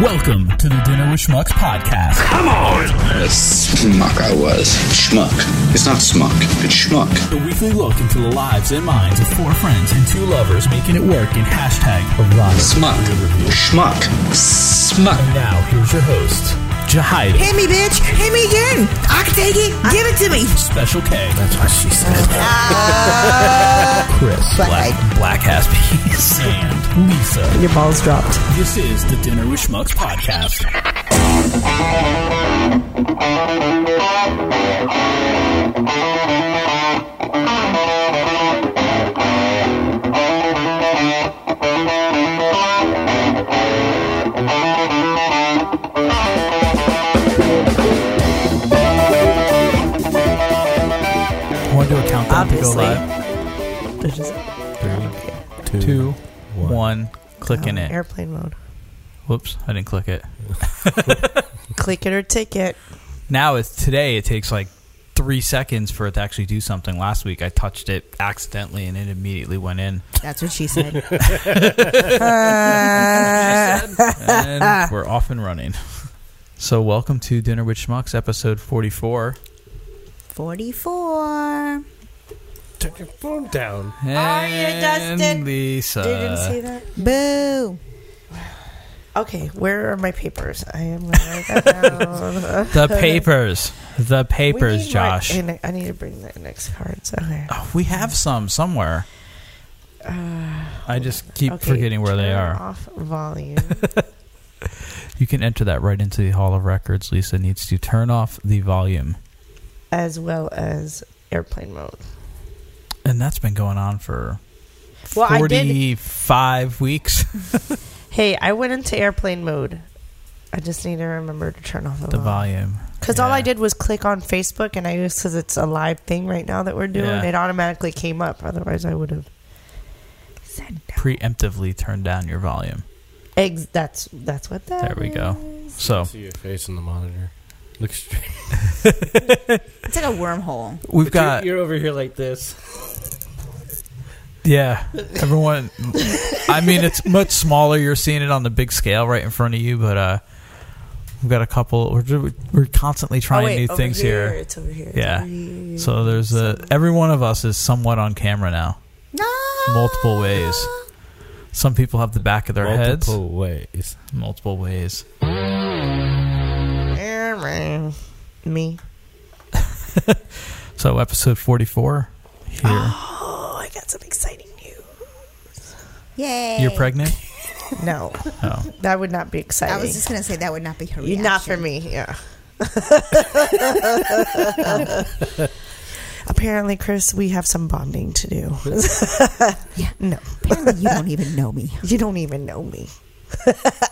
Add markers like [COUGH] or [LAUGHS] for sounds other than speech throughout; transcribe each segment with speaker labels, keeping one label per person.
Speaker 1: Welcome to the Dinner with Schmucks podcast.
Speaker 2: Come on!
Speaker 3: Schmuck I was. Schmuck. It's not smuck, it's schmuck.
Speaker 1: The weekly look into the lives and minds of four friends and two lovers making it work in hashtag erotic
Speaker 3: Smuck.
Speaker 1: Peer review.
Speaker 3: Schmuck. Smuck.
Speaker 1: And now, here's your host, Jahida,
Speaker 4: Hit me, bitch. Hit me again. I can take it. Give it to me.
Speaker 1: Special K. That's what she said.
Speaker 5: Ah.
Speaker 1: Chris,
Speaker 4: Black
Speaker 1: Black, Black Ass
Speaker 5: [LAUGHS]
Speaker 1: Peas, and Lisa.
Speaker 4: Your balls dropped.
Speaker 1: This is the Dinner with Schmucks podcast. Want to do a countdown to go
Speaker 4: Obviously.
Speaker 1: live?
Speaker 4: They're just
Speaker 1: Three, two, one. Clicking it.
Speaker 4: oh,
Speaker 1: [LAUGHS]
Speaker 4: airplane mode.
Speaker 1: Whoops, I didn't click it. [LAUGHS]
Speaker 4: Click it or ticket.
Speaker 1: Now it's today. It takes like three seconds for it to actually do something. Last week I touched it accidentally and it immediately went in.
Speaker 4: That's what she said. [LAUGHS]
Speaker 1: and we're off and running. So welcome to Dinner with Schmucks, episode forty-four.
Speaker 4: 44.
Speaker 2: Turn your phone down.
Speaker 4: Are you
Speaker 1: And
Speaker 4: Dustin?
Speaker 1: Lisa.
Speaker 4: Didn't see that. Boo. Okay, where are my papers? I am going to
Speaker 1: [LAUGHS]
Speaker 4: write that down.
Speaker 1: The papers. The
Speaker 4: We
Speaker 1: papers,
Speaker 4: need my-
Speaker 1: Josh.
Speaker 4: and I- I need to bring the next cards. Okay.
Speaker 1: Oh, we have some somewhere. I just keep
Speaker 4: Uh, okay,
Speaker 1: forgetting where they
Speaker 4: turn
Speaker 1: are.
Speaker 4: Off
Speaker 1: [LAUGHS]
Speaker 4: volume.
Speaker 1: You can enter that right into the Hall of Records. Lisa needs to turn off the volume.
Speaker 4: as well as airplane mode.
Speaker 1: And that's been going on for
Speaker 4: Well, I did
Speaker 1: 45 weeks. [LAUGHS]
Speaker 4: Hey, I went into airplane mode. I just need to remember to turn off the,
Speaker 1: The volume.
Speaker 4: Because all
Speaker 1: Yeah.
Speaker 4: I did was click on Facebook, and I just because it's a live thing right now that we're doing,
Speaker 1: Yeah.
Speaker 4: it automatically came up. Otherwise, I would have said no.
Speaker 1: Preemptively turn down your volume.
Speaker 4: Ex- that's that's what that.
Speaker 1: There we go.
Speaker 4: is.
Speaker 1: So
Speaker 2: See your face in the monitor. Look straight.
Speaker 5: It's like a wormhole.
Speaker 1: we've got,
Speaker 2: You're, over here like this.
Speaker 1: yeah, everyone. I mean, it's much smaller. You're seeing it on the big scale right in front of you, but uh, we've got a couple. We're, ju- we're constantly trying
Speaker 4: Oh, wait,
Speaker 1: new
Speaker 4: over
Speaker 1: things here.
Speaker 4: It's over here. it's
Speaker 1: Yeah.
Speaker 4: over here.
Speaker 1: So there's a, every one of us is somewhat on camera now,
Speaker 5: No.
Speaker 1: multiple ways. Some people have the back of their heads.
Speaker 2: Multiple ways.
Speaker 1: multiple ways.
Speaker 4: Err, [LAUGHS] me.
Speaker 1: So episode 44 here.
Speaker 4: Oh, I got some exciting news.
Speaker 5: Yay.
Speaker 1: You're pregnant?
Speaker 4: [LAUGHS] No,
Speaker 1: Oh.
Speaker 4: that would not be exciting.
Speaker 5: I was just gonna say that would not be her
Speaker 4: You-
Speaker 5: reaction.
Speaker 4: Not for me, yeah. [LAUGHS] Apparently, Chris, we have some bonding to
Speaker 5: [LAUGHS]
Speaker 4: do. No,
Speaker 5: Apparently, you don't even know me.
Speaker 4: [LAUGHS] you don't even know me. [LAUGHS]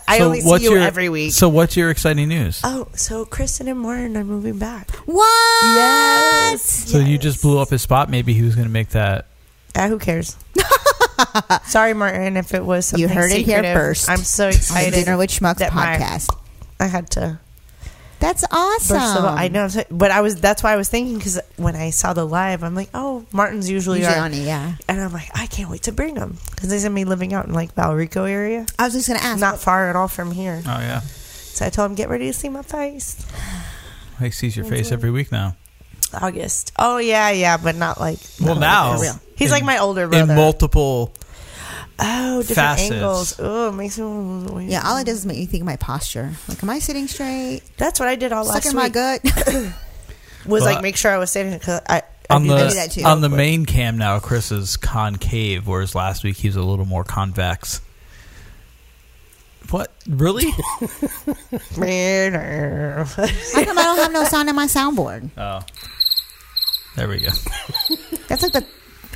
Speaker 4: I
Speaker 1: So
Speaker 4: only see
Speaker 1: what's
Speaker 4: you
Speaker 1: your-
Speaker 4: every week.
Speaker 1: So what's your exciting news?
Speaker 4: oh, so Kristen and Warren are moving back.
Speaker 5: What?
Speaker 1: so you just blew up his spot. Maybe he was going to make that.
Speaker 4: Uh,
Speaker 5: [LAUGHS]
Speaker 4: who cares? Sorry, Martin, if it was
Speaker 5: You
Speaker 4: something
Speaker 5: heard it here
Speaker 4: secretive.
Speaker 5: first.
Speaker 4: I'm so
Speaker 5: I
Speaker 4: excited.
Speaker 5: dinner with Schmucks
Speaker 4: that my-
Speaker 5: podcast.
Speaker 4: I had to
Speaker 5: That's awesome.
Speaker 4: First of all, I know, but I was. That's why I was thinking because when I saw the live, I'm like, oh, Martin's usually,
Speaker 5: Usually
Speaker 4: our-
Speaker 5: on it, yeah.
Speaker 4: and I'm like, I can't wait to bring them because they're gonna be living out in like Valrico area,
Speaker 5: I was just gonna ask.
Speaker 4: not far at all from here.
Speaker 1: Oh yeah,
Speaker 4: So I told him, get ready to see my face,
Speaker 1: he sees your face every week now.
Speaker 4: August. Oh yeah, yeah, but not like.
Speaker 1: Well, now
Speaker 5: real.
Speaker 4: Oh, He's
Speaker 1: in-
Speaker 4: like my older
Speaker 1: in
Speaker 4: brother.
Speaker 1: multiple.
Speaker 4: oh, different
Speaker 1: facets.
Speaker 4: angles. Oh, it makes me.
Speaker 5: yeah, all it does is make me think of my posture. Like, am I sitting straight?
Speaker 4: That's what I did all
Speaker 5: Stuck
Speaker 4: last
Speaker 5: in my
Speaker 1: [LAUGHS]
Speaker 4: week.
Speaker 5: gut?
Speaker 4: [LAUGHS]
Speaker 1: But-
Speaker 4: Was like make sure I was standing because I. I
Speaker 1: On
Speaker 4: do
Speaker 5: I
Speaker 4: that.
Speaker 5: do
Speaker 1: the
Speaker 5: that too.
Speaker 1: on the main cam now, Chris is concave, whereas last week he was a little more convex. [LAUGHS]
Speaker 5: Oh,
Speaker 1: What
Speaker 4: [LAUGHS]
Speaker 1: really?
Speaker 5: How come I don't have no sound in my soundboard?
Speaker 1: oh, there we go.
Speaker 5: That's like the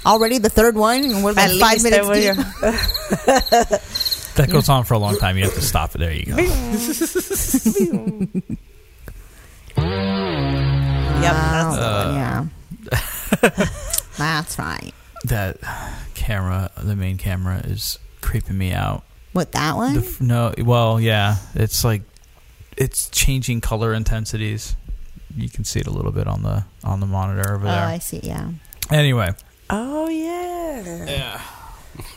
Speaker 5: already the third one, and we're like
Speaker 4: At
Speaker 5: five
Speaker 4: least
Speaker 5: minutes
Speaker 4: I was-
Speaker 5: deep.
Speaker 4: [LAUGHS]
Speaker 1: That goes on for a long time. You have to stop it. There you go.
Speaker 4: Yep, that's
Speaker 5: Oh,
Speaker 1: Uh,
Speaker 5: yeah.
Speaker 4: [LAUGHS]
Speaker 5: That's right.
Speaker 1: That camera, the main camera, is creeping me out.
Speaker 5: What that one?
Speaker 1: The f- no, well, yeah, it's like it's changing color intensities. You can see it a little bit on the on the monitor over
Speaker 5: oh,
Speaker 1: there.
Speaker 5: I see. Yeah.
Speaker 1: anyway,
Speaker 4: Oh yeah.
Speaker 1: yeah,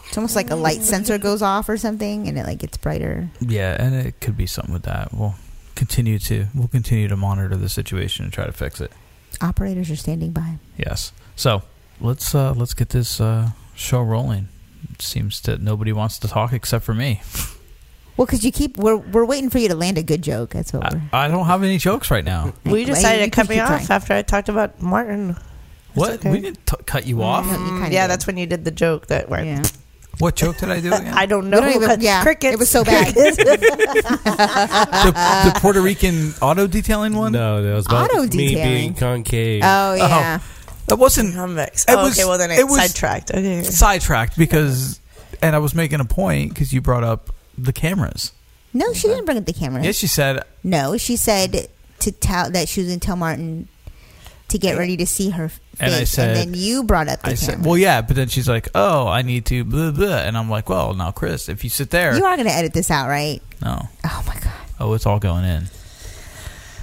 Speaker 5: It's almost like a light sensor goes off or something, and it like gets brighter.
Speaker 1: Yeah, and it could be something with that. We'll continue to we'll continue to monitor the situation and try to fix it.
Speaker 5: Operators are standing by.
Speaker 1: Yes. So let's uh, let's get this uh, show rolling. It seems that nobody wants to talk except for me.
Speaker 5: Well, because you keep we're we're waiting for you to land a good joke. That's what
Speaker 1: I,
Speaker 5: we're.
Speaker 1: I don't have any jokes right now.
Speaker 4: Well, you
Speaker 5: Wait,
Speaker 4: decided
Speaker 5: you
Speaker 4: to cut
Speaker 5: keep
Speaker 4: me off
Speaker 5: trying.
Speaker 4: after I talked about Martin.
Speaker 1: what?
Speaker 4: okay.
Speaker 1: We didn't t- cut you off.
Speaker 5: No, you kinda
Speaker 4: yeah,
Speaker 5: did.
Speaker 4: that's when you did the joke that where
Speaker 5: Yeah.
Speaker 1: What joke did I do? Again?
Speaker 4: [LAUGHS] I don't know.
Speaker 5: We don't even-
Speaker 4: 'cause
Speaker 5: yeah,
Speaker 4: crickets.
Speaker 5: it was so
Speaker 1: [LAUGHS]
Speaker 4: [LAUGHS]
Speaker 5: bad.
Speaker 1: the, the Puerto Rican auto detailing one.
Speaker 2: No, that was about
Speaker 5: [LAUGHS] Auto
Speaker 2: me
Speaker 5: detailing.
Speaker 2: being concave.
Speaker 5: Oh yeah.
Speaker 1: That wasn't
Speaker 4: Convex.
Speaker 1: It
Speaker 4: Oh,
Speaker 1: was-
Speaker 4: okay, well then
Speaker 1: it
Speaker 4: it,
Speaker 1: was-
Speaker 4: sidetracked. Okay.
Speaker 1: sidetracked because, and I was making a point because you brought up the cameras.
Speaker 5: No, she didn't bring up the camera.
Speaker 1: Yes, she said
Speaker 5: No, she said to tell that she was going to tell Martin to get ready to see her face,
Speaker 1: And I said-
Speaker 5: and then you brought up the
Speaker 1: I
Speaker 5: camera.
Speaker 1: said, well, yeah, but then she's like, oh, I need to blah blah, and I'm like, well, now, Chris, if you sit there,
Speaker 5: you are going to edit this out, right?
Speaker 1: no,
Speaker 5: Oh my god!
Speaker 1: oh, it's all going in.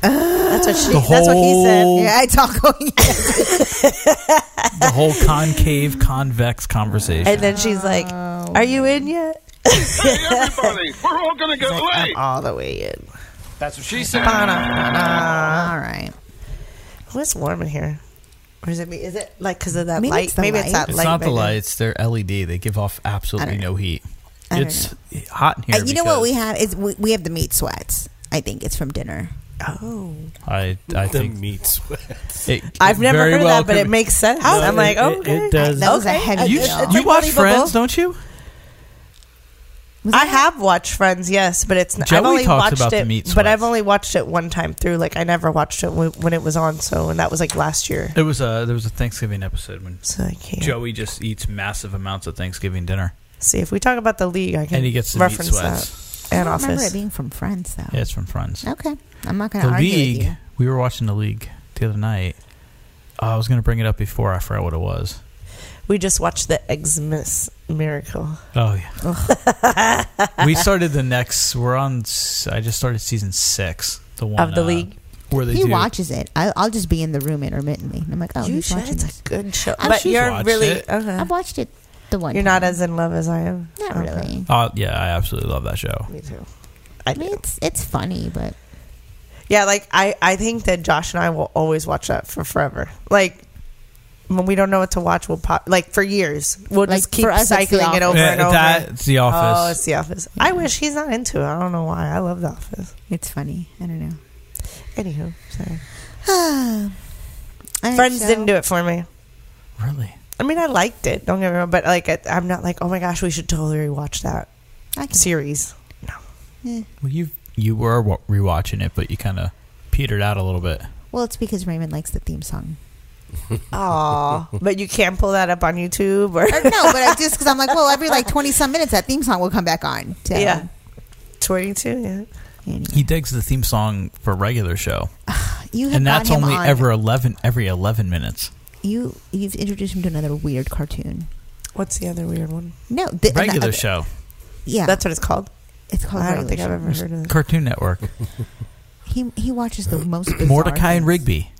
Speaker 4: That's what she.
Speaker 1: The
Speaker 4: that's what he
Speaker 1: whole-
Speaker 4: said.
Speaker 5: Yeah, it's all
Speaker 4: [LAUGHS]
Speaker 5: going.
Speaker 1: The whole concave convex conversation.
Speaker 4: And then she's like, "Are you in yet?"
Speaker 6: everybody, we're all gonna go
Speaker 1: uh,
Speaker 6: away.
Speaker 4: I'm [LAUGHS] all the way in.
Speaker 6: That's what she said.
Speaker 5: all right.
Speaker 4: Oh, it's Uh-huh. warm in here. Or is it me? Is it like because of that
Speaker 5: Maybe
Speaker 4: light?
Speaker 5: it's the
Speaker 4: Maybe it's
Speaker 5: lights.
Speaker 4: that
Speaker 1: it's
Speaker 4: light.
Speaker 1: not the
Speaker 4: right now.
Speaker 1: lights; they're LED. They give off absolutely
Speaker 5: I don't
Speaker 1: no heat.
Speaker 5: I don't
Speaker 1: It's hot in
Speaker 5: Uh,
Speaker 1: here.
Speaker 5: you know what we
Speaker 1: because
Speaker 5: have is we, we have the meat sweats. I think it's from dinner.
Speaker 4: Oh,
Speaker 1: [LAUGHS] I I
Speaker 2: the
Speaker 1: think
Speaker 2: meat sweat.
Speaker 1: it,
Speaker 4: [LAUGHS] I've never
Speaker 1: very
Speaker 4: heard
Speaker 1: well
Speaker 4: of that, but
Speaker 1: could
Speaker 4: it
Speaker 1: be-
Speaker 4: makes sense.
Speaker 2: No,
Speaker 4: I'm
Speaker 2: it-
Speaker 4: like,
Speaker 2: it-
Speaker 4: okay.
Speaker 2: it does.
Speaker 5: That was a
Speaker 4: Okay,
Speaker 5: heavy
Speaker 4: I-
Speaker 1: You,
Speaker 5: it's-
Speaker 4: it's
Speaker 1: you
Speaker 4: like
Speaker 1: watch
Speaker 4: believable.
Speaker 1: Friends, don't you?
Speaker 5: Was
Speaker 4: I
Speaker 5: that-
Speaker 4: have watched Friends, yes, but it's n-
Speaker 1: Joey
Speaker 4: I've only
Speaker 1: talks
Speaker 4: watched
Speaker 1: about the
Speaker 4: it,
Speaker 1: meat
Speaker 4: but I've
Speaker 1: sweats.
Speaker 4: only watched it one time through. Like I never watched it w- when it was on, so and that was like last year.
Speaker 1: There was a there was a Thanksgiving episode when
Speaker 4: So I can't
Speaker 1: Joey just eats massive amounts of Thanksgiving dinner,
Speaker 4: see if we talk about the league. I can
Speaker 1: and he gets the meat
Speaker 4: reference
Speaker 1: sweats.
Speaker 4: that and
Speaker 5: I remember it
Speaker 4: Office.
Speaker 5: being from Friends though.
Speaker 1: Yeah, it's from Friends.
Speaker 5: Oh. Okay, I'm not going
Speaker 1: The
Speaker 5: to argue with
Speaker 1: league.
Speaker 5: you.
Speaker 1: We were watching the league the other night. Uh, I was going to bring it up before I forgot what
Speaker 5: [LAUGHS]
Speaker 1: it was.
Speaker 4: We just watched the Xmas Miracle.
Speaker 1: Oh yeah. [LAUGHS] we started the next. We're on. s- I just started season six. The one
Speaker 4: Of the
Speaker 1: uh,
Speaker 4: league?
Speaker 1: where they
Speaker 5: He
Speaker 1: do.
Speaker 5: watches it. I, I'll just be in the room intermittently. And I'm like, oh, he's watching
Speaker 4: It's
Speaker 5: this.
Speaker 4: a good show,
Speaker 5: I'm
Speaker 4: [LAUGHS] but
Speaker 5: sure-
Speaker 4: you're
Speaker 1: Watched
Speaker 4: really
Speaker 1: it.
Speaker 4: okay.
Speaker 5: I've watched it the one.
Speaker 4: You're not
Speaker 5: time.
Speaker 4: as in love as I am.
Speaker 5: not
Speaker 4: Okay.
Speaker 5: really.
Speaker 1: Uh, yeah, I absolutely love that show.
Speaker 4: Me too. I
Speaker 5: I mean,
Speaker 4: do.
Speaker 5: it's it's funny, but
Speaker 4: Yeah, like I, I think that Josh and I will always watch that for forever. Like when we don't know what to watch, we'll pop like for years. We'll
Speaker 5: Like,
Speaker 4: just keep
Speaker 5: for us, it's The
Speaker 4: cycling it
Speaker 5: Office.
Speaker 4: over and
Speaker 1: Uh,
Speaker 4: over.
Speaker 1: that's The
Speaker 4: Oh,
Speaker 1: Office.
Speaker 4: it's The Office. I wish he's not into it. I don't know why. I love The Office.
Speaker 5: it's funny. I don't know.
Speaker 4: Anywho, sorry.
Speaker 5: [SIGHS] All right,
Speaker 4: Friends
Speaker 5: so-
Speaker 4: didn't do it for me.
Speaker 1: really?
Speaker 4: I mean, I liked it. Don't get me wrong, but like, I, I'm not like, oh my gosh, we should totally rewatch that
Speaker 5: I can- [LAUGHS]
Speaker 4: series.
Speaker 1: Well, you you were wa- rewatching it, but you kind of petered out a little bit.
Speaker 5: Well, it's because Raymond likes the theme song.
Speaker 4: Aw, but you can't pull that up on YouTube [LAUGHS] or
Speaker 5: Or, Uh, no, but I just because I'm like, well, every like 20 some minutes, that theme song will come back on. So,
Speaker 4: yeah, 22. Yeah,
Speaker 5: and
Speaker 1: He digs the theme song for regular show,
Speaker 5: [SIGHS] you have
Speaker 1: and
Speaker 5: got
Speaker 1: that's
Speaker 5: him
Speaker 1: only
Speaker 5: on-
Speaker 1: ever eleven every eleven minutes.
Speaker 5: you you've introduced him to another weird cartoon.
Speaker 4: what's the other weird one?
Speaker 5: No, the,
Speaker 1: Regular
Speaker 5: uh,
Speaker 1: show,
Speaker 5: Yeah,
Speaker 4: That's what it's called.
Speaker 5: it's called.
Speaker 4: I don't
Speaker 5: regular
Speaker 4: think I've
Speaker 5: show.
Speaker 4: ever heard
Speaker 5: uh,
Speaker 4: of it.
Speaker 1: Cartoon Network,
Speaker 5: He he watches the
Speaker 4: [CLEARS THROAT]
Speaker 5: most [LAUGHS] bizarre
Speaker 1: Mordecai and
Speaker 5: things.
Speaker 1: Rigby,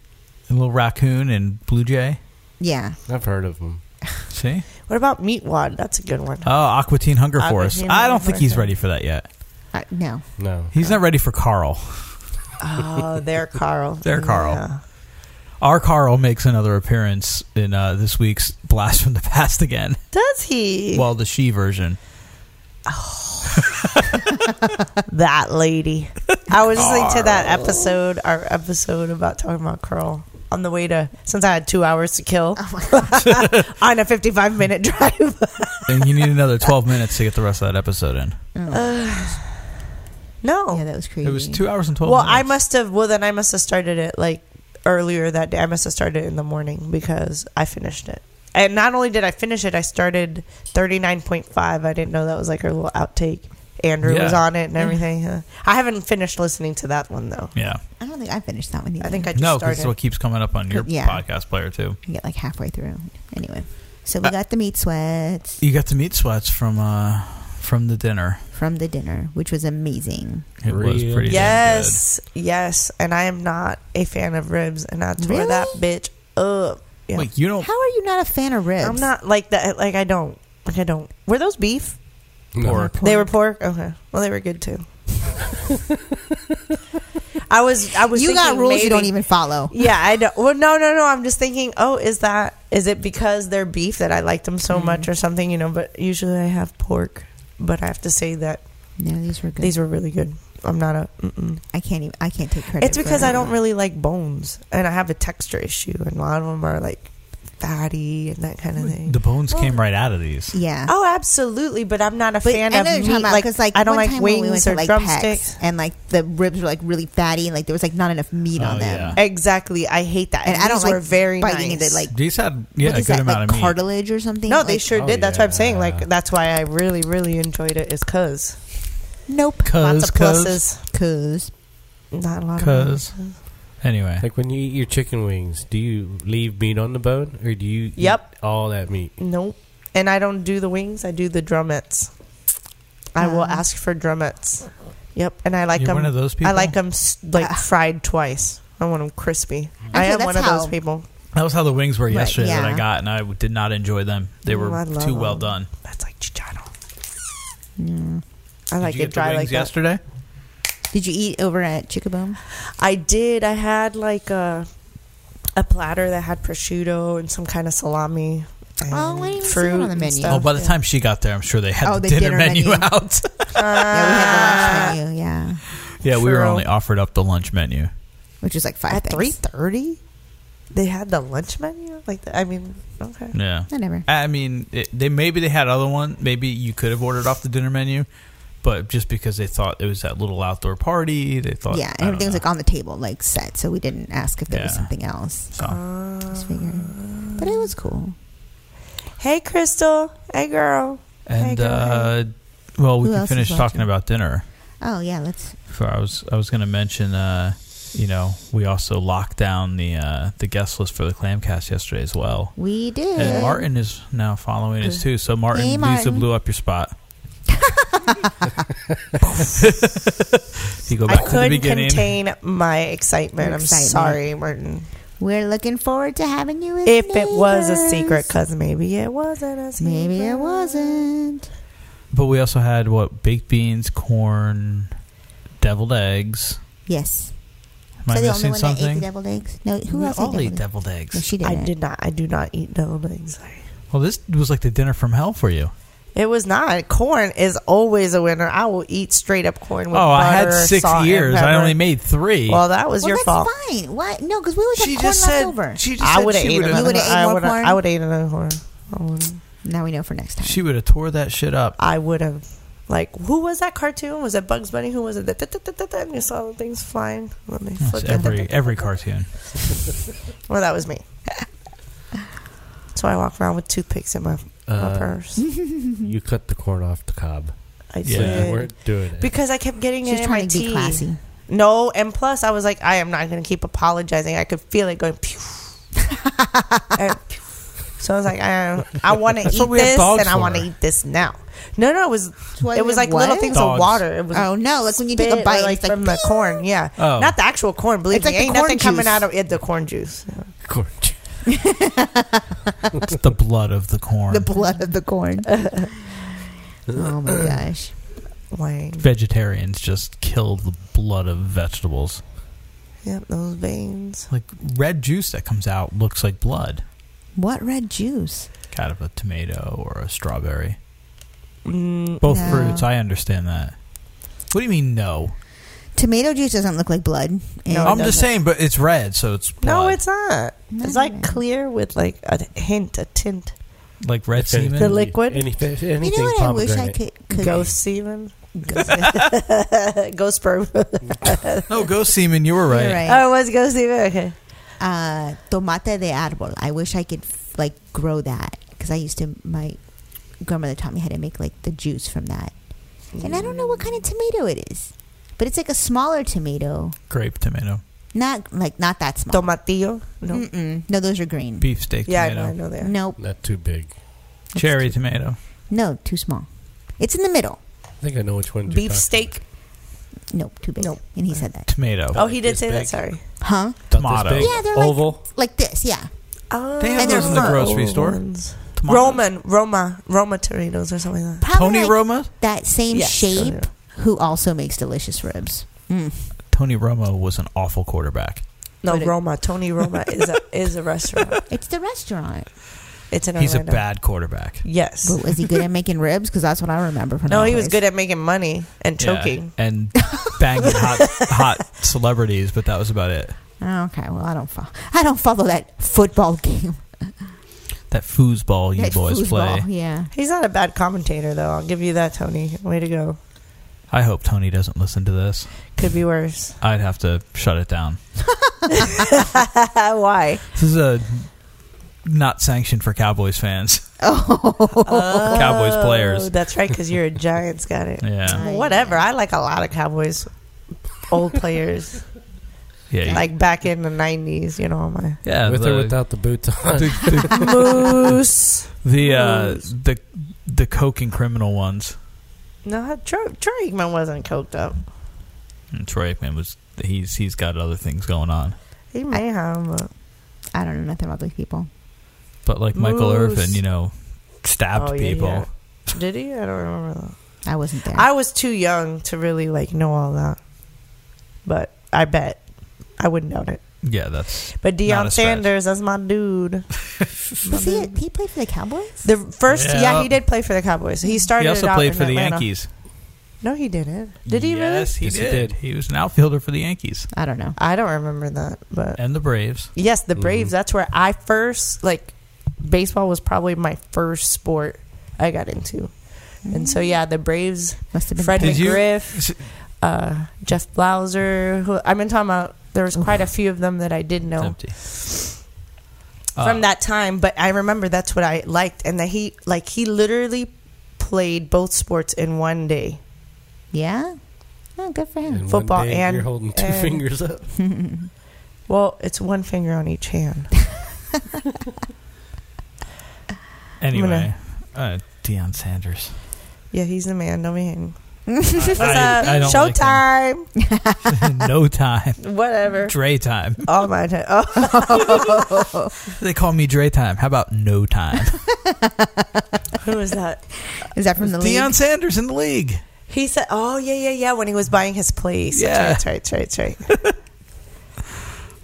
Speaker 1: a little raccoon and blue jay.
Speaker 5: Yeah,
Speaker 2: I've heard of them.
Speaker 1: [LAUGHS] See,
Speaker 4: What about Meatwad? That's a good one.
Speaker 1: oh, Aqua Teen Hunger
Speaker 4: Aqua
Speaker 1: Force.
Speaker 4: Teen
Speaker 1: I don't
Speaker 4: Hunger
Speaker 1: think he's
Speaker 4: Force.
Speaker 1: ready for that yet.
Speaker 5: uh, no,
Speaker 2: No.
Speaker 1: He's not ready for Carl.
Speaker 4: Oh, there, Carl.
Speaker 1: There, Carl. Our Carl makes another appearance in uh, this week's Blast from the Past again.
Speaker 4: Does he?
Speaker 1: Well, the she version.
Speaker 4: that lady. I was listening to that episode, our episode about talking about Carl on the way to, since I had two hours to kill
Speaker 5: Oh
Speaker 4: [LAUGHS] on a 55 minute drive.
Speaker 1: and you need another 12 minutes to get the rest of that episode in.
Speaker 4: [SIGHS] no.
Speaker 5: yeah, that was Oh, crazy.
Speaker 1: It was two hours and 12
Speaker 4: well, I
Speaker 1: minutes.
Speaker 4: must have, well, then I must have started it like earlier that day. I must have started it in the morning because I finished it. And not only did I finish it, I started 39.5. I didn't know that was like our little outtake. Andrew was
Speaker 1: Yeah.
Speaker 4: on it and everything. huh? I haven't finished listening to that one though.
Speaker 1: Yeah.
Speaker 5: I don't think I finished that one either.
Speaker 4: I think I just
Speaker 1: No, because
Speaker 4: started.
Speaker 1: it's what keeps coming up on your
Speaker 5: Yeah.
Speaker 1: podcast player, too.
Speaker 5: I get like halfway through. Anyway, so
Speaker 4: Uh,
Speaker 5: we got the meat sweats
Speaker 1: You got to meet Sweats from uh, from the dinner.
Speaker 5: from the dinner, which was amazing.
Speaker 1: It was
Speaker 2: Real
Speaker 1: pretty damn
Speaker 4: Yes, yes, and I am not a fan of ribs, and I tore
Speaker 5: Really?
Speaker 4: that bitch up.
Speaker 1: good.
Speaker 4: Yeah.
Speaker 1: Wait, you don't.
Speaker 5: How are you not a fan of ribs?
Speaker 4: I'm not like that. Like I don't. Like I don't. Were those beef?
Speaker 2: No.
Speaker 1: Or-
Speaker 4: They were pork. Okay. Well, they were good
Speaker 5: [LAUGHS]
Speaker 4: too. I was. I was.
Speaker 5: you got
Speaker 4: thinking
Speaker 5: rules you don't
Speaker 4: maybe-
Speaker 5: even follow.
Speaker 4: Yeah, I don't. Well, no, no, no. I'm just thinking. Oh, is that? Is it because they're beef that I like them so
Speaker 5: Mm-hmm.
Speaker 4: much, or something? You know. But usually I have pork. But I have to say that
Speaker 5: No, these were good.
Speaker 4: these were really good. I'm not a. Mm-mm.
Speaker 5: I can't even. I can't take credit.
Speaker 4: It's
Speaker 5: for
Speaker 4: because
Speaker 5: it.
Speaker 4: I don't really like bones, and I have a texture issue, and a lot of them are like fatty and that kind of thing.
Speaker 1: The bones came right out of these.
Speaker 5: Yeah.
Speaker 4: Oh, absolutely, but I'm not a
Speaker 5: But
Speaker 4: fan
Speaker 5: I
Speaker 4: of
Speaker 5: know what you're
Speaker 4: meat.
Speaker 5: talking about,
Speaker 4: like,
Speaker 5: 'cause, like,
Speaker 4: I don't
Speaker 5: one
Speaker 4: like
Speaker 5: time when we went
Speaker 4: wings
Speaker 5: to,
Speaker 4: or
Speaker 5: like, PAX,
Speaker 4: drumsticks.
Speaker 5: and like the ribs were like really fatty, and like there was like not enough meat
Speaker 1: Oh,
Speaker 5: on them.
Speaker 1: yeah.
Speaker 4: Exactly, I hate that.
Speaker 5: And I don't
Speaker 4: these
Speaker 5: like
Speaker 4: were very
Speaker 5: biting
Speaker 4: nice.
Speaker 5: into like
Speaker 1: These had yeah
Speaker 5: what
Speaker 1: a
Speaker 5: is
Speaker 1: good
Speaker 5: that,
Speaker 1: amount
Speaker 5: like
Speaker 1: of meat.
Speaker 5: cartilage or something.
Speaker 4: no,
Speaker 5: Like-
Speaker 4: they sure
Speaker 1: Oh,
Speaker 4: did. That's what I'm saying.
Speaker 1: yeah.
Speaker 4: Like that's why I really, really enjoyed it. Is cause
Speaker 5: Nope.
Speaker 4: lots
Speaker 1: Cause,
Speaker 4: of
Speaker 1: cause,
Speaker 4: pluses,
Speaker 5: Cause
Speaker 4: not a lot
Speaker 1: cause.
Speaker 4: of. minuses.
Speaker 1: Anyway,
Speaker 2: Like when you eat your chicken wings, do you leave meat on the bone or do you
Speaker 4: Yep.
Speaker 2: eat all that meat?
Speaker 4: Nope, and I don't do the wings. I do the drumettes. I will
Speaker 5: Um.
Speaker 4: ask for drumettes. Yep, and I like
Speaker 1: you're
Speaker 4: them.
Speaker 1: one of those people.
Speaker 4: I like them s- like
Speaker 5: Uh-huh. Ah.
Speaker 4: fried twice. I want them crispy. I
Speaker 5: Actually,
Speaker 4: am
Speaker 5: that's
Speaker 4: one of
Speaker 5: how-
Speaker 4: those people.
Speaker 1: That was how the wings were
Speaker 5: Right,
Speaker 1: yesterday that I
Speaker 5: yeah.
Speaker 1: got, and I did not enjoy them. They were
Speaker 4: Mm, I love
Speaker 1: too well
Speaker 4: them.
Speaker 1: done.
Speaker 4: That's like chichado. I like
Speaker 1: did you
Speaker 4: it
Speaker 1: get
Speaker 4: dry
Speaker 1: the
Speaker 4: like
Speaker 1: wings
Speaker 4: that.
Speaker 1: yesterday?
Speaker 5: did you eat over at Chickaboom?
Speaker 4: I did. I had like a a platter that had prosciutto and some kind of salami. and
Speaker 5: Oh, I didn't even see
Speaker 4: fruit
Speaker 5: that on the
Speaker 4: and
Speaker 5: menu.
Speaker 1: Oh,
Speaker 4: stuff.
Speaker 1: by the time she got there, I'm sure they had
Speaker 5: Oh,
Speaker 1: the
Speaker 5: the
Speaker 1: dinner,
Speaker 5: dinner
Speaker 1: menu,
Speaker 5: menu.
Speaker 1: [LAUGHS] out.
Speaker 5: yeah, we had the lunch menu. Yeah,
Speaker 1: yeah, we were
Speaker 4: True.
Speaker 1: only offered up the lunch menu.
Speaker 5: which is like five
Speaker 4: at
Speaker 5: things.
Speaker 4: three thirty, they had the lunch menu. Like the, I mean, okay.
Speaker 1: Yeah,
Speaker 5: Whatever.
Speaker 1: I mean, it, they maybe they had other one. Maybe you could have ordered off the dinner menu, but just because they thought it was that little outdoor party, they thought
Speaker 5: yeah,
Speaker 1: I
Speaker 5: and
Speaker 1: don't
Speaker 5: everything was
Speaker 1: know.
Speaker 5: like on the table, like set. So we didn't ask if there was
Speaker 1: Yeah.
Speaker 5: something else.
Speaker 1: So,
Speaker 5: Just figuring. But it was cool.
Speaker 4: Hey, Crystal. Hey, girl.
Speaker 1: and
Speaker 4: Hey, go
Speaker 1: uh,
Speaker 4: ahead.
Speaker 1: well, we
Speaker 5: Who
Speaker 1: can
Speaker 5: else is
Speaker 1: finish talking
Speaker 5: watching?
Speaker 1: about dinner.
Speaker 5: Oh yeah, let's.
Speaker 1: For I was I was going to mention, uh, you know, we also locked down the uh, the guest list for the Clamcast yesterday as well.
Speaker 5: We did.
Speaker 1: And Martin is now following us too. So Martin,
Speaker 5: Hey,
Speaker 1: Lisa
Speaker 5: Martin.
Speaker 1: blew up your
Speaker 4: [LAUGHS]
Speaker 1: spot. [LAUGHS] you go back
Speaker 4: I
Speaker 1: to the
Speaker 4: couldn't
Speaker 1: beginning.
Speaker 4: contain my excitement.
Speaker 5: Your
Speaker 4: I'm
Speaker 5: excitement.
Speaker 4: sorry, Martin.
Speaker 5: We're looking forward to having you. As
Speaker 4: If it was a
Speaker 5: neighbors.
Speaker 4: secret, because maybe it wasn't a secret.
Speaker 5: maybe it wasn't.
Speaker 1: But we also had what baked beans, corn, deviled eggs.
Speaker 5: Yes.
Speaker 1: Am I
Speaker 5: so the only
Speaker 1: missing
Speaker 5: one that ate the
Speaker 1: something?
Speaker 5: deviled eggs. No, who
Speaker 1: we
Speaker 5: else
Speaker 1: all
Speaker 5: ate
Speaker 1: ate
Speaker 5: deviled eggs?
Speaker 1: deviled eggs.
Speaker 5: No, she didn't.
Speaker 4: I did not. I do not eat deviled eggs.
Speaker 1: well, this was like the dinner from hell for you.
Speaker 4: It was not. Corn is always a winner. I will eat straight up corn with
Speaker 1: oh, I
Speaker 4: butter,
Speaker 1: had six
Speaker 4: salt, and
Speaker 1: years. I
Speaker 4: pepper.
Speaker 1: only made three.
Speaker 4: Well, that was
Speaker 5: well,
Speaker 4: your
Speaker 5: that's
Speaker 1: Oh.
Speaker 4: fault.
Speaker 5: fine. What? No, because we always have corn left over.
Speaker 1: She
Speaker 4: I would have ate
Speaker 5: would've-
Speaker 4: another.
Speaker 5: You would've ate
Speaker 4: I
Speaker 5: more
Speaker 4: would have.
Speaker 5: corn?
Speaker 4: I would have ate another corn. I would've-
Speaker 5: now we know for next time.
Speaker 1: She would have tore that shit up.
Speaker 4: I would have. Like, who was that cartoon? Was it Bugs Bunny? Who was it? That and you saw things flying. Let me
Speaker 1: Yes,
Speaker 4: flip it.
Speaker 1: every every cartoon.
Speaker 4: [LAUGHS] Well, that was me. So I walk around with toothpicks in my, my
Speaker 2: Uh,
Speaker 1: [LAUGHS]
Speaker 4: purse.
Speaker 2: you cut the corn off the cob.
Speaker 4: I
Speaker 1: yeah.
Speaker 2: So
Speaker 4: did.
Speaker 2: you weren't doing it.
Speaker 4: because I kept getting it
Speaker 5: She's
Speaker 4: in my
Speaker 5: trying to be
Speaker 4: tea.
Speaker 5: classy.
Speaker 4: No, and plus I was like, I am not going to keep apologizing. I could feel it going. [LAUGHS] Pew. And pew. So I was like, I, I want to eat
Speaker 1: That's what we have
Speaker 4: this,
Speaker 1: dogs
Speaker 4: and I
Speaker 1: for.
Speaker 4: want to eat this now. No, no, it was
Speaker 5: What?
Speaker 4: it was like little
Speaker 5: What?
Speaker 4: things
Speaker 1: Dogs.
Speaker 4: of water. It was
Speaker 5: Oh no! Like when you take a
Speaker 4: spit,
Speaker 5: bite,
Speaker 4: like
Speaker 5: it's like
Speaker 4: from the
Speaker 5: "Pew!"
Speaker 4: corn. Yeah,
Speaker 1: Oh.
Speaker 4: not the actual corn. Believe
Speaker 5: It's
Speaker 4: me,
Speaker 5: like the
Speaker 4: ain't
Speaker 5: corn
Speaker 4: nothing coming
Speaker 5: juice.
Speaker 4: out of it. The corn juice.
Speaker 2: corn. [LAUGHS]
Speaker 1: [LAUGHS] It's the blood of the
Speaker 5: [LAUGHS]
Speaker 1: corn.
Speaker 5: The blood of the
Speaker 4: [LAUGHS]
Speaker 5: corn. oh my gosh!
Speaker 4: Wang.
Speaker 1: Vegetarians just kill the blood of vegetables.
Speaker 4: Yep, those veins.
Speaker 1: Like red juice that comes out looks like blood,
Speaker 5: What red juice?
Speaker 1: kind of a tomato or a strawberry.
Speaker 4: Mm,
Speaker 1: Both
Speaker 5: No.
Speaker 1: fruits, I understand that. What do you mean no?
Speaker 5: Tomato juice doesn't look like blood. And-
Speaker 4: No, it
Speaker 1: I'm just saying, but it's red, so it's blood.
Speaker 4: no, it's not.
Speaker 5: Not
Speaker 4: It's like
Speaker 5: even.
Speaker 4: clear with like a hint, a tint,
Speaker 1: like red semen.
Speaker 4: The liquid?
Speaker 2: Any, anything
Speaker 5: You know what? I wish I
Speaker 2: pomegranate.
Speaker 5: could. could
Speaker 4: ghost semen, [LAUGHS]
Speaker 5: ghost- [LAUGHS]
Speaker 4: ghost sperm.
Speaker 1: [LAUGHS] no, ghost semen. You were right.
Speaker 5: You're right.
Speaker 4: Oh, it was ghost semen. Okay.
Speaker 5: uh, tomate de árbol. I wish I could like grow that because I used to. My grandmother taught me how to make like the juice from that, and I don't know what kind of tomato it is, but it's like a smaller tomato,
Speaker 1: Grape tomato,
Speaker 5: not like not that small.
Speaker 4: Tomatillo. No.
Speaker 5: Mm-mm. No, those are green.
Speaker 1: beefsteak
Speaker 4: Yeah, I know, I
Speaker 1: tomato,
Speaker 4: know they are.
Speaker 5: Nope,
Speaker 2: Not too big.
Speaker 1: cherry tomato.
Speaker 5: no, too small. It's in the middle.
Speaker 2: I think I know which one.
Speaker 4: Beef steak.
Speaker 5: Nope, too big.
Speaker 4: Nope.
Speaker 5: And he said that.
Speaker 1: Tomato.
Speaker 4: Oh, he
Speaker 2: Like
Speaker 4: did
Speaker 2: this
Speaker 4: say
Speaker 2: big.
Speaker 4: that. Sorry.
Speaker 5: Huh?
Speaker 1: Tomato.
Speaker 5: Yeah, they're like-
Speaker 2: oval.
Speaker 5: Like this, yeah.
Speaker 4: Oh,
Speaker 1: They have
Speaker 5: And those in the
Speaker 1: grocery store.
Speaker 4: ones.
Speaker 1: tomatoes?
Speaker 4: Roman, Roma, Roma tomatoes or something like that.
Speaker 5: Probably
Speaker 1: Tony
Speaker 5: like
Speaker 1: Roma.
Speaker 5: that same
Speaker 4: Yes.
Speaker 5: shape,
Speaker 4: Yeah.
Speaker 5: who also makes delicious ribs. Mm.
Speaker 1: Tony Romo was an awful quarterback.
Speaker 4: No,
Speaker 5: But it-
Speaker 4: Roma. Tony Roma
Speaker 5: [LAUGHS]
Speaker 4: is a is a restaurant.
Speaker 5: It's the restaurant.
Speaker 4: It's in
Speaker 1: He's a
Speaker 4: Orlando.
Speaker 1: bad quarterback.
Speaker 4: Yes.
Speaker 5: But was he
Speaker 4: [LAUGHS]
Speaker 5: good at making ribs? Because that's what I remember from.
Speaker 4: No,
Speaker 5: that
Speaker 4: he was
Speaker 5: place.
Speaker 4: good at making money and choking.
Speaker 1: Yeah,
Speaker 4: [LAUGHS]
Speaker 1: and banging hot hot celebrities, but that was about it.
Speaker 5: Oh, okay, well I don't follow. I don't follow that football [LAUGHS] game.
Speaker 1: That foosball you
Speaker 5: that
Speaker 1: boys
Speaker 5: foosball,
Speaker 1: play.
Speaker 5: Yeah.
Speaker 4: He's not a bad commentator, though. I'll give you that, Tony. Way to
Speaker 5: [LAUGHS]
Speaker 4: go.
Speaker 1: I hope Tony doesn't listen to this.
Speaker 4: Could be worse.
Speaker 1: I'd have to shut it down.
Speaker 4: Why?
Speaker 1: This is a not sanctioned for Cowboys
Speaker 4: [LAUGHS]
Speaker 1: fans.
Speaker 5: Oh.
Speaker 1: Cowboys players.
Speaker 4: That's right, because you're a Giants. Got it.
Speaker 1: [LAUGHS] Yeah,
Speaker 4: Whatever. I like a lot of Cowboys old players,
Speaker 1: yeah,
Speaker 4: like back in the '90s. You know, my
Speaker 1: yeah.
Speaker 2: With
Speaker 1: the,
Speaker 2: or without
Speaker 1: [LAUGHS]
Speaker 2: the boots on.
Speaker 1: the,
Speaker 4: [LAUGHS] moose.
Speaker 1: the, the, uh, the the coking criminal ones.
Speaker 4: No, Troy, Troy Aikman wasn't coked up.
Speaker 1: And Troy Aikman was he's he's got other things going on.
Speaker 4: He may have. But,
Speaker 5: I don't know nothing about these people.
Speaker 1: But like Michael
Speaker 4: Moose.
Speaker 1: Irvin, you know, stabbed
Speaker 4: Oh, yeah,
Speaker 1: people.
Speaker 4: yeah.
Speaker 1: [LAUGHS]
Speaker 4: did he? I don't remember that.
Speaker 5: I wasn't there.
Speaker 4: I was too young to really like know all that, but I bet I wouldn't doubt it.
Speaker 1: Yeah, that's Not
Speaker 4: But
Speaker 1: a
Speaker 4: Deion
Speaker 1: stretch.
Speaker 4: Sanders, that's
Speaker 1: [LAUGHS]
Speaker 4: my dude.
Speaker 5: was he? He played for the Cowboys.
Speaker 4: The first,
Speaker 1: Yeah.
Speaker 4: yeah. he did play for the Cowboys. He started.
Speaker 1: he also
Speaker 4: it out
Speaker 1: played
Speaker 4: in
Speaker 1: for the
Speaker 4: Atlanta.
Speaker 1: Yankees.
Speaker 4: No, he didn't. Did he really?
Speaker 1: Yes, he,
Speaker 2: Yes, he
Speaker 1: did.
Speaker 2: did.
Speaker 1: He was an outfielder for the Yankees
Speaker 5: I don't know.
Speaker 4: I don't remember that, but
Speaker 1: and the Braves. Mm-hmm.
Speaker 4: yes, the Braves. That's where I first like baseball was probably my first sport I got into, and so yeah, the Braves.
Speaker 5: Must have been
Speaker 4: Fred
Speaker 1: Did you-
Speaker 4: McGriff, uh, Jeff Blauser. Who I've been talking about. There was quite a few of them that I did know.
Speaker 1: It's empty.
Speaker 2: Oh.
Speaker 4: from that time. But I remember that's what I liked, and that he like he literally played both sports in one day.
Speaker 5: Yeah. Oh, good for him.
Speaker 2: one
Speaker 4: Football
Speaker 2: day
Speaker 4: and-
Speaker 2: you're holding two
Speaker 4: and-
Speaker 2: fingers up.
Speaker 4: [LAUGHS] Well, it's one finger on
Speaker 5: [LAUGHS]
Speaker 4: each hand.
Speaker 1: Anyway, uh, Deion Sanders. [LAUGHS]
Speaker 4: Yeah, he's the man. Don't be
Speaker 2: [LAUGHS]
Speaker 4: hanging.
Speaker 1: I, I- I don't like him.
Speaker 5: [LAUGHS]
Speaker 4: Showtime.
Speaker 1: no time.
Speaker 4: Whatever.
Speaker 1: Dre time.
Speaker 4: All my [LAUGHS] Oh. time. Oh,
Speaker 5: [LAUGHS]
Speaker 1: They call me Dre time. How about no
Speaker 4: [LAUGHS]
Speaker 1: time?
Speaker 4: who is that?
Speaker 5: Is that from the
Speaker 1: Deion
Speaker 5: league?
Speaker 1: Sanders in the league.
Speaker 4: He said, "Oh yeah, yeah, yeah." When he was buying his place.
Speaker 1: Yeah.
Speaker 4: That's right. That's right. That's right.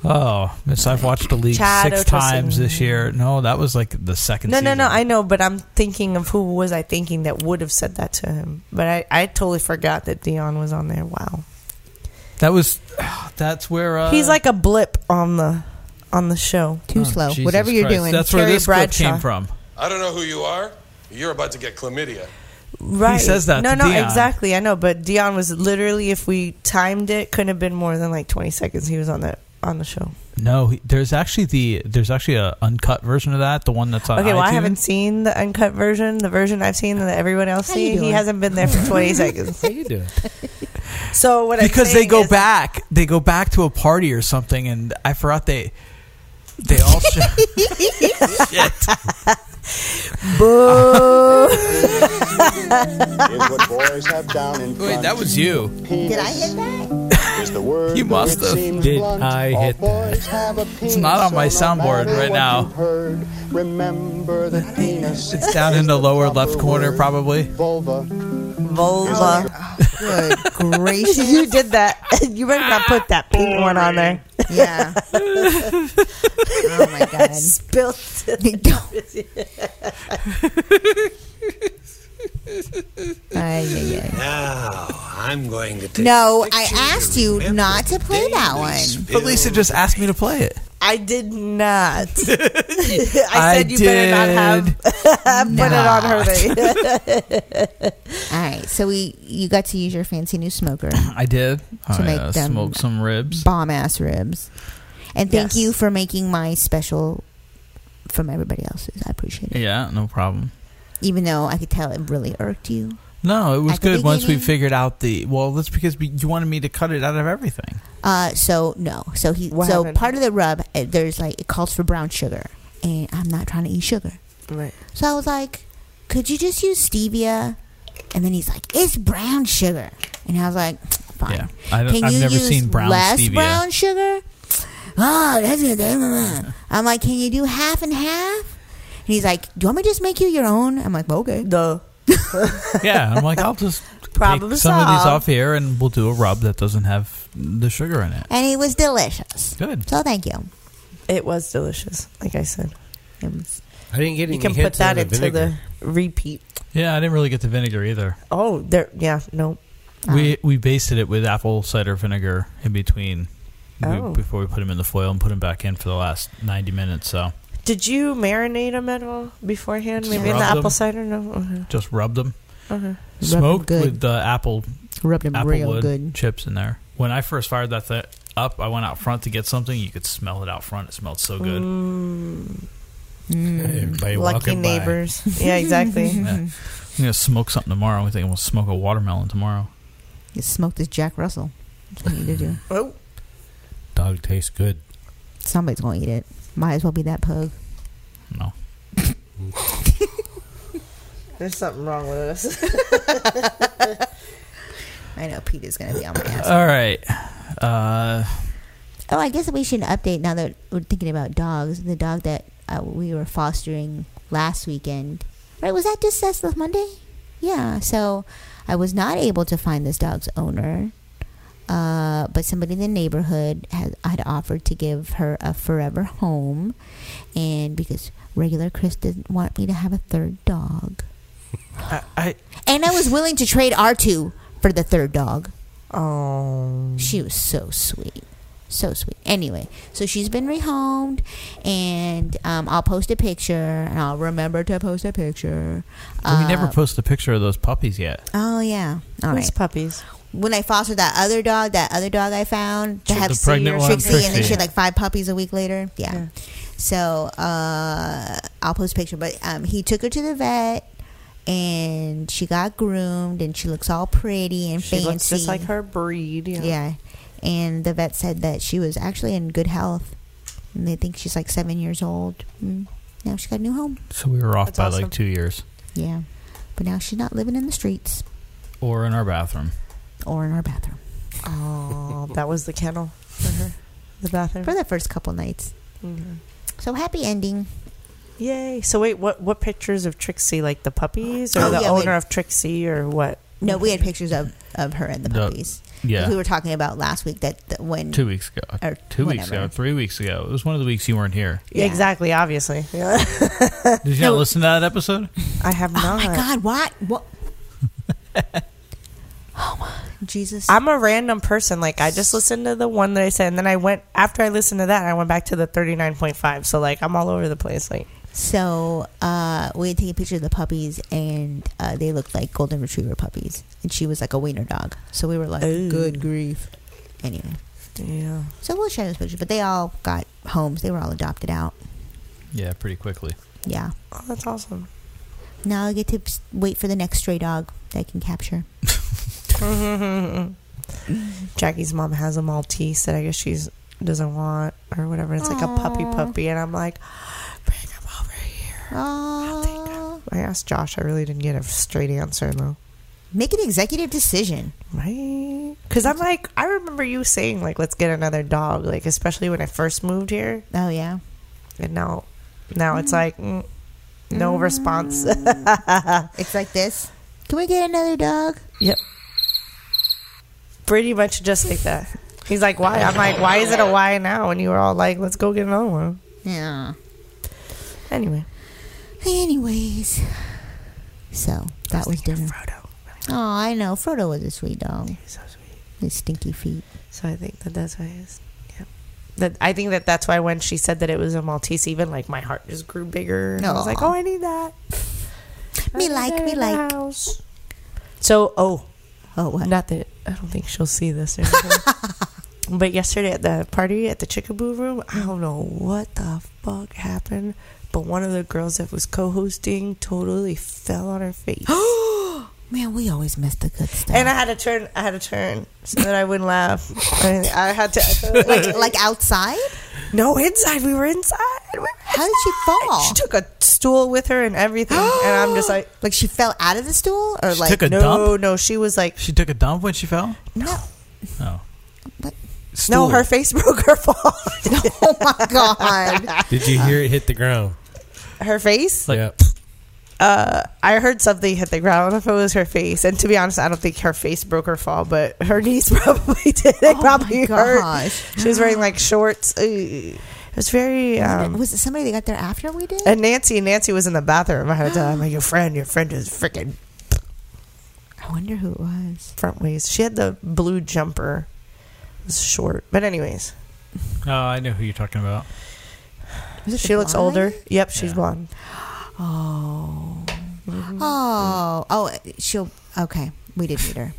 Speaker 1: Oh, miss, I've watched the league
Speaker 4: Chad
Speaker 1: six
Speaker 4: Ochocinco.
Speaker 1: times this year. No, that was like the second
Speaker 4: No, no, no.
Speaker 1: season.
Speaker 4: I know, but I'm thinking of who was I thinking that would have said that to him. But I, I totally forgot that Dion was on there. Wow.
Speaker 1: That was. [SIGHS] That's where uh,
Speaker 4: He's like a blip on the on the show.
Speaker 5: Too
Speaker 1: oh,
Speaker 5: slow.
Speaker 1: Jesus
Speaker 5: Whatever you're
Speaker 1: Christ.
Speaker 5: doing.
Speaker 1: That's where
Speaker 4: Terry
Speaker 1: this clip
Speaker 4: Bradshaw.
Speaker 1: came from.
Speaker 7: I don't know who you are. but You're about to get chlamydia.
Speaker 4: Right.
Speaker 1: says that
Speaker 4: No,
Speaker 1: to
Speaker 4: no,
Speaker 1: Dion.
Speaker 4: exactly. I know, but Dion was literally, if we timed it, couldn't have been more than like twenty seconds. He was on the on the show.
Speaker 1: No, he- there's actually the there's actually a uncut version of that. The one that's on.
Speaker 2: Uh,
Speaker 4: Okay, well, I haven't
Speaker 1: iTunes.
Speaker 4: seen the uncut version, the version I've seen that everyone else
Speaker 5: How you
Speaker 4: seen. He
Speaker 5: doing?
Speaker 4: hasn't been there for
Speaker 5: [LAUGHS]
Speaker 1: [LAUGHS]
Speaker 4: twenty seconds.
Speaker 2: How you doing?
Speaker 4: So what? I'm
Speaker 1: because they
Speaker 4: saying
Speaker 1: go
Speaker 4: is-
Speaker 1: back. They go back to a party or something, and I forgot they. They all show.
Speaker 4: [LAUGHS]
Speaker 1: [LAUGHS]
Speaker 8: Here's what boys have down in front.
Speaker 1: Wait, that was you.
Speaker 5: Did I hit that?
Speaker 8: Is the word
Speaker 1: You
Speaker 8: though
Speaker 1: must
Speaker 8: it
Speaker 1: have.
Speaker 8: seems
Speaker 2: Did
Speaker 8: blunt.
Speaker 2: I
Speaker 8: All
Speaker 2: hit that?
Speaker 8: boys have a
Speaker 1: [LAUGHS]
Speaker 8: penis,
Speaker 1: not on my
Speaker 8: so no
Speaker 1: soundboard
Speaker 8: matter
Speaker 1: right
Speaker 8: what
Speaker 1: now.
Speaker 8: you've heard, remember the penis.
Speaker 1: It's down in the lower left corner, probably.
Speaker 8: Vulva.
Speaker 4: vulva.
Speaker 5: Oh, Good gracious.
Speaker 4: [LAUGHS] you did that. you better not put that pink one on there.
Speaker 5: Yeah. oh
Speaker 4: [LAUGHS]
Speaker 5: my god.
Speaker 4: Spilt. [LAUGHS]
Speaker 5: Don't. Ay, ay, ay.
Speaker 9: Now, I'm going to take.
Speaker 5: No, I asked you not to play that one.
Speaker 1: But Lisa just asked me to play it.
Speaker 4: I
Speaker 5: [LAUGHS]
Speaker 4: did not. [LAUGHS] I said
Speaker 1: I
Speaker 4: you better not have [LAUGHS] put it on her. thing.
Speaker 5: [LAUGHS]
Speaker 4: [LAUGHS]
Speaker 5: All right, so we you got to use your fancy new smoker,
Speaker 1: [CLEARS THROAT] I did. I
Speaker 5: make
Speaker 1: uh,
Speaker 5: them-
Speaker 1: smoked some ribs.
Speaker 5: bomb ass ribs, and thank
Speaker 4: Yes.
Speaker 5: you for making my special from everybody else's. I appreciate it,
Speaker 1: Yeah, no problem.
Speaker 5: even though I could tell it really irked you.
Speaker 1: No, it was
Speaker 5: At the
Speaker 1: good once we
Speaker 5: beginning-
Speaker 1: figured out the. Well, that's because we, you wanted me to cut it out of
Speaker 2: [LAUGHS]
Speaker 1: everything.
Speaker 5: Uh, so no, so he
Speaker 4: What
Speaker 5: so
Speaker 4: happened?
Speaker 5: part of the rub uh, there's like it calls for brown sugar, and I'm not trying to eat sugar.
Speaker 4: Right.
Speaker 5: So I was like, could you just use stevia? And then he's like, it's brown sugar. And I was like, fine.
Speaker 1: Yeah. I don't-
Speaker 5: Can
Speaker 1: I've
Speaker 5: you
Speaker 1: never
Speaker 5: use
Speaker 1: seen brown
Speaker 5: less
Speaker 1: stevia.
Speaker 5: brown
Speaker 1: [LAUGHS]
Speaker 5: sugar? Oh, that's good. I'm like, can you do half and half? And he's like, "Do you want me to just make you your own?" I'm like, "Okay."
Speaker 4: The
Speaker 1: Yeah, I'm like, I'll just
Speaker 4: Problem
Speaker 1: take some of these
Speaker 4: solved.
Speaker 1: off here, and we'll do a rub that doesn't have the sugar in it.
Speaker 5: And it was delicious.
Speaker 1: Good.
Speaker 5: So thank you.
Speaker 4: it was delicious. Like I said,
Speaker 5: It was-
Speaker 2: I didn't get any
Speaker 4: you can put
Speaker 2: hints
Speaker 4: that
Speaker 2: of
Speaker 4: into
Speaker 2: vinegar.
Speaker 4: the repeat.
Speaker 1: Yeah, I didn't really get the vinegar either.
Speaker 4: Oh, there. Yeah, no.
Speaker 1: We we basted it with apple cider vinegar in between we-
Speaker 4: Oh.
Speaker 1: before we put them in the foil and put them back in for the last ninety minutes. So
Speaker 4: Did you marinate them at all beforehand?
Speaker 1: Just
Speaker 4: Maybe in the
Speaker 1: rub
Speaker 4: apple
Speaker 1: them.
Speaker 4: cider. No. Okay.
Speaker 1: just rubbed them,
Speaker 4: Okay.
Speaker 1: smoked
Speaker 5: good.
Speaker 1: with the apple
Speaker 5: rubbed him
Speaker 1: apple
Speaker 5: real
Speaker 1: wood
Speaker 5: good.
Speaker 1: chips in there. When I first fired that th- up, I went out front to get something. You could smell it out front. It smelled
Speaker 10: Oh,
Speaker 1: so good.
Speaker 2: Everybody
Speaker 4: Mm. Lucky
Speaker 2: walking by.
Speaker 4: neighbors.
Speaker 10: [LAUGHS]
Speaker 5: [LAUGHS]
Speaker 4: Yeah, exactly.
Speaker 1: Yeah. I'm gonna smoke something tomorrow. I think I'm gonna smoke a watermelon tomorrow.
Speaker 5: You smoked this Jack Russell. That's what you need to do.
Speaker 4: oh,
Speaker 2: Dog tastes good.
Speaker 5: Somebody's gonna eat it. Might as well be that pug.
Speaker 1: No,
Speaker 4: there's something wrong with us.
Speaker 5: [LAUGHS] I know Peter's gonna be on my ass.
Speaker 1: all right. Uh,
Speaker 5: Oh, I guess we should update now that we're thinking about dogs. The dog that uh, we were fostering last weekend, right? Was that just last Monday? Yeah. So I was not able to find this dog's owner, uh, but somebody in the neighborhood had, had offered to give her a forever home, and because regular Chris didn't want me to have a third dog,
Speaker 4: I, I,
Speaker 5: and I was willing to trade R two for the third dog.
Speaker 4: oh.
Speaker 5: She was so sweet. So sweet. Anyway, so she's been rehomed, and um, I'll post a picture, and I'll remember to post a picture.
Speaker 1: we never
Speaker 5: Uh,
Speaker 1: posted a picture of those puppies yet.
Speaker 5: Oh yeah. All
Speaker 4: Those
Speaker 5: right.
Speaker 4: puppies.
Speaker 5: When I fostered that other dog, that other dog I found that
Speaker 1: Tri-
Speaker 5: had
Speaker 1: the pregnant one,
Speaker 5: Trixie, and then she
Speaker 1: Trixie.
Speaker 5: had like five puppies a week later. Yeah.
Speaker 4: Yeah.
Speaker 5: So uh, I'll post a picture, but um, he took her to the vet. And she got groomed, and she looks all pretty and
Speaker 4: She
Speaker 5: fancy.
Speaker 4: looks just like her breed. Yeah.
Speaker 5: Yeah. And the vet said that she was actually in good health. And they think she's like seven years old. Mm. Now she's got a new home.
Speaker 1: So we were off
Speaker 4: That's
Speaker 1: by
Speaker 4: awesome.
Speaker 1: like two years,
Speaker 5: Yeah. But now she's not living in the streets
Speaker 1: or in our bathroom.
Speaker 5: or in our bathroom
Speaker 4: Oh, that was the kennel for her. The bathroom.
Speaker 5: for the first couple nights.
Speaker 4: Mhm.
Speaker 5: So happy ending.
Speaker 4: Yay! So wait, what what pictures of Trixie? Like the puppies, or
Speaker 5: Oh,
Speaker 4: the
Speaker 5: yeah,
Speaker 4: owner
Speaker 5: wait.
Speaker 4: of Trixie, or what?
Speaker 5: No, we had pictures of, of her and the
Speaker 1: The-
Speaker 5: puppies.
Speaker 1: Yeah,
Speaker 5: We were talking about last week that, that when.
Speaker 1: two weeks ago,
Speaker 5: or
Speaker 1: two weeks ago,
Speaker 5: whenever.
Speaker 1: three weeks ago. It was one of the weeks you weren't here.
Speaker 5: Yeah.
Speaker 4: Exactly. Obviously, yeah.
Speaker 1: Did you not listen to that episode?
Speaker 4: I have
Speaker 5: Oh
Speaker 4: not.
Speaker 5: my God, what?
Speaker 4: [LAUGHS]
Speaker 5: What? oh my. Jesus.
Speaker 4: I'm a random person. Like I just listened to the one that I said, and then I went after I listened to that, I went back to the 39.5. So like I'm all over the place. Like
Speaker 5: So uh, we had taken pictures of the puppies, and uh, they looked like golden retriever puppies, and she was like a wiener dog. So we were like,
Speaker 4: Ooh.
Speaker 5: "Good grief!" Anyway,
Speaker 4: yeah,
Speaker 5: so we'll share those pictures, but they all got homes. They were all adopted out.
Speaker 1: Yeah, pretty quickly.
Speaker 5: Yeah.
Speaker 4: oh,
Speaker 5: [LAUGHS]
Speaker 4: that's awesome.
Speaker 5: Now I get to s- wait for the next stray dog that I can
Speaker 4: [LAUGHS]
Speaker 5: capture.
Speaker 4: Jackie's mom has a Maltese that I guess she's doesn't want or whatever. It's like a puppy
Speaker 5: Aw.
Speaker 4: puppy, and I'm like, bring him over here.
Speaker 5: Oh,
Speaker 4: I asked Josh. I really didn't get a straight answer though.
Speaker 5: make an executive decision.
Speaker 4: Right? Because I'm like, I remember you saying like, let's get another dog. Like especially when I first moved here,
Speaker 5: Oh yeah, Mm-hmm.
Speaker 4: and now, now it's like. Mm, no
Speaker 5: [LAUGHS]
Speaker 4: response. [LAUGHS]
Speaker 5: it's like this. Can we get another dog?
Speaker 4: Yep. Pretty much just like that. He's like, why? I'm like, why is it a why now? And you were all like, let's go get another one.
Speaker 5: Yeah.
Speaker 4: Anyway,
Speaker 5: Anyways, so that was dinner.
Speaker 4: Frodo.
Speaker 5: Oh, I know. Frodo was a sweet dog.
Speaker 4: He's so sweet.
Speaker 5: His stinky feet.
Speaker 4: So I think that that's why it's. Yeah. That I think that that's why when she said that it was a Maltese, even like my heart just grew bigger. And I was like,
Speaker 5: Aw.
Speaker 4: oh, I need that. I
Speaker 5: Me
Speaker 4: need
Speaker 5: like,
Speaker 4: that
Speaker 5: me
Speaker 4: in the
Speaker 5: like.
Speaker 4: house. So oh,
Speaker 5: Oh, what?
Speaker 4: Not that I don't think she'll see this
Speaker 5: [LAUGHS]
Speaker 4: or anything. but yesterday at the party at the Chickaboo room, I don't know what the fuck happened, but one of the girls that was co-hosting totally fell on her
Speaker 10: [GASPS]
Speaker 4: face.
Speaker 5: Man, we always miss the good stuff.
Speaker 4: and I had to turn I had to turn so that I wouldn't laugh. And I had to
Speaker 5: like, like outside?
Speaker 4: No, inside. We were inside. We were
Speaker 5: How did she
Speaker 4: inside.
Speaker 5: fall?
Speaker 4: She took a stool with her and everything. and I'm just [GASPS] like
Speaker 5: Like she fell out of the stool, or
Speaker 1: She
Speaker 5: like
Speaker 1: took a
Speaker 4: no,
Speaker 1: dump.
Speaker 4: no, she was like
Speaker 1: She took a dump when she fell.
Speaker 5: no?
Speaker 1: No.
Speaker 5: What?
Speaker 4: no,
Speaker 1: Stool.
Speaker 4: her [LAUGHS] face broke her fall.
Speaker 5: Oh my god!
Speaker 2: Did you hear it hit the ground?
Speaker 4: her face.
Speaker 1: Like-
Speaker 2: yeah.
Speaker 4: Uh, I heard something hit the ground. I don't know if it was her face. And to be honest, I don't think her face broke her fall, but her [LAUGHS] knees probably did. They
Speaker 5: Oh
Speaker 4: probably
Speaker 5: my
Speaker 4: hurt.
Speaker 5: gosh.
Speaker 4: She was wearing like shorts. Ooh. It was very. Um,
Speaker 5: was it somebody that got there after we did?
Speaker 4: and Nancy, Nancy was in the bathroom. I had to tell her, like, your friend, your friend is freaking
Speaker 5: I wonder who it was.
Speaker 4: front waist. She had the blue jumper. It was short. But anyways,
Speaker 1: Oh, I know who you're talking about.
Speaker 5: Was it the
Speaker 4: she looks
Speaker 5: blonde
Speaker 4: older.
Speaker 5: lady?
Speaker 4: Yep, she's
Speaker 1: Yeah.
Speaker 4: blonde.
Speaker 5: Oh.
Speaker 4: Mm-hmm.
Speaker 5: Oh. Oh, she'll. Okay. We did meet
Speaker 4: [LAUGHS]
Speaker 5: her.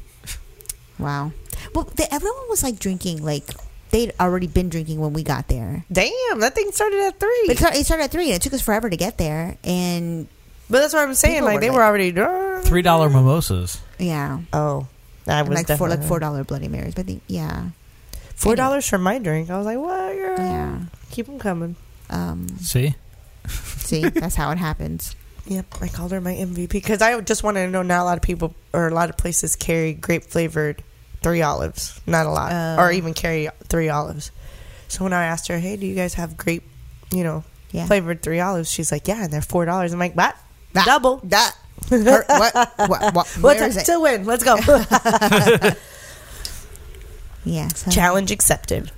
Speaker 5: wow. Well, the, everyone was like drinking, like, they'd already been drinking when we got there.
Speaker 4: Damn, that thing started at
Speaker 5: But
Speaker 4: three.
Speaker 5: it
Speaker 4: But,
Speaker 5: started, it started at three and it took us forever to get there. And
Speaker 4: that's what I'm saying.
Speaker 5: People
Speaker 4: Like
Speaker 5: were
Speaker 4: they
Speaker 5: like-
Speaker 4: were already drunk.
Speaker 1: Three dollar mimosas.
Speaker 5: yeah.
Speaker 4: Oh, I
Speaker 5: And,
Speaker 4: was
Speaker 5: like four, like
Speaker 4: definitely-
Speaker 5: four dollar Bloody Marys, but the, yeah,
Speaker 4: Four dollars for my drink. I was like, what? Girl?
Speaker 5: yeah.
Speaker 4: Keep them coming.
Speaker 5: Um,
Speaker 1: See,
Speaker 5: see, that's how it happens.
Speaker 4: [LAUGHS] Yep, I called her my MVP because I just wanted to know. Not a lot of people or a lot of places carry grape flavored three olives. Not a lot,
Speaker 5: Oh.
Speaker 4: or even carry three olives. So when I asked her, "Hey, do you guys have grape, you know,
Speaker 5: Yeah.
Speaker 4: flavored three olives?" She's like, "Yeah," and they're four dollars. I'm like, "What? Double?
Speaker 5: That. Her, what? What? what
Speaker 4: [LAUGHS] What's
Speaker 5: where is
Speaker 4: up
Speaker 5: it?
Speaker 4: to win? Let's go."
Speaker 5: [LAUGHS] yeah. So
Speaker 4: Challenge accepted.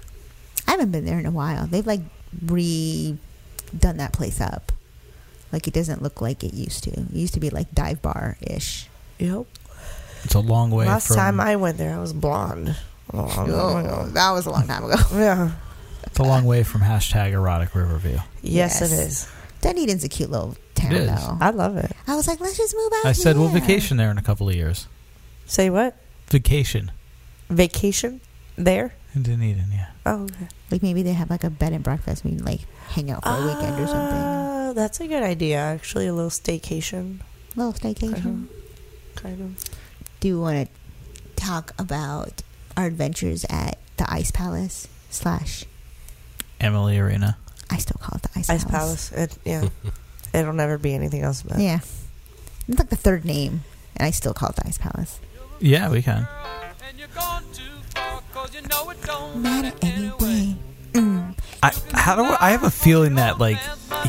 Speaker 5: I haven't been there in a while. They've like redone that place up. Like it doesn't look like it used to. It used to be like dive bar ish.
Speaker 4: Yep.
Speaker 1: it's a long way
Speaker 4: Last
Speaker 1: from
Speaker 4: time I went there, I was blonde. Oh, I'm going on.
Speaker 5: that was a long time ago.
Speaker 4: [LAUGHS] Yeah.
Speaker 1: it's a long way from hashtag erotic Riverview.
Speaker 4: Yes,
Speaker 5: Yes.
Speaker 4: it is.
Speaker 5: Dunedin's a cute little town,
Speaker 1: It is.
Speaker 5: though.
Speaker 4: I love it.
Speaker 5: I was like, let's just move out.
Speaker 1: I said we'll
Speaker 5: here.
Speaker 1: vacation there in a couple of years.
Speaker 4: Say what?
Speaker 1: Vacation
Speaker 4: Vacation there?
Speaker 1: in Dunedin, yeah.
Speaker 4: Oh, okay.
Speaker 5: Like maybe they have like a bed and breakfast. We can like hang out for a weekend or something.
Speaker 4: Ah, That's a good idea, actually. A little staycation,
Speaker 5: Little staycation.
Speaker 4: kind of.
Speaker 5: do you want to talk about our adventures at the Ice Palace slash
Speaker 1: Emily Arena.
Speaker 5: I still call it the Ice,
Speaker 4: Ice Palace. It, yeah. It'll never be anything else but
Speaker 5: Yeah, it's like the third name, and I still call it the Ice Palace.
Speaker 1: [LAUGHS] Yeah, we can.
Speaker 5: Not at anyway.
Speaker 10: Mm.
Speaker 1: I how do I, I have a feeling that like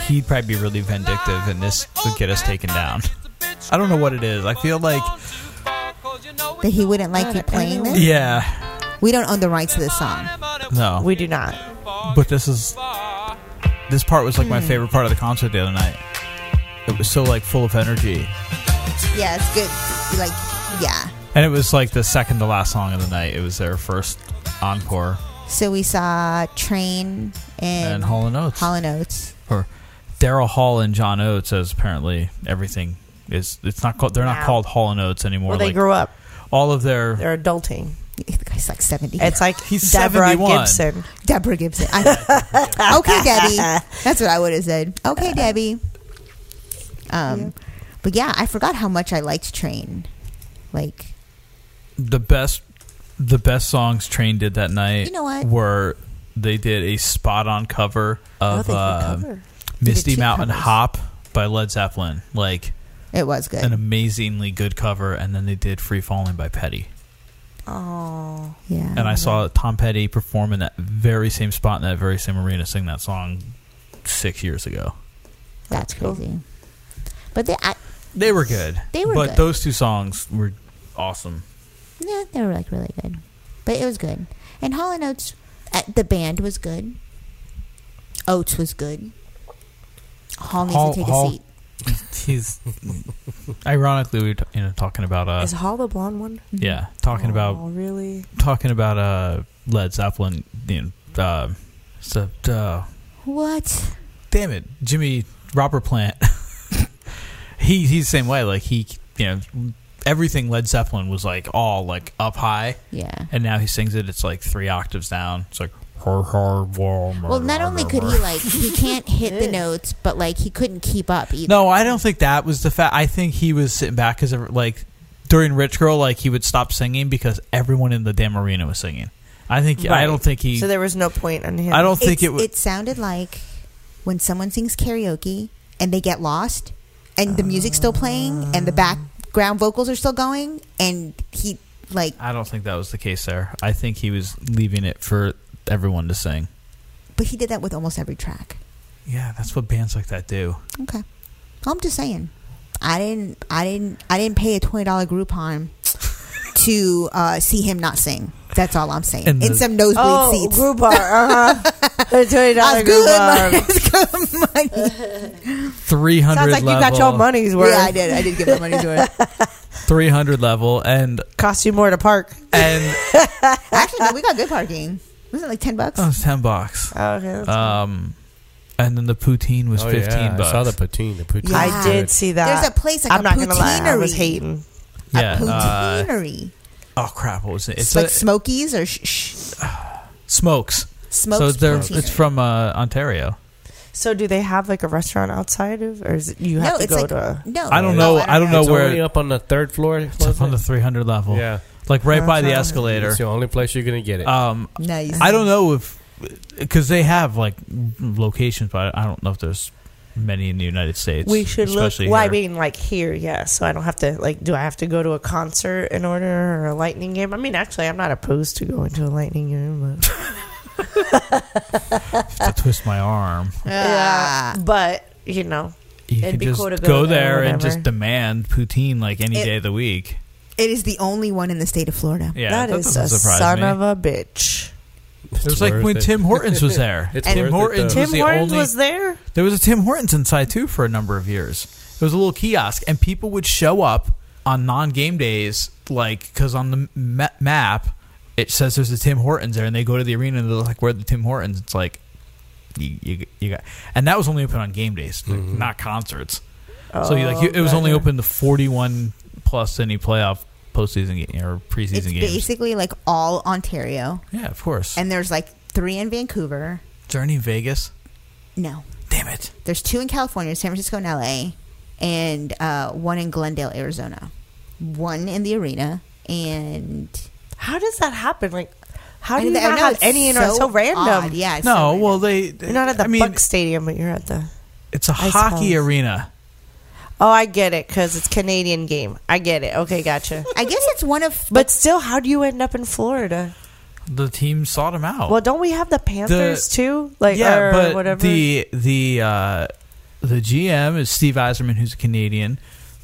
Speaker 1: he'd probably be really vindictive and this would get us taken down. I don't know what it is. I feel like
Speaker 5: That he wouldn't like you playing this.
Speaker 1: yeah,
Speaker 5: We don't own the rights to this song.
Speaker 1: no.
Speaker 4: We do not.
Speaker 1: but this is this part was like my
Speaker 4: Hmm.
Speaker 1: favorite part of the concert the other night. It was so like full of energy.
Speaker 5: Yeah, it's good. Like, yeah.
Speaker 1: And it was like the second to last song of the night. It was their first encore
Speaker 5: So we saw Train and,
Speaker 1: and Hall and Oates.
Speaker 5: Hall and Oates.
Speaker 1: or Daryl Hall and John Oates as apparently everything is it's not called they're not
Speaker 4: Wow.
Speaker 1: called Hall and Oates anymore.
Speaker 4: Well, they
Speaker 1: like
Speaker 4: grew up.
Speaker 1: all of their
Speaker 4: They're adulting.
Speaker 5: [LAUGHS] The guy's like seventy.
Speaker 4: It's like
Speaker 1: [LAUGHS] He's
Speaker 4: Deborah
Speaker 1: 71.
Speaker 4: Gibson.
Speaker 5: Deborah Gibson. I, okay, Debbie. [LAUGHS] That's what I would have said. Okay, Debbie. Um, but Uh-huh. yeah, I forgot how much I liked Train. Like,
Speaker 1: the best the best songs Train did that night
Speaker 5: You know what?
Speaker 1: were they did a spot on cover of
Speaker 5: Oh,
Speaker 4: they did
Speaker 1: uh,
Speaker 4: cover.
Speaker 1: Misty
Speaker 5: two
Speaker 1: Mountain
Speaker 5: covers.
Speaker 1: Hop by Led Zeppelin. Like
Speaker 5: it was good.
Speaker 1: an amazingly good cover and then they did Free Falling by Petty.
Speaker 4: Oh.
Speaker 5: yeah,
Speaker 1: And I saw Tom Petty perform in that very same spot in that very same arena sing that song 6 years ago.
Speaker 5: that's crazy. But they, I,
Speaker 1: They were good.
Speaker 5: They were
Speaker 1: but
Speaker 5: good.
Speaker 1: those two songs were awesome.
Speaker 5: yeah, they were like really good. But it was good. And Hall and Oates, uh, the band was good. Oates was good. Hall needs
Speaker 1: Hall-
Speaker 5: to take
Speaker 1: Hall-
Speaker 5: a seat.
Speaker 10: [LAUGHS]
Speaker 1: He's ironically we were t- you know talking about uh
Speaker 4: Is Hall the blonde one?
Speaker 1: yeah talking
Speaker 4: Oh,
Speaker 1: about
Speaker 4: really?
Speaker 1: talking about uh Led Zeppelin you know, uh, so, uh
Speaker 5: What?
Speaker 1: damn it Jimmy Robert Plant [LAUGHS] he he's the same way like he you know everything Led Zeppelin was like all like up high
Speaker 5: Yeah.
Speaker 1: and now he sings it it's like three octaves down it's like har, har, war,
Speaker 5: Well, not only could he like he can't hit [LAUGHS] the notes, but like he couldn't keep up either.
Speaker 1: No, I don't think that was the fact. I think he was sitting back because, like, during Rich Girl, like he would stop singing because everyone in the damn arena was singing. I think I
Speaker 4: Right.
Speaker 1: don't think he.
Speaker 4: So there was no point on him.
Speaker 1: I don't think
Speaker 5: It's-
Speaker 1: it was.
Speaker 5: It sounded like when someone sings karaoke and they get lost, and the music's still playing, and the background vocals are still going, and he like
Speaker 1: I don't think that was the case there. I think he was leaving it for everyone to sing.
Speaker 5: But he did that with almost every track.
Speaker 1: Yeah, that's what bands like that do.
Speaker 5: Okay. I'm just saying. I didn't I didn't I didn't pay a twenty dollar
Speaker 4: [LAUGHS]
Speaker 5: Groupon to uh, see him not sing. That's all I'm saying.
Speaker 1: And
Speaker 5: In
Speaker 1: the-
Speaker 5: some nosebleed
Speaker 4: oh,
Speaker 5: seats.
Speaker 4: [LAUGHS]
Speaker 5: [LAUGHS]
Speaker 4: Groupon. Uh huh. Twenty dollar
Speaker 5: That's
Speaker 4: Groupon.
Speaker 5: good. That's good money.
Speaker 1: Three hundred
Speaker 4: Sounds like
Speaker 1: level.
Speaker 4: you got your money's worth.
Speaker 5: Yeah, I did. I did get my money's worth.
Speaker 1: Three hundred level, and
Speaker 4: Cost you more to park. [LAUGHS]
Speaker 1: and
Speaker 5: Actually, no, we got good parking. Wasn't it like ten bucks?
Speaker 1: oh, it's ten bucks.
Speaker 4: Oh, okay. that's-
Speaker 1: Um, and then the poutine was
Speaker 2: Oh,
Speaker 1: fifteen
Speaker 2: yeah,
Speaker 1: bucks.
Speaker 2: I saw the poutine. The poutine.
Speaker 5: Yeah.
Speaker 4: I did see that.
Speaker 5: There's a place like
Speaker 4: I'm
Speaker 5: a
Speaker 4: not gonna lie. I was
Speaker 5: poutineery.
Speaker 4: hating.
Speaker 1: yeah.
Speaker 5: a
Speaker 1: uh,
Speaker 5: poutineery.
Speaker 1: oh crap! What was it? [LAUGHS] It's
Speaker 5: it's like
Speaker 1: a-
Speaker 5: Smokies or sh- sh-
Speaker 1: smokes.
Speaker 5: Smokes.
Speaker 1: so they're,
Speaker 5: poutineery.
Speaker 1: it's from uh, Ontario.
Speaker 4: So do they have like a restaurant outside of, or is it, you have
Speaker 5: no,
Speaker 4: to
Speaker 5: it's
Speaker 4: go
Speaker 5: like
Speaker 4: to?
Speaker 5: no.
Speaker 1: I don't know. I don't know
Speaker 2: It's only
Speaker 1: where.
Speaker 2: up on the third floor.
Speaker 1: It's up
Speaker 2: was
Speaker 1: on the
Speaker 2: it?
Speaker 1: three hundred level.
Speaker 2: Yeah,
Speaker 1: Like right by the
Speaker 4: Awesome.
Speaker 1: escalator.
Speaker 2: it's the only place you're gonna get it.
Speaker 1: Um,
Speaker 5: Nice.
Speaker 1: I don't know if because they have like locations, but I don't know if there's many in the United States.
Speaker 4: we should look.
Speaker 1: especially
Speaker 4: Why
Speaker 1: here.
Speaker 4: being like here? Yeah. So I don't have to like. Do I have to go to a concert in order or a lightning game? I mean, actually, I'm not opposed to going to a lightning game.
Speaker 5: [LAUGHS]
Speaker 4: But, uh,
Speaker 1: to twist my arm.
Speaker 5: Yeah.
Speaker 4: but you know,
Speaker 1: You
Speaker 4: It'd
Speaker 1: can
Speaker 4: be
Speaker 1: just
Speaker 4: cool to go
Speaker 1: go,
Speaker 4: there
Speaker 1: there
Speaker 4: or
Speaker 1: and
Speaker 4: whatever.
Speaker 1: just demand poutine like any
Speaker 5: It-
Speaker 1: day of the week.
Speaker 5: It is the only one in the state of Florida.
Speaker 1: Yeah,
Speaker 4: that is
Speaker 1: doesn't
Speaker 4: a
Speaker 1: surprise
Speaker 4: son
Speaker 1: me.
Speaker 4: of a bitch.
Speaker 1: It was like when Tim Hortons was there.
Speaker 2: It's
Speaker 1: Tim
Speaker 2: worth it,
Speaker 1: Hortons
Speaker 2: though.
Speaker 1: was
Speaker 4: Tim
Speaker 1: the
Speaker 4: Hortons
Speaker 1: only.
Speaker 4: was there.
Speaker 1: there was a Tim Hortons inside too for a number of years. It was a little kiosk, and people would show up on non-game days, like because on the ma- map it says there's a Tim Hortons there, and they go to the arena and they're like, "Where the Tim Hortons?" It's like you, you, you got, and that was only open on game days, like,
Speaker 2: Mm-hmm.
Speaker 1: not concerts. so you like you, it was only
Speaker 4: gotcha.
Speaker 1: open to 41 plus any playoff postseason game or preseason
Speaker 5: It's
Speaker 1: games.
Speaker 5: basically like all Ontario,
Speaker 1: Yeah, of course.
Speaker 5: and there's like three in Vancouver.
Speaker 1: Is there any in Vegas?
Speaker 5: No,
Speaker 1: Damn it.
Speaker 5: there's two in California, San Francisco and LA, and uh, one in Glendale, Arizona. One in the arena, and
Speaker 4: How does that happen? Like, how
Speaker 5: I
Speaker 4: do you
Speaker 5: know- I
Speaker 4: not
Speaker 5: know
Speaker 4: have
Speaker 5: it's
Speaker 4: any? in so, so random.
Speaker 5: odd. Yeah. it's so
Speaker 1: No,
Speaker 5: random.
Speaker 1: well they.
Speaker 4: You're not at the
Speaker 1: I mean,
Speaker 4: Buck Stadium, but you're at the.
Speaker 1: it's a
Speaker 4: Ice
Speaker 1: hockey
Speaker 4: House.
Speaker 1: arena.
Speaker 4: Oh, I get it because it's Canadian game. I get it. Okay, gotcha.
Speaker 5: [LAUGHS] I guess it's one of
Speaker 4: But still, how do you end up in Florida?
Speaker 1: The team sought him out.
Speaker 4: Well, don't we have the Panthers too? Like,
Speaker 1: Oh. yeah,
Speaker 4: or
Speaker 1: but
Speaker 4: whatever.
Speaker 1: the the uh, the GM is Steve Eiserman, who's a Canadian.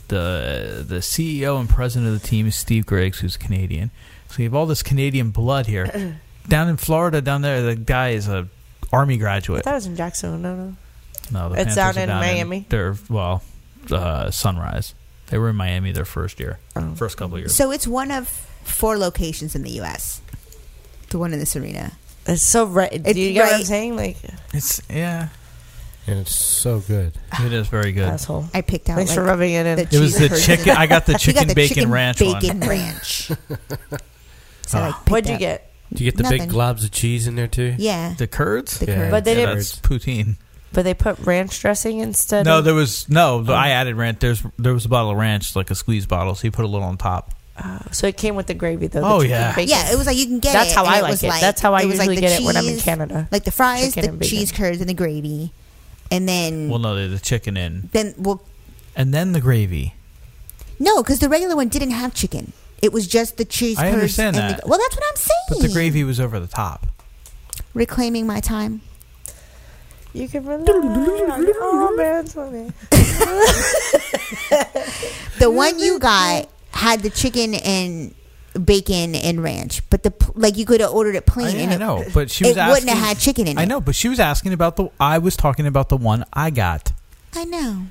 Speaker 1: The the CEO and president of the team is Steve Griggs, who's Canadian. So you have all this Canadian blood
Speaker 4: [COUGHS]
Speaker 1: here. down in Florida, down there, the guy is a army
Speaker 4: I
Speaker 1: graduate.
Speaker 4: thought it was in Jacksonville. No, no.
Speaker 1: No, the Panthers
Speaker 4: It's down
Speaker 1: are
Speaker 4: in Miami.
Speaker 1: they're well, uh, Sunrise. They were in Miami their first year,
Speaker 4: Oh.
Speaker 1: first couple years.
Speaker 5: so it's one of four locations in the U.S. The one in this arena.
Speaker 4: It's so right. Do
Speaker 5: It's
Speaker 4: you get what I'm
Speaker 5: right-
Speaker 4: saying? Like,
Speaker 1: It's yeah,
Speaker 2: and it's so good.
Speaker 1: it is very good.
Speaker 4: asshole.
Speaker 5: I picked out.
Speaker 4: Thanks for
Speaker 5: like,
Speaker 4: rubbing it in.
Speaker 5: the
Speaker 1: It was the
Speaker 5: cheeseburgers.
Speaker 1: chicken. I got the
Speaker 5: [LAUGHS] You
Speaker 1: chicken
Speaker 5: got the
Speaker 1: bacon
Speaker 5: chicken
Speaker 1: ranch one.
Speaker 5: Bacon
Speaker 1: [LAUGHS]
Speaker 4: [LAUGHS]
Speaker 5: ranch. so I, like, picked
Speaker 4: What'd you
Speaker 5: up-
Speaker 4: get?
Speaker 2: Do
Speaker 4: [LAUGHS]
Speaker 2: you get the
Speaker 5: Nothing.
Speaker 2: big globs of cheese in there too?
Speaker 5: Yeah,
Speaker 1: The curds.
Speaker 5: the curd.
Speaker 4: But they
Speaker 2: yeah,
Speaker 4: didn't-
Speaker 1: That's poutine.
Speaker 4: But they put ranch dressing instead.
Speaker 1: No,
Speaker 4: of,
Speaker 1: there was no. I
Speaker 5: Mm.
Speaker 1: added ranch. There's there was a bottle of ranch, like a squeeze bottle. So you put a little on top.
Speaker 4: Uh, so it came with the gravy though. the
Speaker 1: Oh,
Speaker 4: chicken
Speaker 1: yeah.
Speaker 4: bacon.
Speaker 5: Yeah, it was like you can get
Speaker 4: That's
Speaker 5: it.
Speaker 4: how
Speaker 5: and
Speaker 4: I
Speaker 5: it
Speaker 4: like
Speaker 5: was
Speaker 4: it. That's how I
Speaker 5: was,
Speaker 4: usually
Speaker 5: the
Speaker 4: get it when I'm in Canada. [LAUGHS]
Speaker 5: Like the fries,
Speaker 4: Chicken and
Speaker 5: the
Speaker 4: bacon.
Speaker 5: cheese curds, and the gravy, and then
Speaker 1: Well, no, the chicken in,
Speaker 5: then well,
Speaker 1: and then the gravy.
Speaker 5: no, because the regular one didn't have chicken. It was just the cheese.
Speaker 1: I
Speaker 5: curds
Speaker 1: understand
Speaker 5: and
Speaker 1: that.
Speaker 5: The, well, that's what I'm saying.
Speaker 1: But the gravy was over the top.
Speaker 5: Reclaiming my time.
Speaker 4: You can rely on Oh, your old man's money.
Speaker 5: The one you got had the chicken and bacon and ranch, but the pl- like you could have ordered it plain.
Speaker 1: I,
Speaker 5: and
Speaker 1: I
Speaker 5: it,
Speaker 1: know, but she
Speaker 5: it
Speaker 1: was asking,
Speaker 5: wouldn't have had chicken in it.
Speaker 1: I know, but she was asking about the. I was talking about the one I got.
Speaker 5: I know.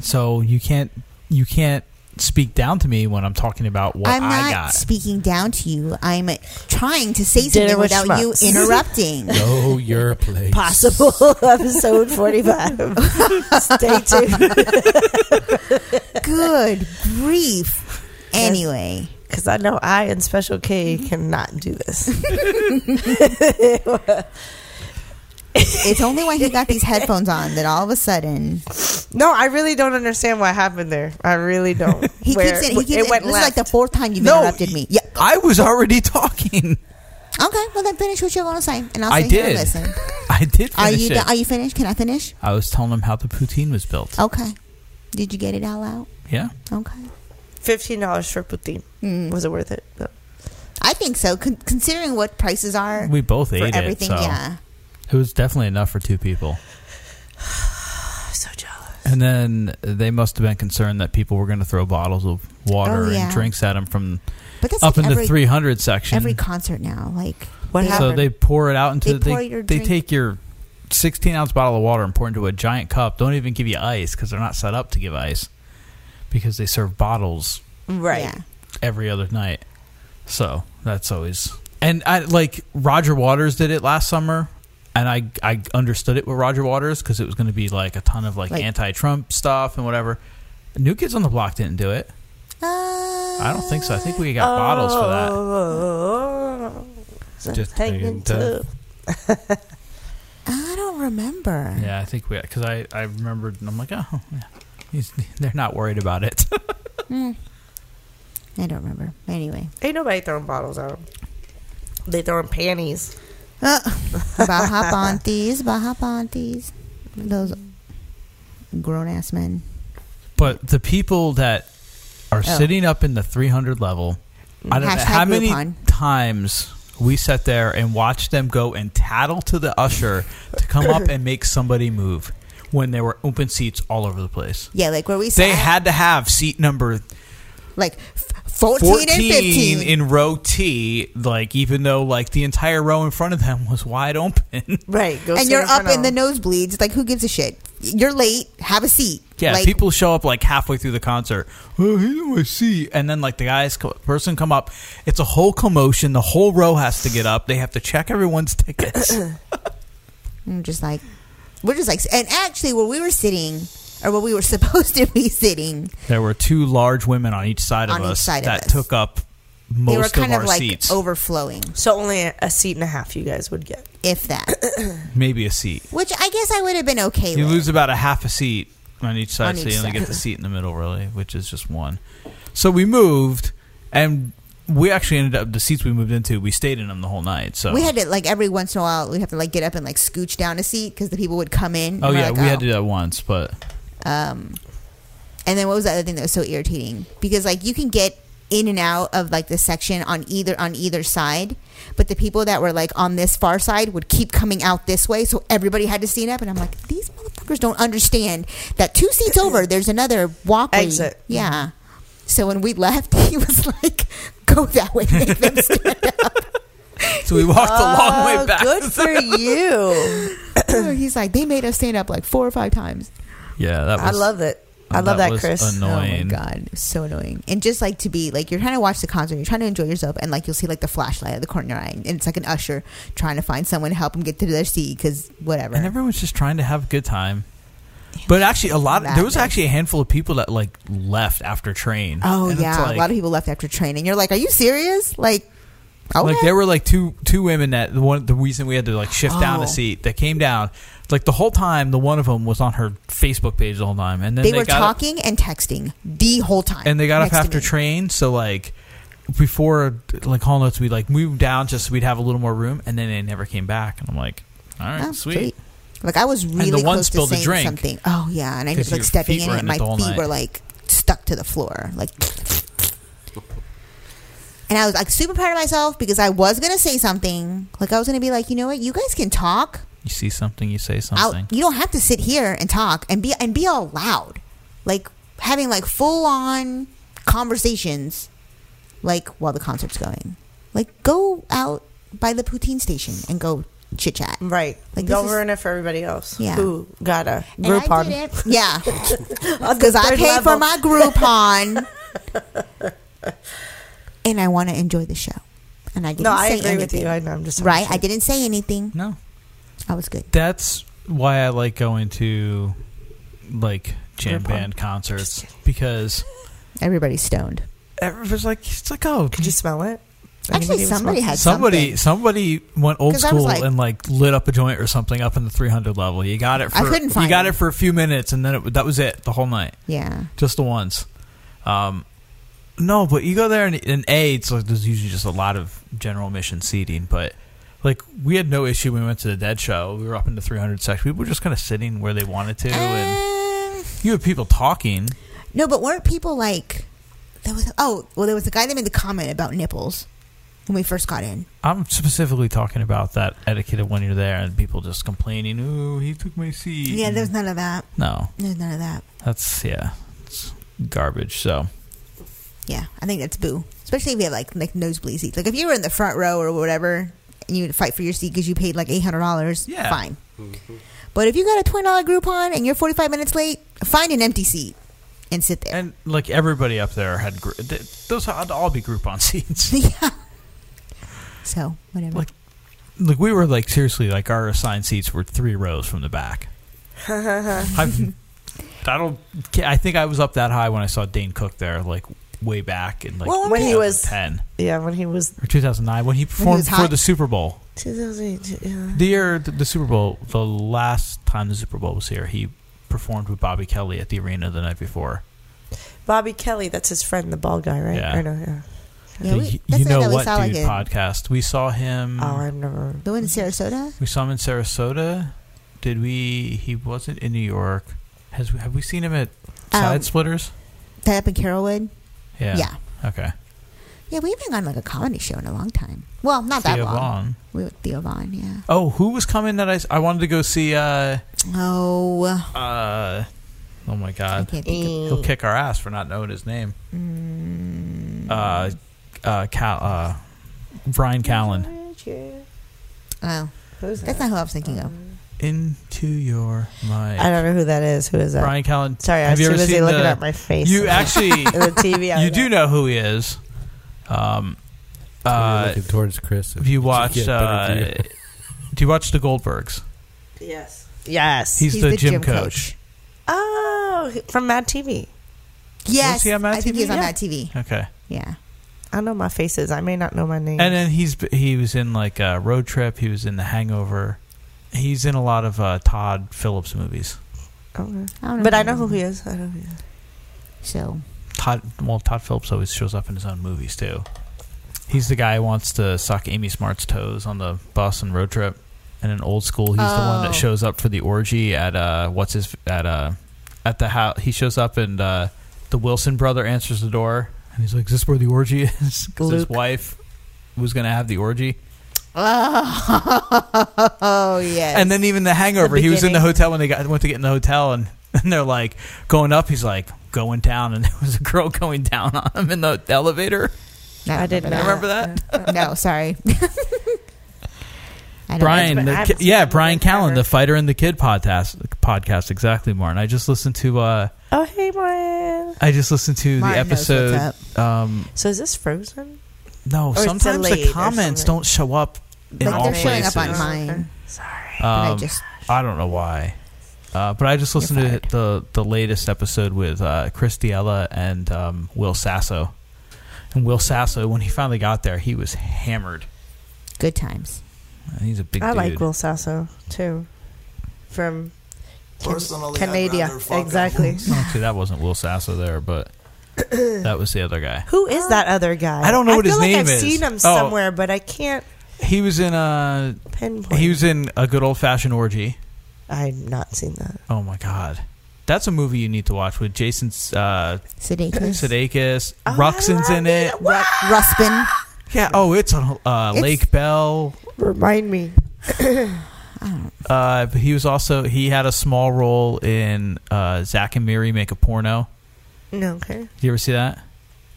Speaker 1: So you can't you can't speak down to me when I'm talking about what
Speaker 5: I'm
Speaker 1: I
Speaker 5: not
Speaker 1: got.
Speaker 5: speaking down to you. I'm trying to say
Speaker 4: Dinner
Speaker 5: something
Speaker 4: with
Speaker 5: without you
Speaker 4: schmucks.
Speaker 1: [LAUGHS]
Speaker 5: interrupting.
Speaker 2: Go your place.
Speaker 4: Possible [LAUGHS]
Speaker 5: [LAUGHS]
Speaker 4: episode forty-five. Stay tuned
Speaker 5: [LAUGHS] Good grief. Anyway,
Speaker 4: because I know I and Special K cannot do
Speaker 5: [LAUGHS]
Speaker 4: this.
Speaker 5: it's only when he got these headphones on that all of a sudden
Speaker 4: No, I really don't understand what happened there. I really don't.
Speaker 5: [LAUGHS] he
Speaker 4: Where-
Speaker 5: keeps it. He keeps it. This is like the fourth time you've
Speaker 1: No,
Speaker 5: interrupted me. Yeah.
Speaker 1: I was already [LAUGHS] talking.
Speaker 5: Okay. Well, then finish what you're going to say, and I'll
Speaker 1: I
Speaker 5: sit here and
Speaker 1: did.
Speaker 5: listen.
Speaker 1: I did finish
Speaker 5: Are you?
Speaker 1: it.
Speaker 5: Are you finished? Can I finish?
Speaker 1: I was telling him how the poutine was built.
Speaker 5: Okay. Did you get it all out?
Speaker 1: Yeah.
Speaker 5: Okay.
Speaker 4: fifteen dollars for poutine.
Speaker 5: Hmm.
Speaker 4: Was it worth it? No.
Speaker 5: I think so. Con- considering what prices are
Speaker 1: We both
Speaker 5: for
Speaker 1: ate
Speaker 5: everything,
Speaker 1: it. So
Speaker 5: yeah. [SIGHS]
Speaker 1: It was definitely enough for two people. And then they must have been concerned that people were going to throw bottles of water
Speaker 5: Oh, yeah.
Speaker 1: and drinks at them from
Speaker 5: But that's
Speaker 1: up
Speaker 5: like
Speaker 1: in
Speaker 5: every,
Speaker 1: the 300 section.
Speaker 5: every concert now. Like
Speaker 4: What
Speaker 5: they-
Speaker 4: happened?
Speaker 1: so they pour it out into
Speaker 5: They
Speaker 1: they
Speaker 5: pour
Speaker 1: they,
Speaker 5: your drink-
Speaker 1: take your 16 ounce bottle of water and pour it into a giant cup. Don't even give you ice because they're not set up to give ice because they serve bottles
Speaker 4: right.
Speaker 5: Yeah.
Speaker 1: every other night. So that's always and I like Roger Waters did it last summer, and I I understood it with Roger Waters because it was going to be like a ton of like,
Speaker 5: Like-
Speaker 1: anti-Trump stuff and whatever. New Kids on the Block didn't do it.
Speaker 5: Uh,
Speaker 1: I don't think so. I think we [LAUGHS] got bottles for that.
Speaker 4: Oh,
Speaker 2: Just
Speaker 4: hanging
Speaker 2: hanging
Speaker 4: to.
Speaker 2: tough.
Speaker 5: [LAUGHS] I don't remember.
Speaker 1: Yeah, I think we because I I remembered and I'm like oh yeah, He's- they're not worried about it. [LAUGHS]
Speaker 5: I don't remember. Anyway,
Speaker 4: Ain't nobody throwing bottles out. They throwing panties.
Speaker 5: uh, Baja Pontes, Baja Pontes, those grown ass men.
Speaker 1: But the people that are sitting up in the 300 level, I don't know
Speaker 5: Oh. Hashtag
Speaker 1: how many
Speaker 5: Groupon.
Speaker 1: times we sat there and watched them go and tattle to the usher to come up and make somebody move when there were open seats all over the place.
Speaker 5: Yeah, like where we
Speaker 1: They
Speaker 5: sat,
Speaker 1: had to have seat number
Speaker 5: like f- 14,
Speaker 1: 14
Speaker 5: and 15.
Speaker 1: in row T, like even though like the entire row in front of them was wide open. [LAUGHS]
Speaker 4: Right. Go
Speaker 5: and
Speaker 4: sit
Speaker 5: you're up
Speaker 4: front of
Speaker 5: in the
Speaker 4: them.
Speaker 5: nosebleeds. Like, who gives a shit? You're late. Have a seat.
Speaker 1: Yeah,
Speaker 5: like,
Speaker 1: people show up like halfway through the concert. Oh, here's my seat, and then like the guys co- person come up. It's a whole commotion. The whole row has to get up. They have to check everyone's [LAUGHS] tickets.
Speaker 5: [CLEARS THROAT] I'm just like, we're just like, and actually, where we were sitting, or where we were [LAUGHS] supposed to be sitting,
Speaker 1: there were two large women on each side
Speaker 5: On
Speaker 1: of
Speaker 5: each
Speaker 1: us
Speaker 5: side of
Speaker 1: that
Speaker 5: us.
Speaker 1: took up
Speaker 5: they were
Speaker 1: most of
Speaker 5: kind
Speaker 1: our
Speaker 5: of like
Speaker 1: seats,
Speaker 5: overflowing,
Speaker 4: So only a, a seat and a half you guys would get.
Speaker 5: if
Speaker 4: [COUGHS]
Speaker 5: that.
Speaker 1: maybe a seat.
Speaker 5: Which I guess I would have been okay
Speaker 1: You
Speaker 5: with.
Speaker 1: lose about a half a seat on each side,
Speaker 5: On
Speaker 1: so
Speaker 5: each
Speaker 1: you only
Speaker 5: side.
Speaker 1: get the seat in the middle, really, which is just one. So we moved, and we actually ended up the seats we moved into. We stayed in them the whole night. So
Speaker 5: We had to like every once in a while we have to like get up and like scooch down a seat because the people would come in. and
Speaker 1: oh
Speaker 5: we're
Speaker 1: yeah,
Speaker 5: like,
Speaker 1: we had to do that once, but
Speaker 5: Um, and then what was the other thing that was so irritating? Because like you can get in and out of like the section on either on either side, but the people that were like on this far side would keep coming out this way, so everybody had to stand up. And I'm like, these motherfuckers don't understand that two seats over there's another walkway.
Speaker 4: Exit.
Speaker 5: Yeah. So when we left, [LAUGHS] he was like, "Go that way, make them stand."
Speaker 1: so we walked a long
Speaker 5: Uh, Oh,
Speaker 1: way back.
Speaker 4: Good
Speaker 1: [LAUGHS]
Speaker 4: for you.
Speaker 5: [COUGHS] He's like, "They made us stand up like four or five times."
Speaker 1: Yeah, that was.
Speaker 4: I love it. I love that,
Speaker 1: was
Speaker 4: Chris.
Speaker 1: Annoying.
Speaker 5: Oh my god, it was so annoying. And just like to be like you're trying to watch the concert, you're trying to enjoy yourself, and like you'll see like the flashlight at the corner of your eye, and it's like an usher trying to find someone to help him get to their seat because whatever.
Speaker 1: And everyone's just trying to have a good time. But actually, a lot. there
Speaker 5: madness.
Speaker 1: was actually a handful of people that like left after train.
Speaker 5: oh
Speaker 1: And it's
Speaker 5: yeah,
Speaker 1: like,
Speaker 5: a lot of people left after training. You're like, are you serious? Like, okay.
Speaker 1: Like there were like two two women that the one the reason we had to like shift down
Speaker 5: Oh.
Speaker 1: a seat that came down like the whole time the one of them was on her Facebook page the whole time and then
Speaker 5: they,
Speaker 1: they,
Speaker 5: were
Speaker 1: got up-
Speaker 5: talking and texting the whole time,
Speaker 1: and they got up
Speaker 5: next to
Speaker 1: after
Speaker 5: me.
Speaker 1: train so like before like hall notes we like moved down just so we'd have a little more room and then they never came back and I'm like all right
Speaker 5: Oh,
Speaker 1: sweet
Speaker 5: sweet. Like I was really
Speaker 1: one
Speaker 5: close to
Speaker 1: spilled a
Speaker 5: saying
Speaker 1: drink.
Speaker 5: something. Oh yeah, and I
Speaker 1: 'Cause
Speaker 5: was like
Speaker 1: your
Speaker 5: stepping
Speaker 1: feet
Speaker 5: in,
Speaker 1: were
Speaker 5: and
Speaker 1: in
Speaker 5: my
Speaker 1: it the whole
Speaker 5: feet
Speaker 1: night.
Speaker 5: were like stuck to the floor, like. And I was like super proud of myself because I was gonna say something. Like I was gonna be like, you know what, you guys can talk.
Speaker 1: you see something you say
Speaker 5: Out,
Speaker 1: something
Speaker 5: you don't have to sit here and talk and be and be all loud, like having like full on conversations, like while the concert's going. Like go out by the poutine station and go chit chat.
Speaker 4: Right.
Speaker 5: Like,
Speaker 4: Don't
Speaker 5: this is-
Speaker 4: ruin it for everybody else
Speaker 5: Yeah.
Speaker 4: who got a
Speaker 5: And I
Speaker 4: Groupon. [LAUGHS]
Speaker 5: didn't. Yeah. [LAUGHS] Because I
Speaker 4: third
Speaker 5: paid for
Speaker 4: level.
Speaker 5: my Groupon. [LAUGHS] and I want to enjoy the show. And I didn't say
Speaker 4: No, I agree with
Speaker 5: anything.
Speaker 4: you. I know. I'm just
Speaker 5: Right? I didn't say anything.
Speaker 1: no
Speaker 5: I was good.
Speaker 1: that's why I like going to like jam
Speaker 4: Groupon.
Speaker 1: band concerts because
Speaker 5: Everybody's stoned.
Speaker 1: everybody's like it's like oh
Speaker 4: Could you smell it?
Speaker 5: Actually,
Speaker 4: Anybody even
Speaker 5: somebody
Speaker 4: smell-
Speaker 5: had
Speaker 1: somebody somebody went old
Speaker 5: 'Cause I was
Speaker 1: school
Speaker 5: like-
Speaker 1: and like lit up a joint or something up in the 300 level. You got it. For,
Speaker 5: I couldn't
Speaker 1: You
Speaker 5: find
Speaker 1: got
Speaker 5: it.
Speaker 1: it for a few minutes and then it, that was it the whole night,
Speaker 5: something. Yeah.
Speaker 1: just the once. Um, no, but you go there and, and a it's like there's usually just a lot of general mission seating, but. Like we had no issue when we went to the Dead show. We were up in the 300 section. People were just kind of sitting where they wanted to, and
Speaker 5: Um,
Speaker 1: you had people talking.
Speaker 5: no, but weren't people like. There was, oh, well, there was a guy that made the comment about nipples. when we first got in.
Speaker 1: I'm specifically talking about that etiquette of when you're there and people just complaining, "Oh, he took my seat."
Speaker 5: Yeah, there's none of that.
Speaker 1: no,
Speaker 5: There's none of that.
Speaker 1: that's yeah, it's garbage. So
Speaker 5: Yeah, I think that's boo. Especially if you have like like nosebleed seats. Like if you were in the front row or whatever, and you had to fight for your seat because you paid like eight hundred dollars.
Speaker 1: Yeah.
Speaker 5: fine. But if you got a twenty dollar Groupon and you're forty five minutes late, find an empty seat and sit there.
Speaker 1: and like everybody up there had gr- th- those had to all be Groupon [LAUGHS] seats.
Speaker 5: yeah. So whatever.
Speaker 1: Like- like we were like seriously like our assigned seats were three rows from the back.
Speaker 5: [LAUGHS]
Speaker 1: I've, I don't. I think I was up that high when I saw Dane Cook there, like way back in like
Speaker 4: Well, when he was-
Speaker 1: 2010
Speaker 4: Yeah, when he was
Speaker 1: or 2009 when he performed for
Speaker 5: hot.
Speaker 1: the Super Bowl.
Speaker 4: 2008. Yeah.
Speaker 1: The year the, the Super Bowl, the last time the Super Bowl was here, he performed with Bobby Kelly at the arena the night before.
Speaker 4: Bobby Kelly, that's his friend, the bald guy, right?
Speaker 1: Yeah.
Speaker 4: Or no, yeah.
Speaker 5: yeah,
Speaker 1: The
Speaker 5: we-
Speaker 1: Y-
Speaker 5: that's the
Speaker 1: you
Speaker 5: guy
Speaker 1: know
Speaker 5: that we
Speaker 1: what,
Speaker 5: saw, like,
Speaker 1: dude?
Speaker 5: in-
Speaker 1: podcast. We saw him.
Speaker 4: Oh, I've never.
Speaker 5: The one in Sarasota.
Speaker 1: we saw him in Sarasota. Did we? He wasn't in New York. Has we, have we seen him at Side
Speaker 5: Um,
Speaker 1: Splitters?
Speaker 5: That up in Carrollwood.
Speaker 1: Yeah.
Speaker 5: yeah.
Speaker 1: Okay.
Speaker 5: Yeah, we haven't gone like a comedy show in a long time. Well, not that
Speaker 1: Theo
Speaker 5: long.
Speaker 1: Vaughn.
Speaker 5: We were Theo Vaughn, yeah.
Speaker 1: Oh, who was coming that I s- I wanted to go
Speaker 5: [SIGHS]
Speaker 1: see? Uh,
Speaker 5: Oh,
Speaker 1: uh, oh my
Speaker 5: I
Speaker 1: God.
Speaker 5: can't think of
Speaker 1: He'll kick our ass for not knowing his name.
Speaker 5: Mm.
Speaker 1: Uh, uh, Cal, uh, Brian Callen.
Speaker 5: Oh,
Speaker 4: Who's that?
Speaker 5: that's not who I was thinking of.
Speaker 1: Into your mind.
Speaker 4: I don't know who that is. Who is that?
Speaker 1: Brian Callen.
Speaker 4: Sorry, I
Speaker 1: Have
Speaker 4: was
Speaker 1: you
Speaker 4: too
Speaker 1: ever
Speaker 4: busy
Speaker 1: seen
Speaker 4: looking
Speaker 1: the-
Speaker 4: at my face.
Speaker 1: You actually,
Speaker 4: [LAUGHS] in the TV. I
Speaker 1: you
Speaker 4: was
Speaker 1: do
Speaker 4: like,
Speaker 1: know who he is. Um,
Speaker 2: I'm
Speaker 1: uh,
Speaker 2: looking towards Chris.
Speaker 1: have you
Speaker 2: Did
Speaker 1: watched?
Speaker 2: get
Speaker 1: Uh,
Speaker 2: better
Speaker 1: do
Speaker 2: view?
Speaker 1: you watch the Goldbergs?
Speaker 4: Yes. Yes.
Speaker 1: He's, the, gym, coach.
Speaker 4: oh, from Mad TV.
Speaker 5: Yes,
Speaker 1: Was he on Mad
Speaker 5: I think
Speaker 1: TV?
Speaker 5: he was on
Speaker 1: Yeah.
Speaker 5: that TV.
Speaker 1: Okay,
Speaker 5: Yeah,
Speaker 4: I know my faces. I may not know my name.
Speaker 1: and then he's he was in like uh, Road Trip. He was in The Hangover. He's in a lot of uh, Todd Phillips movies.
Speaker 4: Okay.
Speaker 5: I don't
Speaker 4: But I know who he is. I know who he is.
Speaker 5: So
Speaker 1: Todd, well, Todd Phillips always shows up in his own movies too. He's the guy who wants to suck Amy Smart's toes on the bus and road trip. And in old school, he's the one
Speaker 5: Oh.
Speaker 1: that shows up for the orgy at uh, what's his at uh, at the house. He shows up and uh, the Wilson brother answers the door, and he's like, "Is this where the orgy is?" [LAUGHS] Because his
Speaker 4: Luke.
Speaker 1: wife was going to have the orgy.
Speaker 5: oh
Speaker 4: [LAUGHS]
Speaker 5: yes,
Speaker 1: And then even the Hangover,
Speaker 4: The
Speaker 1: he was in the
Speaker 4: beginning.
Speaker 1: hotel when they got went to get in the hotel, and, [LAUGHS] and they're like going up. He's like going down, and [LAUGHS] there was a girl going down on him in the elevator.
Speaker 5: No,
Speaker 4: I didn't
Speaker 5: remember
Speaker 1: Remember that?
Speaker 5: that.
Speaker 4: [LAUGHS]
Speaker 5: No,
Speaker 1: [LAUGHS]
Speaker 5: sorry. I don't-
Speaker 1: Brian,
Speaker 4: But
Speaker 1: the
Speaker 4: I
Speaker 1: ki-
Speaker 4: haven't seen
Speaker 1: yeah,
Speaker 4: him
Speaker 1: Brian
Speaker 4: in
Speaker 1: Callen,
Speaker 4: forever.
Speaker 1: the Fighter and the Kid podcast, podcast exactly, Martin. I just listened to, uh,
Speaker 4: Oh, hey, Brian.
Speaker 1: I just listened to the
Speaker 5: Martin knows what's
Speaker 1: episode. Um,
Speaker 4: So is this Frozen?
Speaker 1: no,
Speaker 4: it's
Speaker 1: Oh, sometimes
Speaker 4: delayed
Speaker 1: the
Speaker 4: or
Speaker 1: comments
Speaker 4: something.
Speaker 1: don't show up in
Speaker 5: Like,
Speaker 1: all
Speaker 5: they're showing
Speaker 1: places.
Speaker 5: up on
Speaker 1: Um,
Speaker 5: mine, Uh, and
Speaker 4: Sorry.
Speaker 5: I just
Speaker 1: I don't know why, uh, but I just listened
Speaker 5: You're
Speaker 1: to the the latest episode with uh, Chris D'Elia and um, Will Sasso. And Will Sasso, when he finally got there, he was hammered.
Speaker 5: good times.
Speaker 1: He's a big
Speaker 4: I
Speaker 1: dude.
Speaker 4: like Will Sasso, too. From Can-
Speaker 9: Personally, I'd
Speaker 4: Canada.
Speaker 9: rather fuck a
Speaker 4: Exactly.
Speaker 1: Actually, that wasn't Will Sasso there, but [COUGHS] that was the other guy.
Speaker 4: Who is that other guy?
Speaker 1: I don't know what
Speaker 4: feel
Speaker 1: his
Speaker 4: like
Speaker 1: name
Speaker 4: I've
Speaker 1: is.
Speaker 4: seen him
Speaker 1: Oh.
Speaker 4: somewhere, but I can't
Speaker 1: He was in a
Speaker 4: pinpoint.
Speaker 1: he was in a good old fashioned orgy.
Speaker 4: I've not seen that.
Speaker 1: Oh my god, that's a movie you need to watch with Jason uh,
Speaker 5: Sudeikis,
Speaker 1: Sudeikis.
Speaker 4: Oh,
Speaker 1: Ruxin's
Speaker 4: I
Speaker 1: in it.
Speaker 4: love
Speaker 5: Ru- Ruspin.
Speaker 1: Yeah. Oh, it's on uh,
Speaker 5: It's-
Speaker 1: Lake Bell.
Speaker 4: Remind me.
Speaker 1: Uh, but he was also he had a small role in uh, Zach and Miri Make a Porno.
Speaker 4: No, okay.
Speaker 1: Do you ever see that?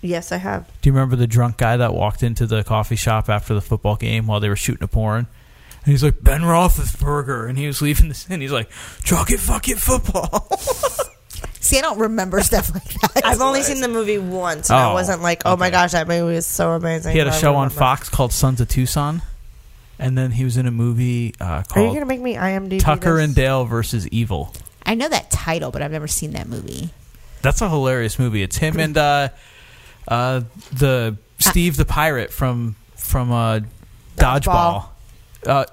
Speaker 4: Yes, I have.
Speaker 1: Do you remember the drunk guy that walked into the coffee shop after the football game while they were shooting a porn? And he's like Ben Roethlisberger, and he was leaving the and he's like, "Chalk it, fuck it, football."
Speaker 5: See, I don't remember [LAUGHS] stuff like that.
Speaker 4: I've only seen the movie once. And I
Speaker 1: Oh,
Speaker 4: wasn't like, oh my
Speaker 1: okay.
Speaker 4: gosh, that movie was so amazing.
Speaker 1: He had a
Speaker 4: I
Speaker 1: show on
Speaker 4: remember.
Speaker 1: Fox called Sons of Tucson, and then he was in a movie uh,
Speaker 4: Are you
Speaker 1: called
Speaker 4: gonna make me IMDb?
Speaker 1: Tucker
Speaker 4: this?
Speaker 1: and Dale versus Evil.
Speaker 5: I know that title, but I've never seen that movie.
Speaker 1: That's a hilarious movie. It's him and uh, uh, the Steve the pirate from from uh,
Speaker 5: Dodgeball.
Speaker 1: Dodgeball, Uh,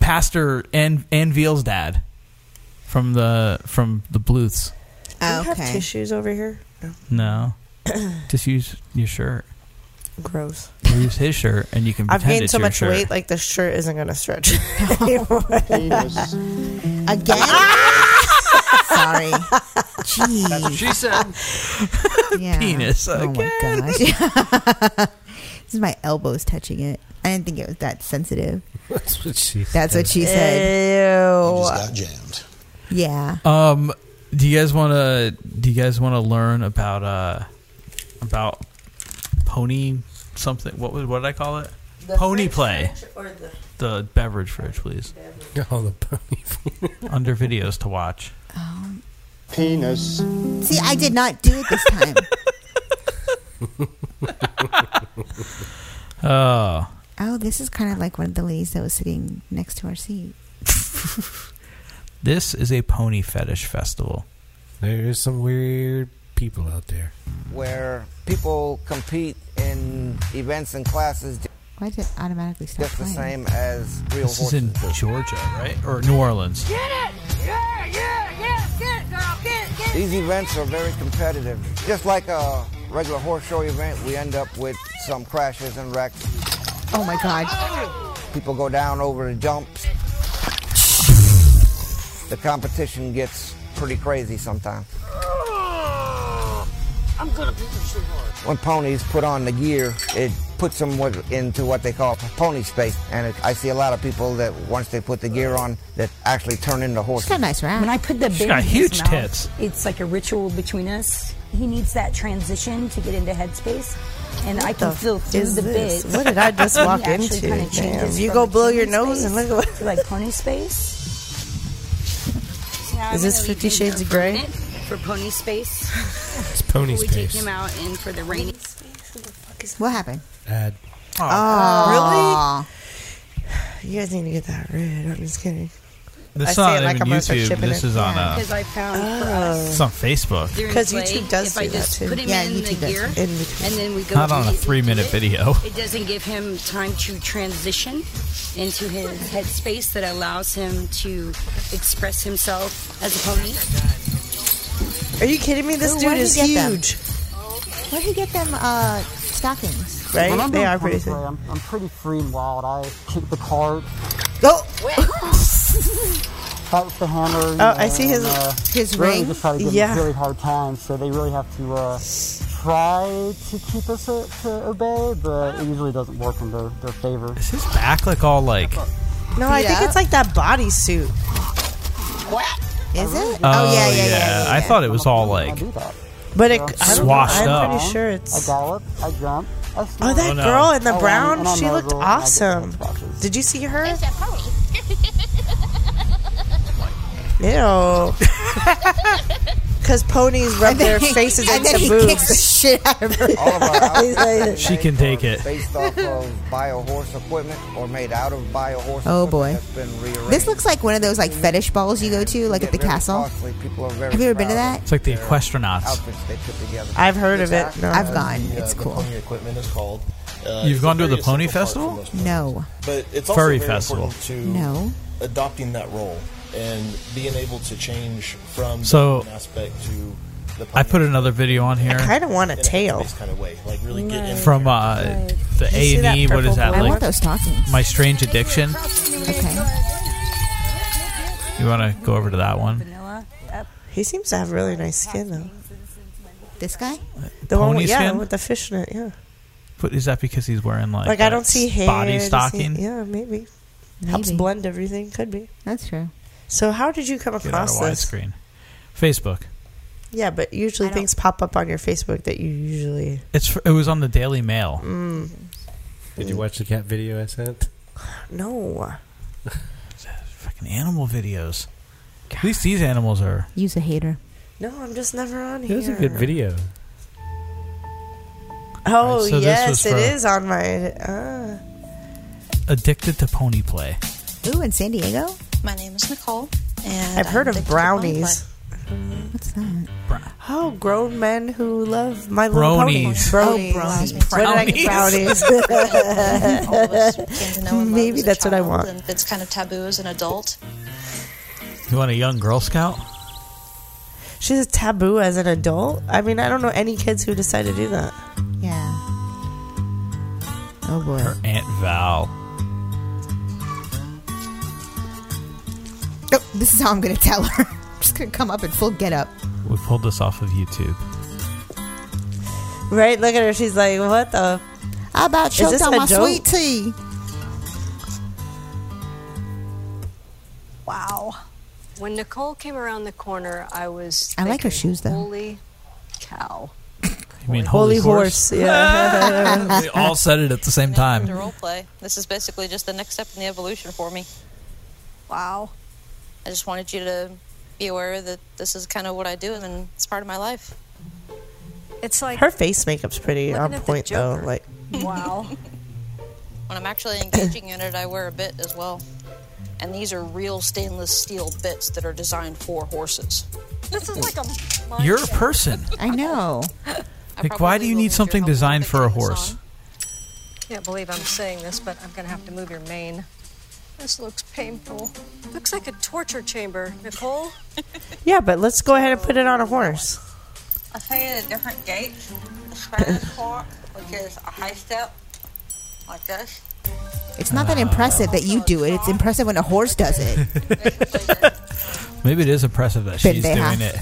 Speaker 1: Pastor and and Veal's dad from the from the Bluths.
Speaker 4: Do you have
Speaker 5: okay.
Speaker 4: tissues over here? [CLEARS THROAT]
Speaker 1: No, just use your shirt.
Speaker 4: Gross.
Speaker 1: Or Use his shirt, and you can
Speaker 4: I've
Speaker 1: pretend
Speaker 4: gained
Speaker 1: it's
Speaker 4: so
Speaker 1: your
Speaker 4: much
Speaker 1: shirt.
Speaker 4: weight, like the shirt isn't
Speaker 1: [LAUGHS]
Speaker 4: gonna stretch. [LAUGHS] anymore.
Speaker 5: [LAUGHS]
Speaker 8: penis.
Speaker 5: Again? Sorry. Jeez.
Speaker 9: She said,
Speaker 5: [LAUGHS] Yeah.
Speaker 1: Penis
Speaker 5: [LAUGHS] Oh my gosh. this is my elbows touching it. I didn't think it was that sensitive.
Speaker 2: That's what she.
Speaker 5: That's what she said. uh,
Speaker 4: Ew.
Speaker 9: jammed.
Speaker 5: Yeah.
Speaker 1: Um, do you guys want to? Do you guys want to learn about uh about pony something? What was what did I call it? pony play. the beverage fridge, please.
Speaker 2: [LAUGHS] Oh, the pony.
Speaker 1: Under videos to watch.
Speaker 8: penis.
Speaker 5: Um, See, I did not do it this time.
Speaker 1: [LAUGHS] Oh,
Speaker 5: oh, this is kind of like one of the ladies that was sitting next to our seat.
Speaker 1: this is a pony fetish festival.
Speaker 2: there is some weird people out there.
Speaker 11: where people compete in events and classes
Speaker 5: Why did it automatically stop
Speaker 11: just the
Speaker 5: playing?
Speaker 11: same as real
Speaker 1: This is
Speaker 11: horses.
Speaker 1: in Georgia, right? Or New Orleans.
Speaker 11: These events are very competitive. Just like a regular horse show event, we end up with some crashes and wrecks.
Speaker 5: Oh my god.
Speaker 11: People go down over the jumps. The competition gets pretty crazy sometimes.
Speaker 6: I'm gonna beat you so hard.
Speaker 11: When ponies put on the gear, it puts them what, into what they call pony space. And it, I see a lot of people that once they put the gear on, that actually turn into
Speaker 5: She's
Speaker 11: horses.
Speaker 5: got a nice round.
Speaker 12: When I put the
Speaker 1: She's
Speaker 12: bib
Speaker 1: got
Speaker 12: in
Speaker 1: huge
Speaker 12: his mouth,
Speaker 1: tits.
Speaker 12: It's like a ritual between us. He needs that transition to get into headspace, and I can
Speaker 4: the
Speaker 12: feel
Speaker 4: f-
Speaker 12: through
Speaker 4: is
Speaker 12: the
Speaker 4: this?
Speaker 12: bib.
Speaker 4: What did I
Speaker 12: [LAUGHS]
Speaker 4: just
Speaker 12: He
Speaker 4: walk
Speaker 12: actually
Speaker 4: into?
Speaker 12: kinda changes
Speaker 4: Damn. You
Speaker 12: from
Speaker 4: go
Speaker 12: a
Speaker 4: blow your
Speaker 12: human
Speaker 4: nose and
Speaker 12: space
Speaker 4: look at what-
Speaker 12: to, like pony space.
Speaker 4: Is this Fifty Shades of Grey?
Speaker 12: For pony space,
Speaker 2: It's pony space.
Speaker 12: out in for the rainy.
Speaker 5: What happened?
Speaker 2: Ad.
Speaker 1: Oh.
Speaker 5: Aw.
Speaker 4: Oh. You guys need to get that red. I'm just kidding.
Speaker 1: This
Speaker 4: I
Speaker 1: is
Speaker 4: say
Speaker 1: not
Speaker 4: it like
Speaker 1: even
Speaker 4: I'm gonna start
Speaker 1: YouTube.
Speaker 4: shipping
Speaker 1: This
Speaker 4: it.
Speaker 1: is on uh,
Speaker 12: I found for us.
Speaker 1: it's on Facebook.
Speaker 12: during
Speaker 4: 'Cause
Speaker 12: play,
Speaker 4: YouTube does
Speaker 12: if I
Speaker 4: do that,
Speaker 12: just
Speaker 4: too.
Speaker 12: Put him
Speaker 5: Yeah,
Speaker 12: in
Speaker 5: YouTube
Speaker 12: the
Speaker 5: does.
Speaker 12: gear,
Speaker 4: In between.
Speaker 12: and then we go
Speaker 1: Not on a
Speaker 12: immediately
Speaker 1: three-minute
Speaker 12: to it.
Speaker 1: video. [LAUGHS]
Speaker 12: It doesn't give him time to transition into his headspace that allows him to express himself as a pony.
Speaker 4: Are you kidding me? This
Speaker 5: Ooh,
Speaker 4: dude
Speaker 5: where'd he
Speaker 4: is
Speaker 5: get them?
Speaker 4: huge,
Speaker 5: Where'd he get them uh, stockings? [LAUGHS]
Speaker 4: right? They are pretty thin.
Speaker 11: I'm, I'm pretty free and wild. I kick the cart,
Speaker 4: Oh,
Speaker 11: fight with the hammer. Oh,
Speaker 4: oh, I see his.
Speaker 5: His ring?
Speaker 11: try to
Speaker 4: give them Yeah. really
Speaker 11: hard times, so they really have to uh, try to keep us uh, to, obey, but it usually doesn't work in their, their favor.
Speaker 1: Is his back like all like?
Speaker 4: Oh, No, I
Speaker 5: feet
Speaker 4: think
Speaker 5: up?
Speaker 4: it's like that bodysuit.
Speaker 5: Is it?
Speaker 1: Oh yeah, I thought it was all like.
Speaker 11: that.
Speaker 4: But it, I don't know.
Speaker 1: Swashed
Speaker 4: I'm
Speaker 1: up.
Speaker 4: pretty sure it's.
Speaker 11: gallop, I jump, I
Speaker 4: Oh, that
Speaker 1: Oh, no.
Speaker 4: girl in the
Speaker 11: I'm-
Speaker 4: brown,
Speaker 11: I'm
Speaker 4: she looked
Speaker 11: Marvel, and I get
Speaker 4: awesome.
Speaker 11: lunchboxes.
Speaker 4: Did you see her? Ew. Because ponies rub their faces
Speaker 5: and then
Speaker 4: into
Speaker 5: he kicks the
Speaker 4: boobs.
Speaker 5: shit out of her.
Speaker 11: [LAUGHS] All of
Speaker 5: [LAUGHS]
Speaker 11: our outfits
Speaker 1: She can
Speaker 11: are
Speaker 1: take it.
Speaker 11: Based off of bio horse equipment or made out of bio horse.
Speaker 5: Oh,
Speaker 11: equipment
Speaker 5: boy.
Speaker 11: that's been rearranged.
Speaker 5: This looks like one of those like fetish balls you go to, like at the
Speaker 11: Get really
Speaker 5: castle.
Speaker 11: costly. People are very
Speaker 5: Have you ever been to
Speaker 11: proud
Speaker 5: that?
Speaker 11: of
Speaker 1: It's like the
Speaker 11: their
Speaker 1: Equestronauts.
Speaker 11: Outfits they put together.
Speaker 4: I've heard of it. No.
Speaker 5: I've gone. It's cool.
Speaker 9: equipment is called. Uh,
Speaker 1: You've
Speaker 9: it's
Speaker 1: gone
Speaker 9: a
Speaker 1: to the
Speaker 9: very
Speaker 1: Pony
Speaker 9: essential part for
Speaker 1: Festival?
Speaker 9: most people.
Speaker 5: No.
Speaker 9: But it's
Speaker 1: Furry
Speaker 9: also very
Speaker 1: Festival.
Speaker 9: important to
Speaker 5: No.
Speaker 9: adopting that role and being able to change from
Speaker 1: So-
Speaker 9: the human aspect to the.
Speaker 1: I put another video on here
Speaker 4: kind of want a
Speaker 9: in a
Speaker 4: tail.
Speaker 9: activist kind of way, like really get in
Speaker 1: from uh the
Speaker 4: You see
Speaker 1: A and E.
Speaker 4: that
Speaker 1: What is
Speaker 4: purple
Speaker 1: that
Speaker 5: I want
Speaker 1: like?
Speaker 5: those stockings.
Speaker 1: My strange
Speaker 4: [LAUGHS]
Speaker 1: addiction.
Speaker 5: Okay.
Speaker 1: You want to go over to that one?
Speaker 12: Vanilla up
Speaker 4: He seems to have really nice skin, though.
Speaker 5: This guy?
Speaker 4: The one
Speaker 1: Pony
Speaker 4: with, yeah,
Speaker 1: skin?
Speaker 4: with the fishnet, yeah.
Speaker 1: But is that because he's wearing like?
Speaker 4: Like, I
Speaker 1: that
Speaker 4: don't see hair. I
Speaker 1: Body
Speaker 4: just see-
Speaker 1: stocking.
Speaker 4: yeah, maybe. Helps
Speaker 5: Maybe.
Speaker 4: blend everything. Could be.
Speaker 5: That's true.
Speaker 4: So, how did you come
Speaker 1: Get out of
Speaker 4: across this?
Speaker 1: widescreen. Facebook.
Speaker 4: Yeah, but
Speaker 5: I
Speaker 4: usually
Speaker 5: don't-
Speaker 4: things pop up on your Facebook that you usually.
Speaker 1: It's fr- it was on the Daily Mail.
Speaker 4: Mm.
Speaker 2: Did you watch the cat video I sent?
Speaker 4: No.
Speaker 1: Fucking animal videos. At least these animals are.
Speaker 5: Use a hater.
Speaker 4: No, I'm just never on
Speaker 2: It
Speaker 4: here.
Speaker 2: was a good video.
Speaker 4: Oh,
Speaker 1: Right, so this was
Speaker 4: yes, it
Speaker 1: for-
Speaker 4: is on my. Uh,
Speaker 1: addicted to pony play.
Speaker 5: Ooh, in San Diego?
Speaker 13: My name is Nicole, and
Speaker 4: I've heard
Speaker 13: I'm
Speaker 4: of
Speaker 13: addicted to Pony
Speaker 4: brownies.
Speaker 5: What's that?
Speaker 4: Oh, grown men who love My Little
Speaker 1: Bronies.
Speaker 4: Pony. Bronies.
Speaker 5: Oh, brownies.
Speaker 4: What did I get? Brownies.
Speaker 13: Play. [LAUGHS] All of us came to know and love
Speaker 4: [LAUGHS] Maybe
Speaker 13: as a
Speaker 4: that's what I
Speaker 13: child,
Speaker 4: want.
Speaker 13: And it's kind of taboo as an adult.
Speaker 1: You want a young Girl Scout?
Speaker 4: She's a taboo as an adult. I mean, I don't know any kids who decide to do that.
Speaker 5: Yeah. Oh boy.
Speaker 1: Her Aunt Val.
Speaker 5: Oh, this is how I'm gonna tell her. [LAUGHS] I'm just gonna come up in full get up.
Speaker 1: We pulled this off of YouTube.
Speaker 4: Right? Look at her. She's like, what the?
Speaker 5: How about
Speaker 4: this
Speaker 5: choke down
Speaker 4: a
Speaker 5: my
Speaker 4: joke?
Speaker 5: sweet tea?
Speaker 14: Wow. When Nicole came around the corner, I was.
Speaker 5: I like her
Speaker 14: thinking,
Speaker 5: shoes, though.
Speaker 14: Holy cow.
Speaker 1: You mean
Speaker 4: Holy
Speaker 1: holy, [LAUGHS]
Speaker 4: horse, yeah.
Speaker 1: [LAUGHS] we all said it at the same
Speaker 13: The
Speaker 1: time.
Speaker 13: role play. This is basically just the next step in the evolution for me.
Speaker 14: Wow.
Speaker 13: I just wanted you to be aware that this is kind of what I do and it's part of my life.
Speaker 14: It's like
Speaker 4: Her face makeup's pretty
Speaker 13: Looking
Speaker 4: on
Speaker 13: at the
Speaker 4: point though.
Speaker 13: Joker.
Speaker 4: Like
Speaker 14: Wow.
Speaker 13: [LAUGHS] when I'm actually engaging in it, I wear a bit as well. And these are real stainless steel bits that are designed for horses.
Speaker 14: This is like a.
Speaker 1: You're a person.
Speaker 5: I know.
Speaker 1: Like, why do you need something designed for a horse?
Speaker 14: Can't believe I'm saying this, but I'm gonna have to move your mane. This looks painful. Looks like a torture chamber, Nicole.
Speaker 4: Yeah, but let's go ahead and put it on a horse.
Speaker 15: I painted a different gate. The Spanish part, which is a high step, like this.
Speaker 5: It's not that impressive that you do it. It's impressive when a horse does it.
Speaker 1: [LAUGHS] Maybe it is impressive that she's
Speaker 5: Pendeja.
Speaker 1: doing it.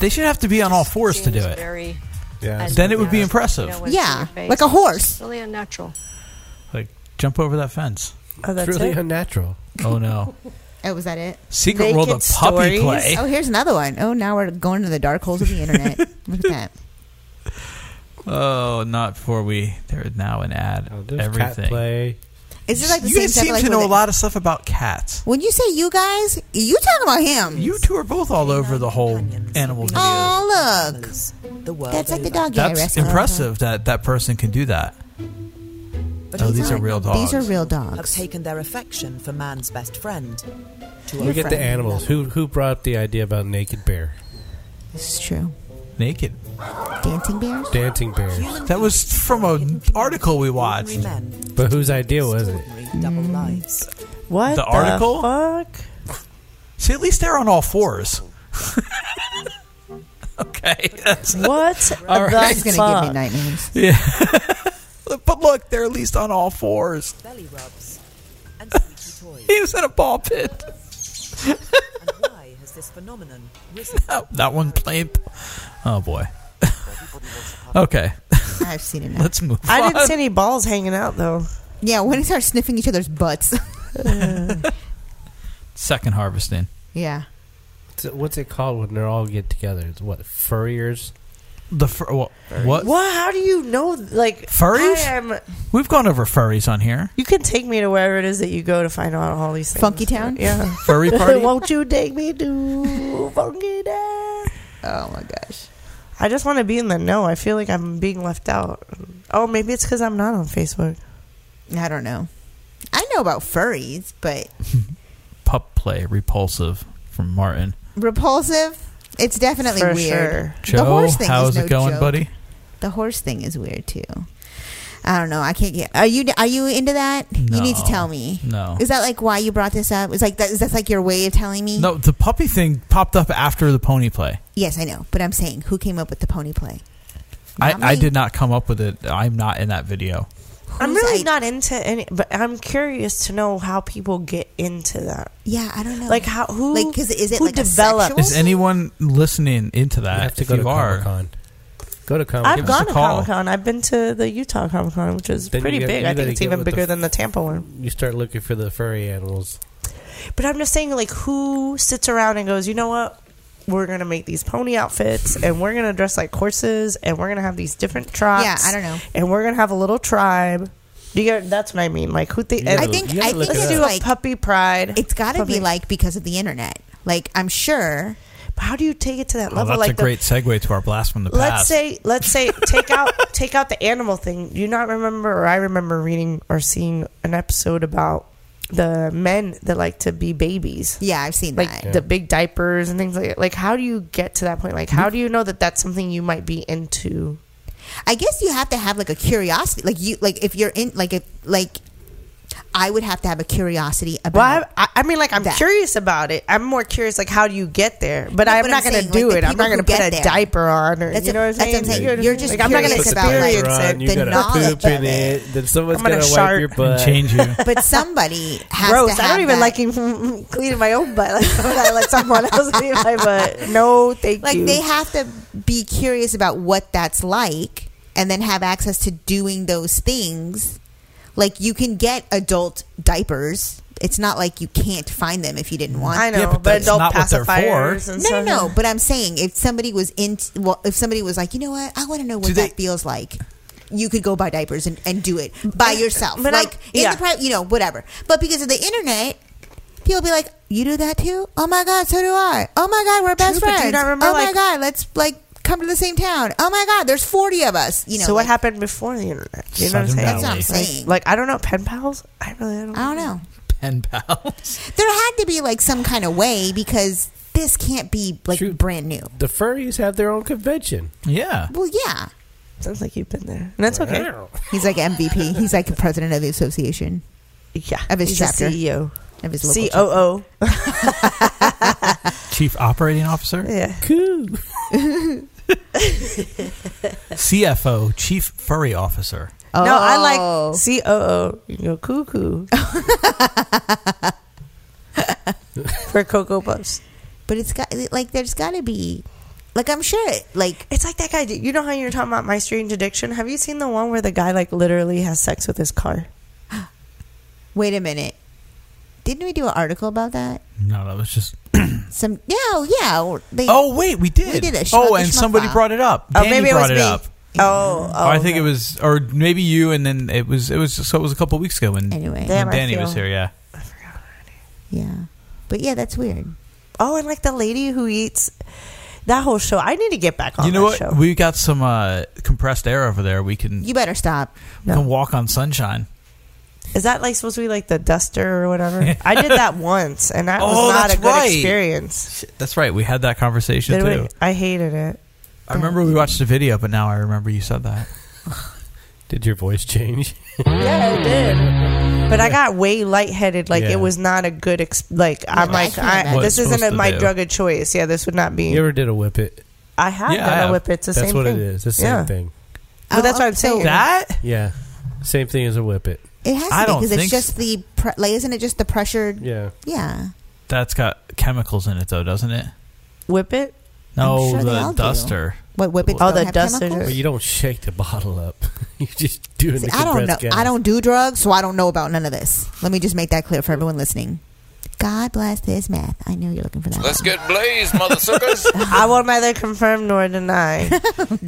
Speaker 1: They should have to be on all fours to do
Speaker 14: Seems
Speaker 1: it.
Speaker 14: Very
Speaker 1: Yeah. Then it would be impressive.
Speaker 14: you know, what's
Speaker 5: Yeah,
Speaker 14: in your face.
Speaker 5: like a horse.
Speaker 14: Really unnatural.
Speaker 1: Like, jump over that fence.
Speaker 4: Oh,
Speaker 5: that's Really it?
Speaker 1: unnatural. Oh no.
Speaker 5: Oh, was that it?
Speaker 1: Secret Naked World of Puppy Stories? Play.
Speaker 5: Oh, here's another one. Oh, now we're going to the dark holes of the
Speaker 1: [LAUGHS]
Speaker 5: internet. Look at that.
Speaker 1: Oh, not before we. There now an ad.
Speaker 2: Oh, there's cat
Speaker 1: everything.
Speaker 2: play.
Speaker 5: Is it like the
Speaker 1: you
Speaker 5: same
Speaker 1: guys
Speaker 5: type
Speaker 1: seem
Speaker 5: of, like,
Speaker 1: to know
Speaker 5: with
Speaker 1: a
Speaker 5: it-
Speaker 1: lot of stuff about cats.
Speaker 5: When you say you guys, you talking about him?
Speaker 1: You two are both all over the whole animal video.
Speaker 5: Oh look, that's like the doggy I
Speaker 1: That's
Speaker 5: rescued.
Speaker 1: impressive that that person can do that. oh, these are real dogs.
Speaker 5: These are real
Speaker 16: Have
Speaker 5: dogs.
Speaker 16: taken their affection for man's best friend. To
Speaker 2: We get the animals. Who who brought up the idea about naked bear?
Speaker 5: This is true.
Speaker 1: Naked
Speaker 5: dancing bears.
Speaker 2: Dancing bears.
Speaker 1: That was from an article we watched.
Speaker 2: But whose idea was it?
Speaker 1: the,
Speaker 4: What the
Speaker 1: article? See, at least they're on all fours. [LAUGHS] okay. That's
Speaker 4: What
Speaker 1: All
Speaker 4: the
Speaker 1: right.
Speaker 4: That's gonna
Speaker 1: [LAUGHS]
Speaker 4: give me
Speaker 5: nightmares.
Speaker 1: Yeah. [LAUGHS] but look, they're at least on all fours.
Speaker 16: Belly rubs. And squeaky toys.
Speaker 1: [LAUGHS] He was in a ball pit.
Speaker 16: [LAUGHS] and why has this
Speaker 1: [LAUGHS]
Speaker 16: phenomenon risen?
Speaker 1: That one playing. Oh boy. [LAUGHS] okay.
Speaker 5: I've seen
Speaker 1: [LAUGHS]
Speaker 5: it.
Speaker 1: Let's move.
Speaker 4: I
Speaker 1: on.
Speaker 4: didn't see any balls hanging out though.
Speaker 5: Yeah, when they start sniffing each other's
Speaker 4: [LAUGHS]
Speaker 5: butts.
Speaker 1: Second harvesting.
Speaker 5: yeah.
Speaker 2: What's it- What's it called when they are all get together? It's what furriers.
Speaker 1: The fur, what, what?
Speaker 4: What? How do you know? Like
Speaker 1: Furries?
Speaker 4: I am-
Speaker 1: We've gone over furries on here.
Speaker 4: you can take me to wherever it is that you go to find out all these things.
Speaker 5: Funky Town?
Speaker 4: Yeah. [LAUGHS]
Speaker 1: Furry party?
Speaker 4: Won't you take me to
Speaker 1: [LAUGHS]
Speaker 4: Funky Town?
Speaker 5: Oh my gosh.
Speaker 4: I just want to be in the know. I feel like I'm being left out. Oh, maybe it's because I'm not on Facebook.
Speaker 5: I don't know. I know about furries, but
Speaker 1: Pup play repulsive from Martin.
Speaker 5: repulsive. It's definitely
Speaker 4: For
Speaker 5: weird.
Speaker 4: sure.
Speaker 1: Joe,
Speaker 5: the horse thing
Speaker 1: how's
Speaker 5: is no
Speaker 1: it going,
Speaker 5: joke.
Speaker 1: buddy?
Speaker 5: The horse thing is weird too. I don't know. I can't get. Are you are you into that? You need to
Speaker 1: No.
Speaker 5: tell me.
Speaker 1: No.
Speaker 5: Is that like why you brought this up? Is like that? Is that like your way of telling me?
Speaker 1: No, the puppy thing popped up after the pony play.
Speaker 5: Yes, I know. But I'm saying, who came up with the pony play?
Speaker 1: I,
Speaker 5: Not
Speaker 1: I
Speaker 5: me.
Speaker 1: did not come up with it. I'm not in that video.
Speaker 4: I'm really not into any, but I'm curious to know how people get into that.
Speaker 5: Yeah, I don't know.
Speaker 4: Like how who
Speaker 5: Like, 'cause is it
Speaker 4: who
Speaker 5: like a
Speaker 4: develops?
Speaker 5: sexual-
Speaker 1: Is anyone listening into that?
Speaker 2: have to
Speaker 1: If
Speaker 2: go
Speaker 1: you
Speaker 2: to
Speaker 1: are,
Speaker 2: Comic-Con. Go to Comic.
Speaker 4: I've gone to Comic Con. I've been to the Utah Comic Con, which is
Speaker 2: Then you
Speaker 4: pretty
Speaker 2: get-
Speaker 4: big.
Speaker 2: you
Speaker 4: I think
Speaker 2: gotta
Speaker 4: it's
Speaker 2: get
Speaker 4: even
Speaker 2: with the
Speaker 4: bigger
Speaker 2: f-
Speaker 4: than the Tampa one.
Speaker 2: You start looking for the furry animals.
Speaker 4: But I'm just saying, like, who sits around and goes, you know what? We're gonna make these pony outfits, and we're gonna dress like horses, and we're gonna have these different tribes.
Speaker 5: Yeah, I don't know.
Speaker 4: And we're gonna have a little tribe. Do you get, that's what I mean. Like, who think?
Speaker 5: I think I think
Speaker 4: let's
Speaker 5: it's
Speaker 4: do
Speaker 5: like
Speaker 4: a puppy pride.
Speaker 5: it's got to
Speaker 4: Puppy-
Speaker 5: be like because of the internet. Like I'm sure.
Speaker 4: But how do you take it to that
Speaker 1: Well,
Speaker 4: level?
Speaker 1: Oh, that's
Speaker 4: like
Speaker 1: a
Speaker 4: the-
Speaker 1: great segue to our blast from the past.
Speaker 4: Let's say, let's say, take out take out the animal thing. Do you not remember, or I remember reading or seeing an episode about the men that like to be babies.
Speaker 5: Yeah, I've seen
Speaker 4: like
Speaker 5: that.
Speaker 4: the big diapers and things like that. Like, how do you get to that point? Like, how do you know that that's something you might be into?
Speaker 5: I guess you have to have like a curiosity. Like you like if you're in like if like I would have to have a curiosity about.
Speaker 4: Well, I, I- I mean, like, I'm curious about it. I'm more curious, like, how do you get there? But
Speaker 5: No,
Speaker 4: I'm
Speaker 5: but
Speaker 4: not
Speaker 5: I'm
Speaker 4: going
Speaker 5: saying,
Speaker 4: to do
Speaker 5: like,
Speaker 4: it.
Speaker 5: the
Speaker 4: I'm not going to
Speaker 5: people
Speaker 4: put
Speaker 5: who
Speaker 4: a
Speaker 5: get there.
Speaker 4: diaper on, or
Speaker 5: That's
Speaker 4: you
Speaker 5: a-
Speaker 4: know what I'm
Speaker 5: that's what
Speaker 4: saying?
Speaker 5: I'm saying. You're just
Speaker 4: like, I'm not going to
Speaker 5: curious about, like,
Speaker 4: experience it.
Speaker 5: the
Speaker 2: gotta
Speaker 5: knowledge
Speaker 2: poop in
Speaker 5: of
Speaker 2: it.
Speaker 5: it.
Speaker 2: Then someone's
Speaker 4: I'm gonna
Speaker 2: gonna, wipe
Speaker 4: shark.
Speaker 2: your butt.
Speaker 1: Change you.
Speaker 5: [LAUGHS] but somebody has
Speaker 4: Gross.
Speaker 5: to
Speaker 4: I
Speaker 5: have
Speaker 4: don't even
Speaker 5: that.
Speaker 4: like even [LAUGHS] cleaning my own butt. Like, when I let someone else [LAUGHS] clean my butt. No, thank
Speaker 5: like
Speaker 4: you.
Speaker 5: they have to be curious about what that's like and then have access to doing those things like you can get adult diapers It's not like you can't find them if you didn't want.
Speaker 4: I know, Yeah, but but that's adult not what they're for. pacifiers and
Speaker 5: no, no,
Speaker 4: stuff-
Speaker 5: no. But I'm saying if somebody was in, well, if somebody was like, you know what, I want to know what
Speaker 4: Do
Speaker 5: that feels like. You could go buy diapers and, and do it by yourself,
Speaker 4: but I'm-
Speaker 5: like in
Speaker 4: yeah.
Speaker 5: the private, you know, whatever. But because of the internet, people be like, "You do that too? Oh my god, so do I. Oh my god, we're best
Speaker 4: True, but dude,
Speaker 5: friends.
Speaker 4: I remember,
Speaker 5: oh my
Speaker 4: like-
Speaker 5: god, let's like come to the same town. Oh my god, there's forty of us. You know,
Speaker 4: so what
Speaker 5: like-
Speaker 4: happened before the internet? Do you know what
Speaker 5: Sudden
Speaker 4: I'm saying?
Speaker 5: That's what I'm valley. saying.
Speaker 4: Like, I don't know, pen pals. I really don't.
Speaker 5: I don't know.
Speaker 1: Pen pal.
Speaker 5: There had to be like some kind of way because this can't be like brand new.
Speaker 2: [LAUGHS] The furries have their own convention.
Speaker 1: Yeah.
Speaker 5: Well, yeah.
Speaker 4: Sounds like you've been there. That's okay.
Speaker 5: He's like MVP. He's like the president of the association.
Speaker 4: Yeah,
Speaker 5: of his
Speaker 4: he's the E
Speaker 5: chapter.
Speaker 4: CEO
Speaker 5: of his local chapter.
Speaker 4: COO.
Speaker 1: Chief Operating Officer?
Speaker 4: Yeah. [LAUGHS]
Speaker 2: Cool.
Speaker 1: CFO, Chief Furry Officer.
Speaker 4: No, I
Speaker 5: Oh.
Speaker 4: like COO. You can
Speaker 5: [LAUGHS]
Speaker 4: go cuckoo for Cocoa Puffs.
Speaker 5: But it's got like there's got to be like I'm sure it like
Speaker 4: it's like that guy. You know how you're talking about my strange addiction? Have you seen the one where the guy like literally has sex with his car?
Speaker 5: [GASPS] Wait a minute. Didn't we do an article about that?
Speaker 1: No, that was just.
Speaker 5: Some yeah, oh, yeah. or They,
Speaker 1: Hmm. Oh wait, we did.
Speaker 5: We did a
Speaker 1: oh, and somebody brought it up.
Speaker 5: Oh,
Speaker 1: Danny
Speaker 5: maybe it
Speaker 1: brought
Speaker 5: was
Speaker 1: it
Speaker 5: me.
Speaker 1: up.
Speaker 4: Oh,
Speaker 1: Or I think it was, or maybe you, and then it was, it was. So it was a couple weeks ago when,
Speaker 5: Anyway.
Speaker 1: when
Speaker 5: Damn, I
Speaker 1: Danny
Speaker 5: feel-
Speaker 1: was here. Yeah.
Speaker 5: Yeah, but yeah, that's weird.
Speaker 4: Oh, and like the lady who eats that whole show. I need to get back on
Speaker 1: You know
Speaker 4: that
Speaker 1: what?
Speaker 4: show.
Speaker 1: We got some uh, compressed air over there. We can
Speaker 5: You better stop.
Speaker 1: we can walk on sunshine.
Speaker 4: Is that like supposed to be like the duster or whatever? I
Speaker 2: [LAUGHS]
Speaker 4: did that once, and that
Speaker 1: Oh,
Speaker 4: was not a
Speaker 1: that's
Speaker 4: good
Speaker 1: right.
Speaker 4: experience.
Speaker 1: Shit, That's right. We had that conversation
Speaker 4: Did
Speaker 1: too.
Speaker 4: we? I hated it.
Speaker 1: I remember we watched the video, but now I remember you
Speaker 5: [LAUGHS]
Speaker 1: said that.
Speaker 2: Did your voice change?
Speaker 4: Yeah, it did. But I got way lightheaded. Like
Speaker 2: Yeah.
Speaker 4: it was not a good. Exp- like I'm
Speaker 2: I
Speaker 4: like,
Speaker 2: can
Speaker 4: I,
Speaker 2: imagine.
Speaker 4: this
Speaker 2: What it's
Speaker 4: isn't a,
Speaker 2: supposed to
Speaker 4: my
Speaker 2: do.
Speaker 4: drug of choice. Yeah, this would not be.
Speaker 2: You ever did a whip it?
Speaker 4: I have
Speaker 2: Yeah, I
Speaker 4: done
Speaker 2: have.
Speaker 4: a whip. It's the
Speaker 2: That's
Speaker 4: same
Speaker 2: what
Speaker 4: thing.
Speaker 2: it is. The same
Speaker 4: Yeah.
Speaker 2: thing.
Speaker 4: But that's what I'm saying.
Speaker 2: Yeah. Same thing as a whip it.
Speaker 5: Oh, It has to be because it's just the pre- like isn't it just the pressure?
Speaker 2: Yeah.
Speaker 5: Yeah.
Speaker 1: That's got chemicals in it, though, doesn't it?
Speaker 4: Whip it.
Speaker 1: No,
Speaker 5: sure they all
Speaker 1: the
Speaker 5: do.
Speaker 1: duster.
Speaker 5: What whip it?
Speaker 4: Oh,
Speaker 5: don't
Speaker 4: the
Speaker 5: have
Speaker 4: duster
Speaker 5: chemicals?
Speaker 2: Well, you don't shake the bottle up. [LAUGHS] you just do it in the
Speaker 5: I don't know.
Speaker 2: compressed gas.
Speaker 5: I don't do drugs, so I don't know about none of this. Let me just make that clear for everyone listening. God bless this math. I knew you're looking for that.
Speaker 7: Let's get blazed, mother suckers.
Speaker 4: [LAUGHS] I will neither confirm
Speaker 2: [LAUGHS]
Speaker 4: nor deny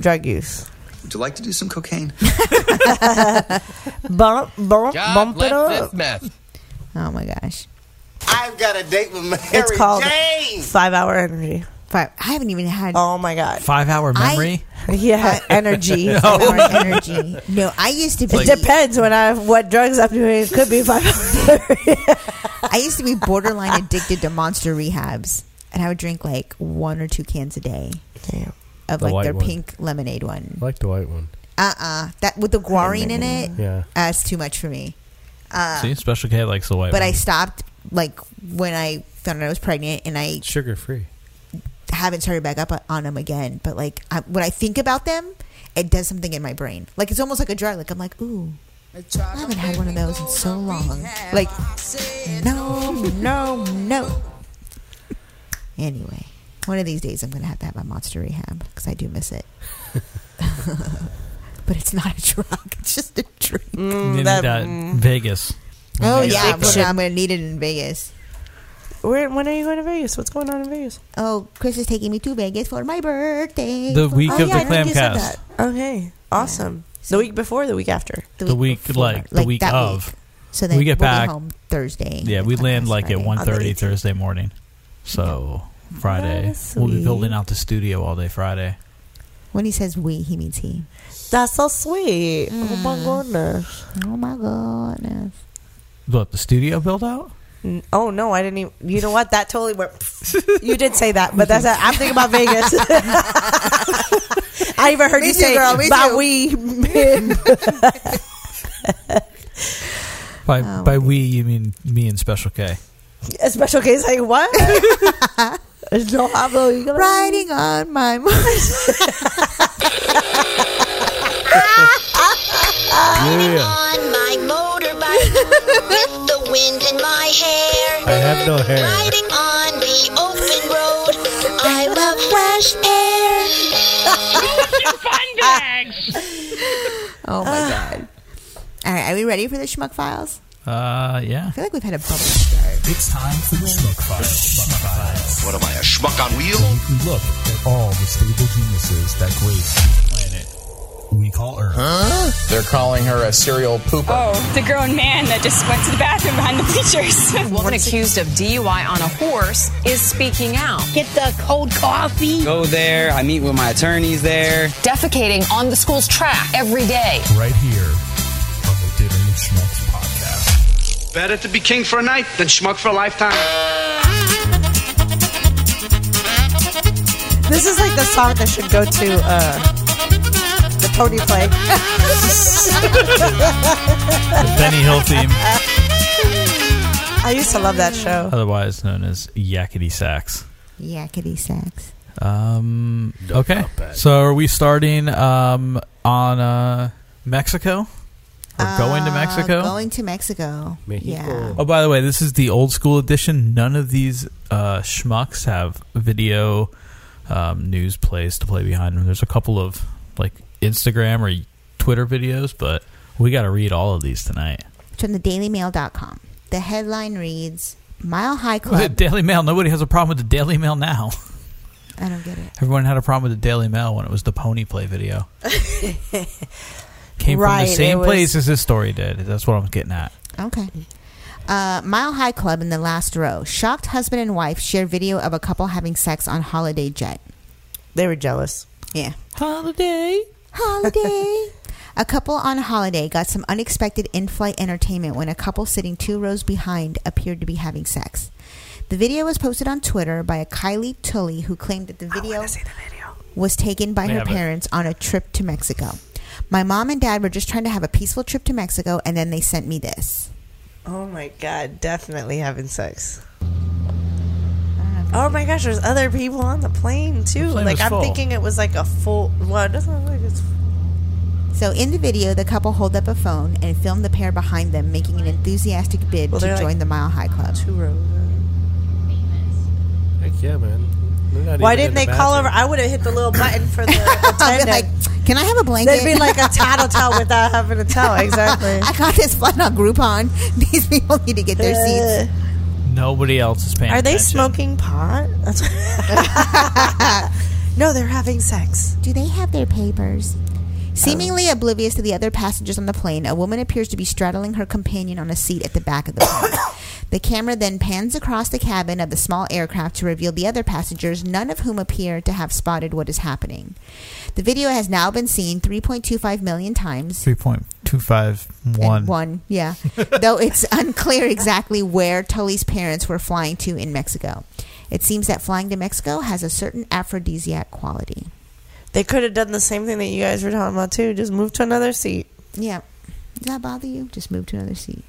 Speaker 4: drug use.
Speaker 3: Would you like to do some cocaine?
Speaker 4: [LAUGHS] Bump, bump, bump it up.
Speaker 5: Oh my gosh.
Speaker 8: I've got a date with Mary
Speaker 4: It's called
Speaker 8: Jane.
Speaker 4: Five Hour Energy.
Speaker 5: Five. I haven't even had.
Speaker 4: Oh my god.
Speaker 1: Five hour memory.
Speaker 4: Yeah,
Speaker 1: [LAUGHS]
Speaker 4: energy. [LAUGHS]
Speaker 1: No.
Speaker 4: Five hour
Speaker 5: energy. No, I used to
Speaker 4: It
Speaker 5: be.
Speaker 4: depends when I what drugs I'm doing. It could be five.
Speaker 5: I used to be borderline addicted to monster rehabs, and I would drink like one or two cans a day of
Speaker 2: The
Speaker 5: like
Speaker 2: white
Speaker 5: their
Speaker 2: one.
Speaker 5: pink lemonade one.
Speaker 2: I like the white one.
Speaker 5: Uh uh that with the guarine in it.
Speaker 2: Yeah.
Speaker 5: That's too much for me. Uh,
Speaker 1: See, Special K likes the white.
Speaker 5: but
Speaker 1: one.
Speaker 5: I stopped like when I found out I was pregnant, and I
Speaker 2: sugar free.
Speaker 5: haven't started back up on them again. But like I, when I think about them, it does something in my brain. Like it's almost like a drug. Like I'm like, ooh, I haven't had one of those in so long. Like, no, no, no. Anyway, one of these days I'm gonna have to have my monster rehab because I do miss it. but it's not a drug; it's just a drink.
Speaker 4: Mm,
Speaker 1: You need that
Speaker 5: mm.
Speaker 1: Vegas.
Speaker 5: Oh
Speaker 1: Vegas.
Speaker 5: yeah, I'm
Speaker 1: Addiction.
Speaker 5: gonna, I'm gonna need it in Vegas.
Speaker 4: Where, when are you going to Vegas? What's going on in Vegas?
Speaker 5: Oh, Chris is taking me to Vegas for my birthday.
Speaker 1: The week
Speaker 5: Oh,
Speaker 1: of
Speaker 5: yeah,
Speaker 1: the
Speaker 5: I think you said
Speaker 1: Clamcast.
Speaker 5: that.
Speaker 4: Okay, awesome. the week before, the week after,
Speaker 1: The week, like the
Speaker 5: like
Speaker 1: week
Speaker 5: that
Speaker 1: of.
Speaker 5: week. So then
Speaker 1: we get
Speaker 5: we'll be
Speaker 1: back
Speaker 5: home Thursday.
Speaker 1: Yeah, we land like at
Speaker 5: Friday. On the
Speaker 1: 1.30 Thursday morning. So Friday, we'll be
Speaker 5: sweet.
Speaker 1: building out the studio all day Friday.
Speaker 5: When he says we, he means he.
Speaker 4: That's so sweet. Oh my goodness.
Speaker 5: Oh my goodness.
Speaker 1: What the studio build out?
Speaker 4: N- Oh no, I didn't even. You know what? That totally went. [LAUGHS] you did say that, but that's. I'm thinking about Vegas. [LAUGHS] I even heard
Speaker 5: Me
Speaker 4: you
Speaker 5: too,
Speaker 4: say
Speaker 5: girl, me
Speaker 4: "Bah,
Speaker 16: [LAUGHS]
Speaker 5: too."
Speaker 4: we.
Speaker 1: By
Speaker 4: Oh,
Speaker 1: by we you mean me and Special K.
Speaker 4: A special case
Speaker 5: [LAUGHS]
Speaker 4: like what? no, I'm really gonna-
Speaker 5: Riding on my monster.
Speaker 10: On my motorbike [LAUGHS] with the wind in my hair.
Speaker 2: I have no hair.
Speaker 10: Riding on the open road. I love fresh air.
Speaker 5: [LAUGHS]
Speaker 10: fun bags.
Speaker 5: oh my god. All right, are we ready for the schmuck files?
Speaker 1: Uh, yeah. I
Speaker 5: feel like we've had a bubble start.
Speaker 17: It's time for the Schmuck Files.
Speaker 7: What am I, a schmuck on wheels?
Speaker 17: So you can look at all the stable geniuses that grace the planet we call Earth.
Speaker 18: Huh? They're calling her a serial pooper.
Speaker 19: Oh, the grown man that just went to the bathroom behind the
Speaker 4: [LAUGHS]
Speaker 19: bleachers.
Speaker 20: Woman accused of DUI on a horse is speaking out.
Speaker 21: Get the cold coffee.
Speaker 22: Go there. I meet with my attorneys there.
Speaker 20: Defecating on the school's track every day.
Speaker 17: Right here on the Dinner with Schmucks podcast.
Speaker 23: Better to be king for a night than schmuck for a lifetime.
Speaker 4: This is like the song that should go to uh, the pony play.
Speaker 1: Benny Hill theme,
Speaker 4: I used to love that show.
Speaker 1: otherwise known as Yakety Sax.
Speaker 5: Yakety sax.
Speaker 1: Um, okay. So are we starting um, on uh, Mexico? Or going to
Speaker 5: Uh,
Speaker 1: Mexico?
Speaker 5: Going to Mexico. Yeah.
Speaker 1: Oh, by the way, this is the old school edition. None of these uh, schmucks have video um, news plays to play behind them. There's a couple of like Instagram or Twitter videos, but we got to read all of these tonight.
Speaker 5: It's from the dailymail.com. The headline reads Mile High
Speaker 1: The
Speaker 5: Club.
Speaker 1: [LAUGHS] Daily Mail. Nobody has a problem with the Daily Mail now. [LAUGHS]
Speaker 5: I don't get it.
Speaker 1: Everyone had a problem with the Daily Mail when it was the Pony Play video. [LAUGHS] Came
Speaker 5: Right,
Speaker 1: from the
Speaker 5: it
Speaker 1: same
Speaker 5: was-
Speaker 1: place as this story did. That's what I'm getting at.
Speaker 5: Okay. Uh, Mile High Club in the last row. Shocked husband and wife share video of a couple having sex on holiday jet.
Speaker 4: They were jealous.
Speaker 5: Yeah.
Speaker 1: Holiday.
Speaker 5: Holiday. a couple on holiday got some unexpected in flight entertainment when a couple sitting two rows behind appeared to be having sex. The video was posted on Twitter by a Kylie Tully who claimed that the video, was taken by
Speaker 24: They
Speaker 5: her
Speaker 24: have it.
Speaker 5: parents on a trip to Mexico. My mom and dad were just trying to have a peaceful trip to Mexico and then they sent me this.
Speaker 4: Oh my god, definitely having sex. Oh my gosh, there's other people on the plane too.
Speaker 5: plane
Speaker 4: like
Speaker 5: was
Speaker 4: I'm
Speaker 5: full.
Speaker 4: thinking it was like a full. Well, it doesn't look like it's.
Speaker 5: So in the video, the couple hold up a phone and film the pair behind them making an enthusiastic bid
Speaker 4: Well,
Speaker 5: to
Speaker 4: they're, like,
Speaker 5: join the Mile High Club.
Speaker 4: Two rows.
Speaker 2: Heck yeah, man. They're not
Speaker 4: Why
Speaker 2: even
Speaker 4: didn't
Speaker 2: in
Speaker 4: they
Speaker 2: the
Speaker 4: call over?
Speaker 2: bathroom.
Speaker 4: I would have hit the little
Speaker 5: [LAUGHS]
Speaker 4: button for the attendant.
Speaker 5: like, can I have a blanket?
Speaker 4: They'd be
Speaker 5: [LAUGHS]
Speaker 4: like a tattletale without having a towel. Exactly.
Speaker 5: I got this flight on Groupon. [LAUGHS] These people need to get their seats.
Speaker 1: Nobody else is paying.
Speaker 4: Are they
Speaker 1: attention.
Speaker 4: smoking pot? That's [LAUGHS] no, they're having sex. Uh,
Speaker 5: Do they have their papers? Seemingly oblivious to the other passengers on the plane, a woman appears to be straddling her companion on a seat at the back of the
Speaker 4: [COUGHS]
Speaker 5: plane. the camera then pans across the cabin of the small aircraft to reveal the other passengers, none of whom appear to have spotted what is happening. The video has now been seen 3.25 million times.
Speaker 1: Three point two five one.
Speaker 5: And one, yeah. [LAUGHS] Though it's unclear exactly where Tully's parents were flying to in Mexico. It seems that flying to Mexico has a certain aphrodisiac quality.
Speaker 4: They could have done the same thing that you guys were talking about too. Just move to another seat.
Speaker 5: Yeah. Does that bother you? Just move to another seat.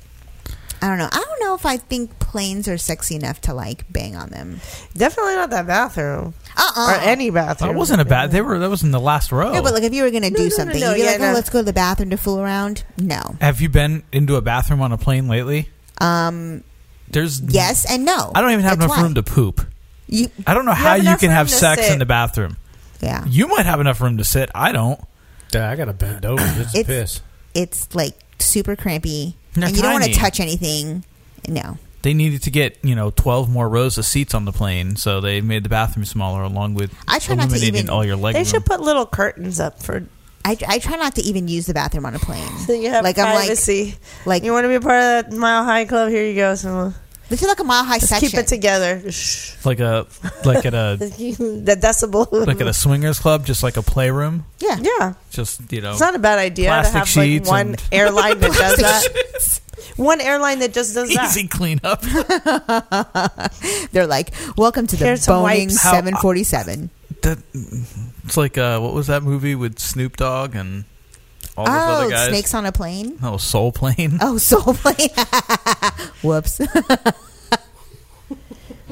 Speaker 5: I don't know. I don't know if I think planes are sexy enough to like bang on them.
Speaker 4: Definitely not that bathroom.
Speaker 5: Uh-uh.
Speaker 4: Or any bathroom.
Speaker 1: That wasn't a bad. They were. That was in the last row.
Speaker 5: No, but like if you were gonna do
Speaker 4: no, no,
Speaker 5: something,
Speaker 4: no,
Speaker 5: you'd be
Speaker 4: yeah,
Speaker 5: like,
Speaker 4: no.
Speaker 5: "Oh, let's go to the bathroom to fool around." No.
Speaker 1: Have you been into a bathroom on a plane lately?
Speaker 5: Um.
Speaker 1: There's
Speaker 5: Yes and no.
Speaker 1: Mm. I don't even have
Speaker 5: That's
Speaker 1: enough
Speaker 5: why.
Speaker 1: room to poop.
Speaker 5: You.
Speaker 1: I don't know
Speaker 5: You
Speaker 1: how
Speaker 5: have
Speaker 1: you
Speaker 5: enough
Speaker 1: can
Speaker 5: room
Speaker 1: have
Speaker 5: to
Speaker 1: sex
Speaker 5: sit.
Speaker 1: in the bathroom.
Speaker 5: Yeah.
Speaker 1: You might have enough room to sit. I don't.
Speaker 2: I gotta bend over.
Speaker 5: [COUGHS]
Speaker 2: It's,
Speaker 5: It's-
Speaker 2: piss.
Speaker 5: It's like super crampy,
Speaker 1: They're
Speaker 5: and you don't want to
Speaker 1: tiny.
Speaker 5: touch anything. No.
Speaker 1: They needed to get you know twelve more rows of seats on the plane, so they made the bathroom smaller, along with
Speaker 5: I try not to
Speaker 1: eliminating
Speaker 5: even-
Speaker 1: all your leg
Speaker 4: They
Speaker 1: room.
Speaker 4: should put little curtains up for
Speaker 5: I, I try not to even use the bathroom on a
Speaker 1: [LAUGHS]
Speaker 5: plane.
Speaker 4: so you have
Speaker 5: Like, I'm like-
Speaker 4: privacy.
Speaker 5: like-
Speaker 4: you want to be a part of that mile high club? Here you go. Someone.
Speaker 5: This is like a mile high
Speaker 4: Let's
Speaker 5: section.
Speaker 4: Keep it together.
Speaker 1: like a
Speaker 5: [LAUGHS]
Speaker 1: like at
Speaker 4: [LAUGHS]
Speaker 1: a
Speaker 4: the decibel.
Speaker 1: like at a swingers club, just like a playroom.
Speaker 5: yeah.
Speaker 4: Yeah.
Speaker 1: Just you know,
Speaker 4: It's not a bad idea to
Speaker 1: Plastic
Speaker 4: have like
Speaker 1: sheets
Speaker 4: one
Speaker 1: and- [LAUGHS]
Speaker 4: airline that does that. One airline that just does that.
Speaker 1: easy cleanup.
Speaker 5: [LAUGHS] They're like, "Welcome to the
Speaker 4: Here's some
Speaker 5: boning
Speaker 4: wipes."
Speaker 1: How- uh,
Speaker 5: 747."
Speaker 1: That it's like uh, what was that movie with Snoop Dogg and all those other
Speaker 5: Oh,
Speaker 1: guys?
Speaker 5: snakes on a plane.
Speaker 1: No, Soul Plane.
Speaker 5: Oh, soul plane. [LAUGHS]
Speaker 4: [LAUGHS]
Speaker 5: Whoops.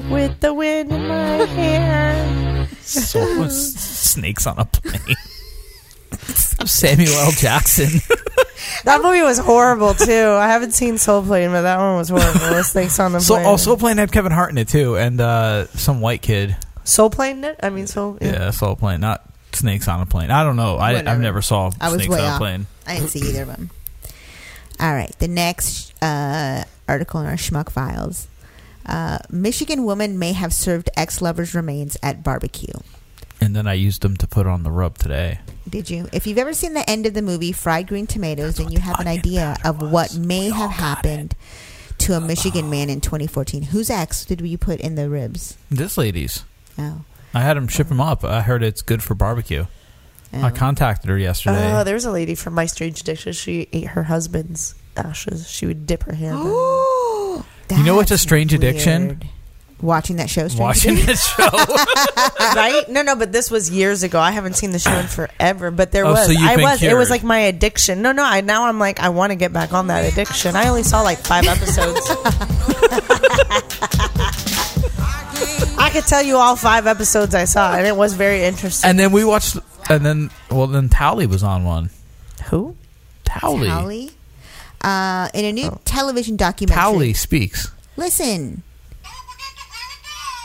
Speaker 4: With the wind in my hair.
Speaker 1: Soul [LAUGHS] s- snakes on a plane. [LAUGHS] I'm Samuel L. Jackson.
Speaker 4: [LAUGHS] That movie was horrible too. I haven't seen Soul Plane, but that one was horrible. Those things on the
Speaker 1: So,
Speaker 4: plane.
Speaker 1: oh, Soul Plane had Kevin Hart in it too, and uh, some white kid.
Speaker 4: Soul Plane? did? I mean, Soul.
Speaker 1: Yeah, Soul Plane, not Snakes on a Plane. I don't know. I, I've
Speaker 5: Whatever.
Speaker 1: never saw
Speaker 5: I was
Speaker 1: Snakes
Speaker 5: way
Speaker 1: on a
Speaker 5: off.
Speaker 1: Plane.
Speaker 5: I didn't see either of them. All right, the next uh, article in our schmuck files. Uh, Michigan woman may have served ex lover's remains at barbecue.
Speaker 1: And then I used them to put on the rub today.
Speaker 5: Did you? If you've ever seen the end of the movie Fried Green Tomatoes, then you have an idea of what may have happened to a Michigan man in 2014. Whose ex did we put in the ribs?
Speaker 1: This lady's.
Speaker 5: Oh.
Speaker 1: I had him ship him up. I heard it's good for barbecue. I contacted her [CLEARS THROAT] yesterday.
Speaker 4: Oh, there was a lady from My Strange Addiction. She ate her husband's ashes. She would dip her hand.
Speaker 1: [GASPS]
Speaker 4: in. [GASPS]
Speaker 1: you know what's a strange addiction?
Speaker 5: Watching that show. Stranger
Speaker 1: [LAUGHS] Watching
Speaker 5: Things?
Speaker 1: this show.
Speaker 4: [LAUGHS] right? No, no, but this was years ago. I haven't seen the show
Speaker 1: [CLEARS THROAT]
Speaker 4: in forever, but there
Speaker 1: Oh,
Speaker 4: was.
Speaker 1: so you've
Speaker 4: I
Speaker 1: been
Speaker 4: was. It was
Speaker 1: cured.
Speaker 4: like my addiction. No, no. I now I'm like I want to get back on that addiction. I only saw like five
Speaker 1: [LAUGHS]
Speaker 4: episodes. [LAUGHS] I could tell you all five episodes I saw, and it was very interesting.
Speaker 1: And then we watched, and then well, then Towley was on one.
Speaker 4: Who?
Speaker 1: Towley. Towley, Oh.
Speaker 5: Towley. Uh, in a new television documentary.
Speaker 1: speaks.
Speaker 5: Listen.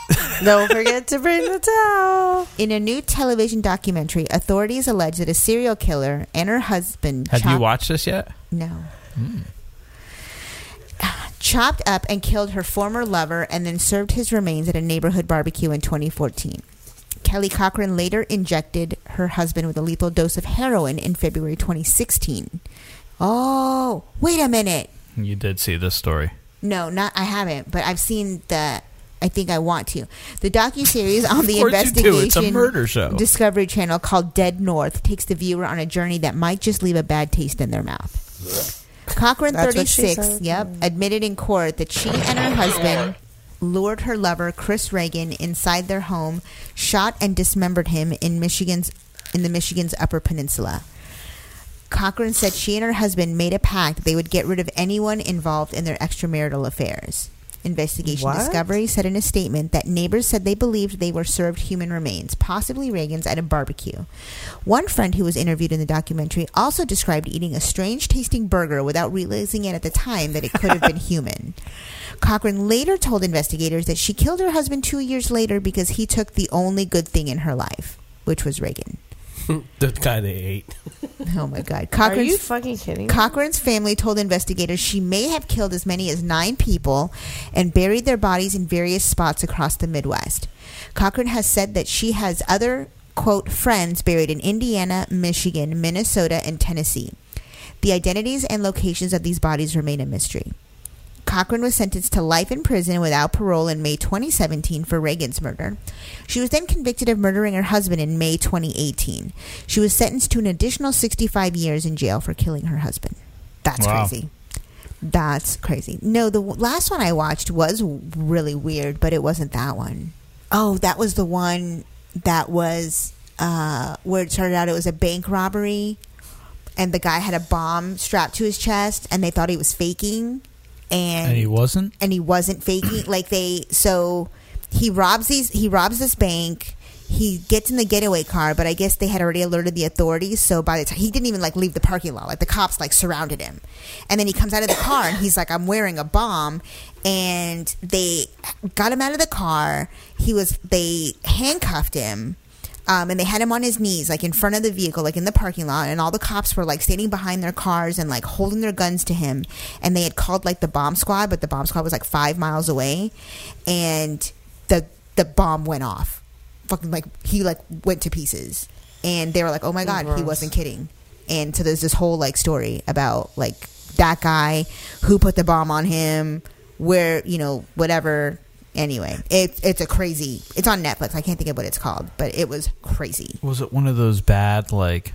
Speaker 4: [LAUGHS] Don't forget to bring the towel.
Speaker 5: In a new television documentary, authorities allege that a serial killer and her husband
Speaker 1: Have you
Speaker 5: chopped-
Speaker 1: watched this yet?
Speaker 5: No.
Speaker 1: Mm.
Speaker 5: chopped up and killed her former lover and then served his remains at a neighborhood barbecue in 2014. Kelly Cochran later injected her husband with a lethal dose of heroin in February 2016. Oh, wait a minute.
Speaker 1: You did see this story.
Speaker 5: No, not I haven't, but I've seen the I think I want to. The docu series on the
Speaker 1: Of course you
Speaker 5: investigation
Speaker 1: do. It's a murder show.
Speaker 5: Discovery Channel called Dead North takes the viewer on a journey that might just leave a bad taste in their mouth. Cochran
Speaker 4: That's what she
Speaker 5: 36,
Speaker 4: said. Mm.
Speaker 5: yep, admitted in court that she and her husband lured her lover Chris Reagan inside their home, shot and dismembered him in Michigan's in the Michigan's Upper Peninsula. Cochran said she and her husband made a pact that they would get rid of anyone involved in their extramarital affairs. Investigation
Speaker 4: What?
Speaker 5: Discovery said in a statement that neighbors said they believed they were served human remains, possibly Reagan's, at a barbecue. One friend who was interviewed in the documentary also described eating a strange tasting burger without realizing it at the time that it could have been human. Cochran later told investigators that she killed her husband two years later because he took the only good thing in her life, which was Reagan.
Speaker 2: [LAUGHS] the guy they ate.
Speaker 5: [LAUGHS] Oh my God.
Speaker 4: Are you
Speaker 5: Cochran's-
Speaker 4: fucking kidding? me?
Speaker 5: Cochran's family told investigators she may have killed as many as nine people and buried their bodies in various spots across the Midwest. Cochran has said that she has other, quote, friends buried in Indiana, Michigan, Minnesota, and Tennessee. The identities and locations of these bodies remain a mystery. Cochran was sentenced to life in prison without parole in May 2017 for Reagan's murder. She was then convicted of murdering her husband in May 2018. She was sentenced to an additional 65 years in jail for killing her husband. That's
Speaker 6: Wow.
Speaker 5: crazy. That's crazy. No, the w- last one I watched was really weird, but it wasn't that one. Oh, that was the one that was uh, where it started out. It was a bank robbery, and the guy had a bomb strapped to his chest, and they thought he was faking, and
Speaker 1: And he wasn't?
Speaker 5: and he wasn't
Speaker 1: [CLEARS THROAT]
Speaker 5: faking. like they, so he robs these. He robs this bank. He gets in the getaway car, but I guess they had already alerted the authorities. So by the time he didn't even like leave the parking lot, like the cops like surrounded him, and then he comes out of the car and he's like, "I'm wearing a bomb," and they got him out of the car. He was they handcuffed him. Um, and they had him on his knees, like in front of the vehicle, like in the parking lot, and all the cops were like standing behind their cars and like holding their guns to him. And they had called like the bomb squad, but the bomb squad was like five miles away, and the the bomb went off. Fucking like he like went to pieces, and they were like, "Oh my god, he
Speaker 4: Gross.
Speaker 5: wasn't kidding." And so there's this whole like story about like that guy who put the bomb on him, where you know whatever. Anyway, it, it's a crazy. It's on Netflix. I can't think of what it's called, but it was crazy.
Speaker 1: Was it one of those bad like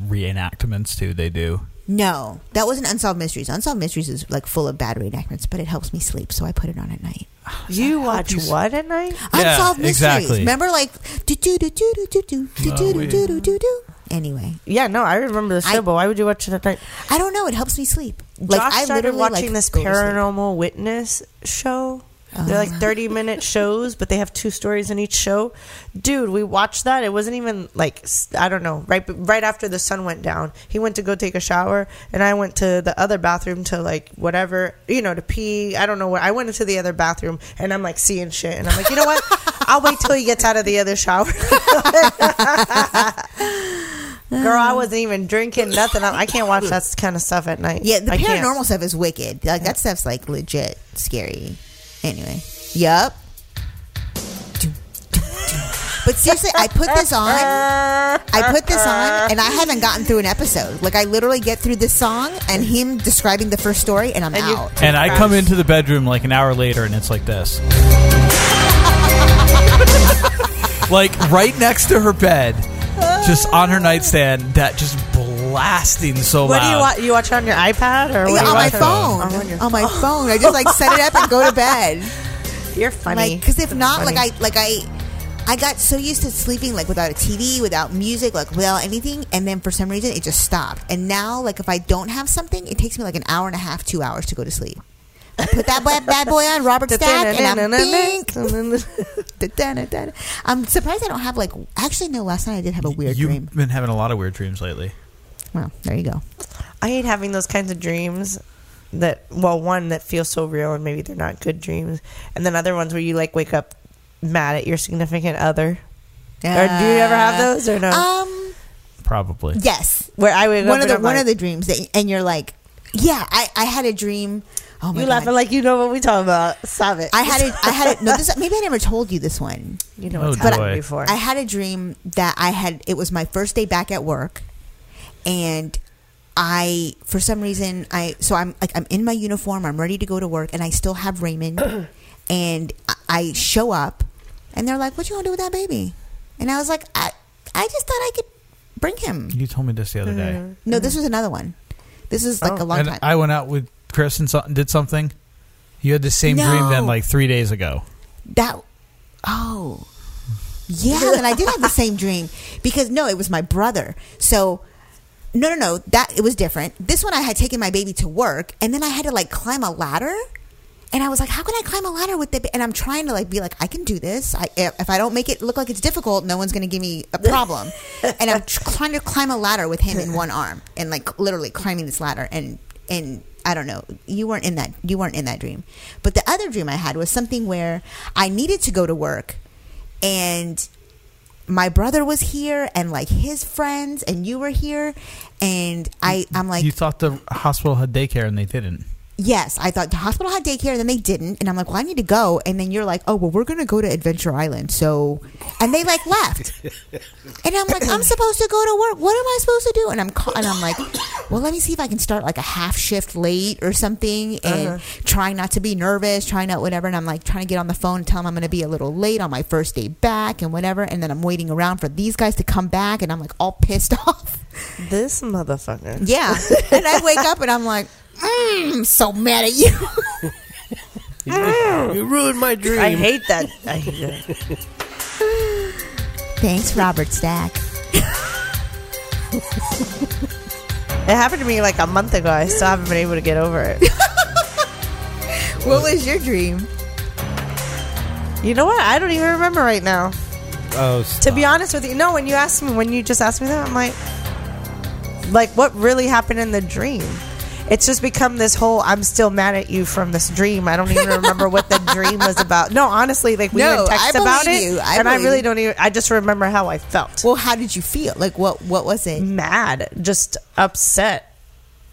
Speaker 1: reenactments too? They do.
Speaker 5: No, that wasn't Unsolved Mysteries. Unsolved Mysteries is like full of bad reenactments, but it helps me sleep, so I put it on at night.
Speaker 4: [SIGHS] You watch what at night?
Speaker 1: Yeah,
Speaker 5: Unsolved Mysteries.
Speaker 1: exactly.
Speaker 5: Remember, like do do do do do do do do
Speaker 1: No
Speaker 5: do
Speaker 1: way.
Speaker 5: do do do do. Anyway,
Speaker 4: Yeah, no, I remember the show, but why would you watch it at night?
Speaker 5: I don't know. It helps me sleep.
Speaker 4: Josh
Speaker 5: Like I
Speaker 4: started
Speaker 5: literally,
Speaker 4: watching
Speaker 5: like,
Speaker 4: this
Speaker 5: go to sleep.
Speaker 4: paranormal witness show. They're
Speaker 5: [LAUGHS]
Speaker 4: like 30 minute shows, but they have two stories in each show. Dude, we watched that. It wasn't even like, s- I don't know, right right after the sun went down. He went to go take a shower, and I went to the other bathroom to like whatever, you know, to pee. I don't know where. I went into the other bathroom, and I'm like seeing shit. And I'm like, you know what? I'll wait till he gets out of the other shower. [LAUGHS] Girl, I wasn't even drinking nothing. I I can't watch that kind of stuff at night.
Speaker 5: Yeah, the
Speaker 4: I can't.
Speaker 5: paranormal stuff is wicked. Like that stuff's like legit scary. Anyway, yup. But seriously, I put this on. I put this on, and I haven't gotten through an episode. Like I literally get through this song and him describing the first story, and I'm out.
Speaker 1: And I come into the bedroom like an hour later, and it's like [LAUGHS] this. like right next to her bed, just on her nightstand, that just blasting so
Speaker 4: What do you
Speaker 1: loud.
Speaker 4: watch? You watch it on your iPad or
Speaker 5: Yeah,
Speaker 4: what?
Speaker 5: on my phone. On, my phone, I just like set it up and go to bed.
Speaker 4: You're funny.
Speaker 5: Like, because if
Speaker 4: That's
Speaker 5: not,
Speaker 4: funny.
Speaker 5: like I like I. I got so used to sleeping like without a TV, without music, like without anything, and then for some reason it just stopped. And now, like if I don't have something, it takes me like an hour and a half, two hours to go to sleep. I put that bad, bad boy on Robert Stack, and I'm bink. I'm surprised I don't have like. Actually, no. Last night I did have a weird
Speaker 1: You've
Speaker 5: dream.
Speaker 1: been having a lot of weird dreams lately.
Speaker 5: Well, there you go.
Speaker 4: [LAUGHS] I hate having those kinds of dreams that well one that feels so real and maybe they're not good dreams and then other ones where you like wake up mad at your significant other or do you ever have
Speaker 5: Uh,
Speaker 4: those or no
Speaker 5: Um,
Speaker 1: Probably.
Speaker 5: yes.
Speaker 4: where i wake
Speaker 5: one
Speaker 4: up
Speaker 5: of the
Speaker 4: and I'm
Speaker 5: one
Speaker 4: like,
Speaker 5: of the dreams that, and you're like, yeah, I I had a dream. Oh my
Speaker 4: you
Speaker 5: god.
Speaker 4: laughing like you know what we talking about stop it
Speaker 5: I had a, I had a, no.
Speaker 4: [LAUGHS]
Speaker 5: This [LAUGHS] maybe I never told you this one.
Speaker 4: You know Oh, it's happened boy. before.
Speaker 5: I had a dream that I had. It was my first day back at work, and I for some reason I so I'm like I'm in my uniform. I'm ready to go to work, and I still have
Speaker 4: [COUGHS]
Speaker 5: Raymond. and I, I show up, and they're like, "What you gonna do with that baby?" And I was like, "I I just thought I could bring him."
Speaker 1: You told me this the other
Speaker 4: Mm-hmm.
Speaker 1: day. Oh.
Speaker 5: No, this was another one. Mm. This is like a long
Speaker 1: and
Speaker 5: time.
Speaker 1: I went out with Chris and so- did something. You had the same dream
Speaker 5: No.
Speaker 1: then, like three days ago.
Speaker 5: That oh yeah, then I did have the same dream because no, it was my brother. So no, no, no, that it was different. This one I had taken my baby to work, and then I had to like climb a ladder. And I was like, "How can I climb a ladder with the?" Ba-? And I'm trying to like be like, "I can do this. I, if if I don't make it look like it's difficult, no one's going to give me a problem." and I'm tr- trying to climb a ladder with him in one arm, and like literally climbing this ladder. And and I don't know, you weren't in that. You weren't in that dream. But the other dream I had was something where I needed to go to work, and my brother was here, and like his friends, and you were here, and I I'm like,
Speaker 1: you thought the hospital had daycare and they didn't.
Speaker 5: Yes, I thought the hospital had daycare, and then they didn't, and I'm like, well, I need to go, and then you're like, oh, well, we're gonna go to Adventure Island, so, and they like left, and I'm like, I'm supposed to go to work. What am I supposed to do? And I'm ca- and I'm like, well, let me see if I can start like a half shift late or something, and
Speaker 4: Uh-huh.
Speaker 5: trying not to be nervous, trying not whatever. And I'm like trying to get on the phone and tell them I'm gonna be a little late on my first day back and whatever. And then I'm waiting around for these guys to come back, and I'm like all pissed [LAUGHS] off.
Speaker 4: this motherfucker [LAUGHS]
Speaker 5: Yeah, and I wake up and I'm like, mm, so mad at you.
Speaker 2: You ruined my dream.
Speaker 4: Mm. i hate that i hate that
Speaker 5: Thanks, Robert Stack.
Speaker 4: it happened to me like a month ago i still haven't been able to get over it
Speaker 5: [LAUGHS] What was your dream?
Speaker 4: You know what? I don't even remember right now.
Speaker 2: Oh,
Speaker 4: To be honest with you, no. When you asked me, when you just asked me that, I'm like, like what really happened in the dream? It's just become this whole "I'm still mad at you" from this dream. I don't even remember
Speaker 5: [LAUGHS]
Speaker 4: what the dream was about. No, honestly, like we
Speaker 5: No,
Speaker 4: would text
Speaker 5: I
Speaker 4: about
Speaker 5: believe
Speaker 4: it,
Speaker 5: you. I
Speaker 4: and I
Speaker 5: believe
Speaker 4: really
Speaker 5: you.
Speaker 4: don't even. I just remember how I felt.
Speaker 5: Well, how did you feel? Like what? What was it?
Speaker 4: Mad, just upset.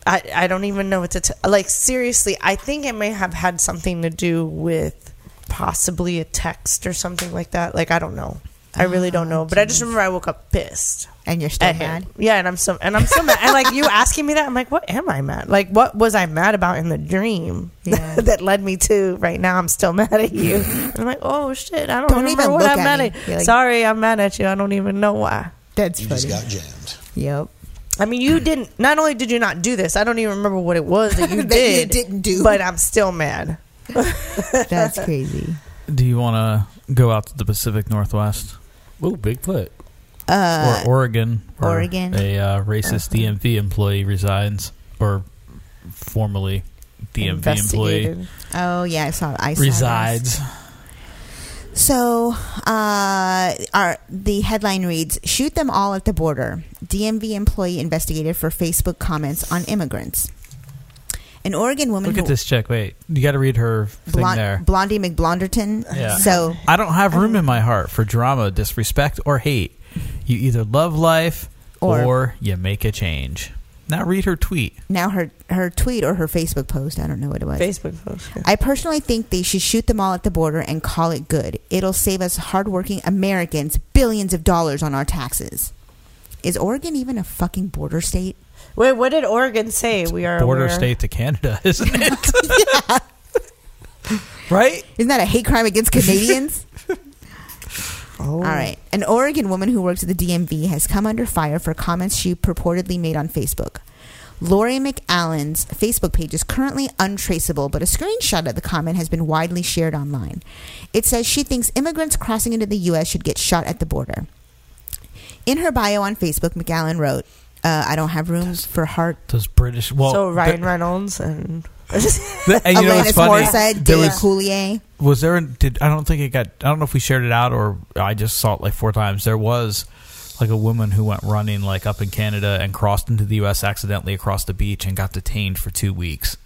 Speaker 4: I I don't even know what to t- like. Seriously, I think it may have had something to do with possibly a text or something like that. Like I don't know. I really don't know. But I just remember I woke up pissed.
Speaker 5: And you're still
Speaker 4: at him.
Speaker 5: mad?
Speaker 4: Yeah, and I'm so and I'm so mad. And like you asking me that, I'm like, what am I mad? Like what was I mad about in
Speaker 5: [LAUGHS]
Speaker 4: the dream [LAUGHS] that led me to right now? I'm still mad at you. And I'm like, oh shit, I don't,
Speaker 5: Don't
Speaker 4: remember
Speaker 5: even
Speaker 4: what
Speaker 5: look
Speaker 4: I'm
Speaker 5: at
Speaker 4: mad
Speaker 5: me.
Speaker 4: at.
Speaker 5: You're like-
Speaker 4: Sorry, I'm mad at you. I don't even know why.
Speaker 5: That's
Speaker 4: You
Speaker 5: funny.
Speaker 4: just got
Speaker 5: jammed. Yep.
Speaker 4: I mean, you didn't. Not only did you not do this, I don't even remember what it
Speaker 5: [LAUGHS]
Speaker 4: was that you
Speaker 5: That you
Speaker 4: did.
Speaker 5: didn't do.
Speaker 4: but I'm still mad. [LAUGHS]
Speaker 5: That's crazy.
Speaker 1: Do you want to go out to the Pacific Northwest?
Speaker 2: Ooh, Bigfoot.
Speaker 5: Uh,
Speaker 1: or Oregon. where
Speaker 5: Oregon. Uh-huh.
Speaker 1: A uh, racist DMV employee resigns, or formerly DMV employee
Speaker 5: Investigated. Oh yeah, I saw. I saw this.
Speaker 1: resides.
Speaker 5: So, uh, our the headline reads: "Shoot them all at the border." DMV employee investigated for Facebook comments on immigrants. An Oregon woman
Speaker 1: Look at
Speaker 5: who-
Speaker 1: this chick. Wait, you got to read her thing
Speaker 5: Blon-
Speaker 1: there.
Speaker 5: Blondie McBlonderton. So um,
Speaker 1: I don't have room in my heart for drama, disrespect, or hate. You either love life, Or,
Speaker 5: Or-
Speaker 1: you make a change. Now read her tweet.
Speaker 5: now her her tweet or her Facebook post. I don't know what it was.
Speaker 4: Facebook post.
Speaker 5: I personally think they should shoot them all at the border and call it good. It'll save us hardworking Americans billions of dollars on our taxes. Is Oregon even a fucking border state?
Speaker 4: Wait, what did Oregon say? We are
Speaker 1: Border
Speaker 4: aware-
Speaker 1: state to Canada, [LAUGHS] isn't it?
Speaker 4: [LAUGHS]
Speaker 1: [LAUGHS] Right?
Speaker 5: Isn't that a hate crime against Canadians? All right. An Oregon woman who works at the DMV has come under fire for comments she purportedly made on Facebook. Lori McAllen's Facebook page is currently untraceable, but a screenshot of the comment has been widely shared online. It says she thinks immigrants crossing into the U.S. should get shot at the border. In her bio on Facebook, McAllen wrote, uh, I don't have room for heart.
Speaker 1: Those British. Well,
Speaker 4: so Ryan
Speaker 1: th-
Speaker 4: Reynolds and
Speaker 1: th- and you know what's
Speaker 5: Alanis
Speaker 1: funny?
Speaker 5: Morissette,
Speaker 1: There
Speaker 5: Dave
Speaker 1: was-
Speaker 5: Coulier.
Speaker 1: was there did i don't think it got i don't know if we shared it out or i just saw it like four times there was like a woman who went running like up in canada and crossed into the us accidentally across the beach and got detained for two weeks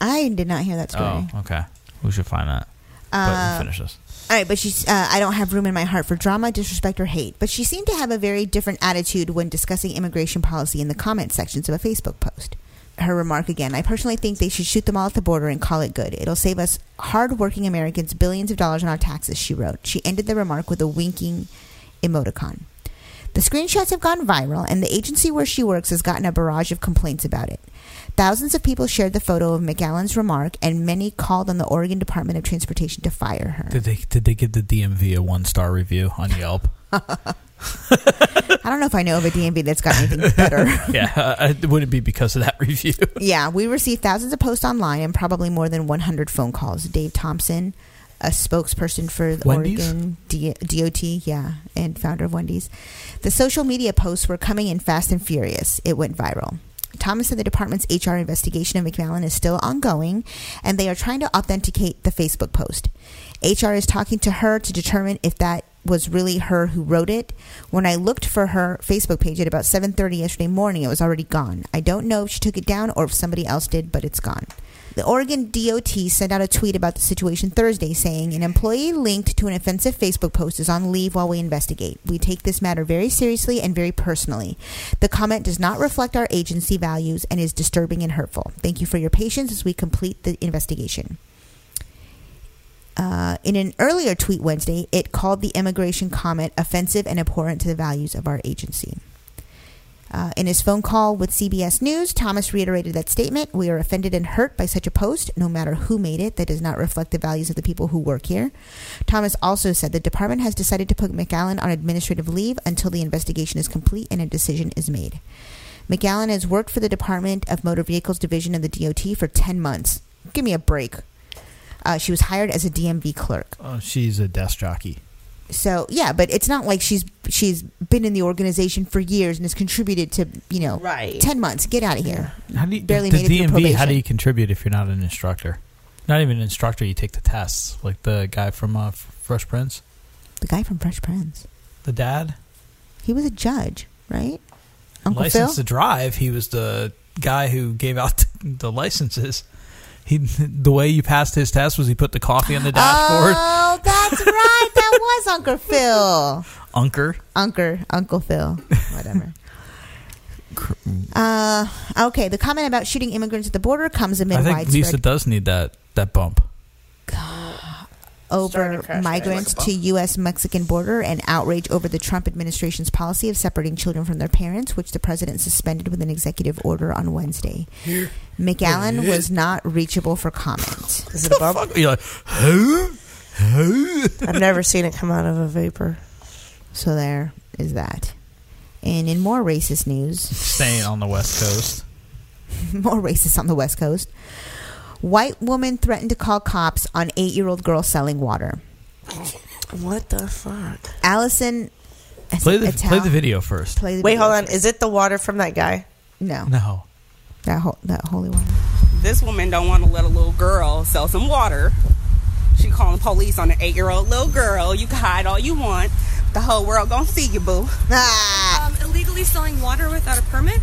Speaker 5: I did not hear that story.
Speaker 1: oh okay we should find that but
Speaker 5: Uh,
Speaker 1: we finish this
Speaker 5: All right, but she's. Uh, I don't have room in my heart for drama, disrespect, or hate. But she seemed to have a very different attitude when discussing immigration policy in the comment sections of a Facebook post. Her remark again: I personally think they should shoot them all at the border and call it good. It'll save us hardworking Americans billions of dollars on our taxes. She wrote. She ended the remark with a winking emoticon. The screenshots have gone viral, and the agency where she works has gotten a barrage of complaints about it. Thousands of people shared the photo of McAllen's remark, and many called on the Oregon Department of Transportation to fire her.
Speaker 1: did they did they give the dmv a one star review on
Speaker 5: [LAUGHS]
Speaker 1: yelp
Speaker 5: I don't know if I know of a DMV that's got anything better.
Speaker 1: yeah [LAUGHS] uh, it wouldn't be because of that [LAUGHS] review
Speaker 5: yeah, we received thousands of posts online and probably more than 100 phone calls. Dave Thompson, a spokesperson for the
Speaker 1: Wendy's?
Speaker 5: Oregon D- DOT, yeah, and founder of Wendy's. The social media posts were coming in fast and furious. It went viral. Thomas said the department's HR investigation of McMillan is still ongoing, and they are trying to authenticate the Facebook post. HR is talking to her to determine if that was really her who wrote it. When I looked for her Facebook page at about 7:30 yesterday morning, it was already gone. I don't know if she took it down or if somebody else did, but it's gone. The Oregon DOT sent out a tweet about the situation Thursday saying an employee linked to an offensive Facebook post is on leave while we investigate. We take this matter very seriously and very personally. The comment does not reflect our agency values and is disturbing and hurtful. Thank you for your patience as we complete the investigation. Uh, in an earlier tweet Wednesday, it called the immigration comment offensive and abhorrent to the values of our agency. Uh, in his phone call with CBS News, Thomas reiterated that statement We are offended and hurt by such a post, no matter who made it, that does not reflect the values of the people who work here. Thomas also said the department has decided to put McAllen on administrative leave until the investigation is complete and a decision is made. McAllen has worked for the Department of Motor Vehicles Division of the DOT for 10 months. Give me a break. Uh, she was hired as a DMV clerk.
Speaker 1: oh, she's a desk jockey
Speaker 5: So yeah, but it's not like she's she's been in the organization for years and has contributed to you know
Speaker 4: Right.
Speaker 5: ten months. Get out of here.
Speaker 1: how do you
Speaker 5: barely
Speaker 1: the
Speaker 5: made it through
Speaker 1: dmv how do
Speaker 5: probation.
Speaker 1: you contribute if you're not an instructor not even an instructor you take the tests like the guy from uh, fresh prince
Speaker 5: The guy from Fresh Prince.
Speaker 1: the dad
Speaker 5: He was a judge, right? Uncle Phil.
Speaker 1: license to drive. He was the guy who gave out [LAUGHS] the licenses. He the way you passed his test was he put the coffee on the dashboard.
Speaker 5: Oh, that's right. That was Uncle Phil.
Speaker 1: Unker.
Speaker 5: Uncle Uncle Phil. Ah. Whatever. Uh, okay. The comment about shooting immigrants at the border comes amid
Speaker 1: I think
Speaker 5: widespread
Speaker 1: Lisa does need that that bump.
Speaker 5: over migrants to U.S. Mexican border and outrage over the Trump administration's policy of separating children from their parents, which the president suspended with an executive order on Wednesday.
Speaker 1: Here.
Speaker 5: McAllen
Speaker 1: Here.
Speaker 5: was not reachable for comment.
Speaker 4: Is it a bump?
Speaker 1: You're like, huh? Huh?
Speaker 4: I've never seen it come out of a vapor.
Speaker 5: So there is that. And in more racist news, [LAUGHS]
Speaker 1: Staying on the West Coast.
Speaker 5: more racist on the West Coast, white woman threatened to call cops on eight-year-old girl selling water.
Speaker 4: What the fuck?
Speaker 5: Allison, I
Speaker 1: Play the
Speaker 5: think Attal-
Speaker 1: play the video first.
Speaker 5: Play the
Speaker 4: Wait,
Speaker 5: video.
Speaker 4: hold on. Is it the water from that guy? [LAUGHS]
Speaker 5: No.
Speaker 1: No.
Speaker 5: That, ho- that holy water.
Speaker 6: this woman don't want to let a little girl sell some water. She calling police on an eight-year-old little girl. You can hide all you want. The whole world gonna see you, boo.
Speaker 5: Um,
Speaker 6: illegally selling water without a permit?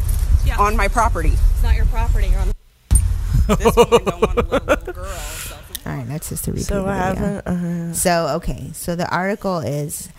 Speaker 6: Yeah. On my property.
Speaker 9: It's not your property. You're on the
Speaker 6: This woman don't want to let a little girl sell some
Speaker 5: All right, that's just the repeat.
Speaker 4: So what
Speaker 5: video.
Speaker 4: happened? Uh-huh.
Speaker 5: So okay, so the article is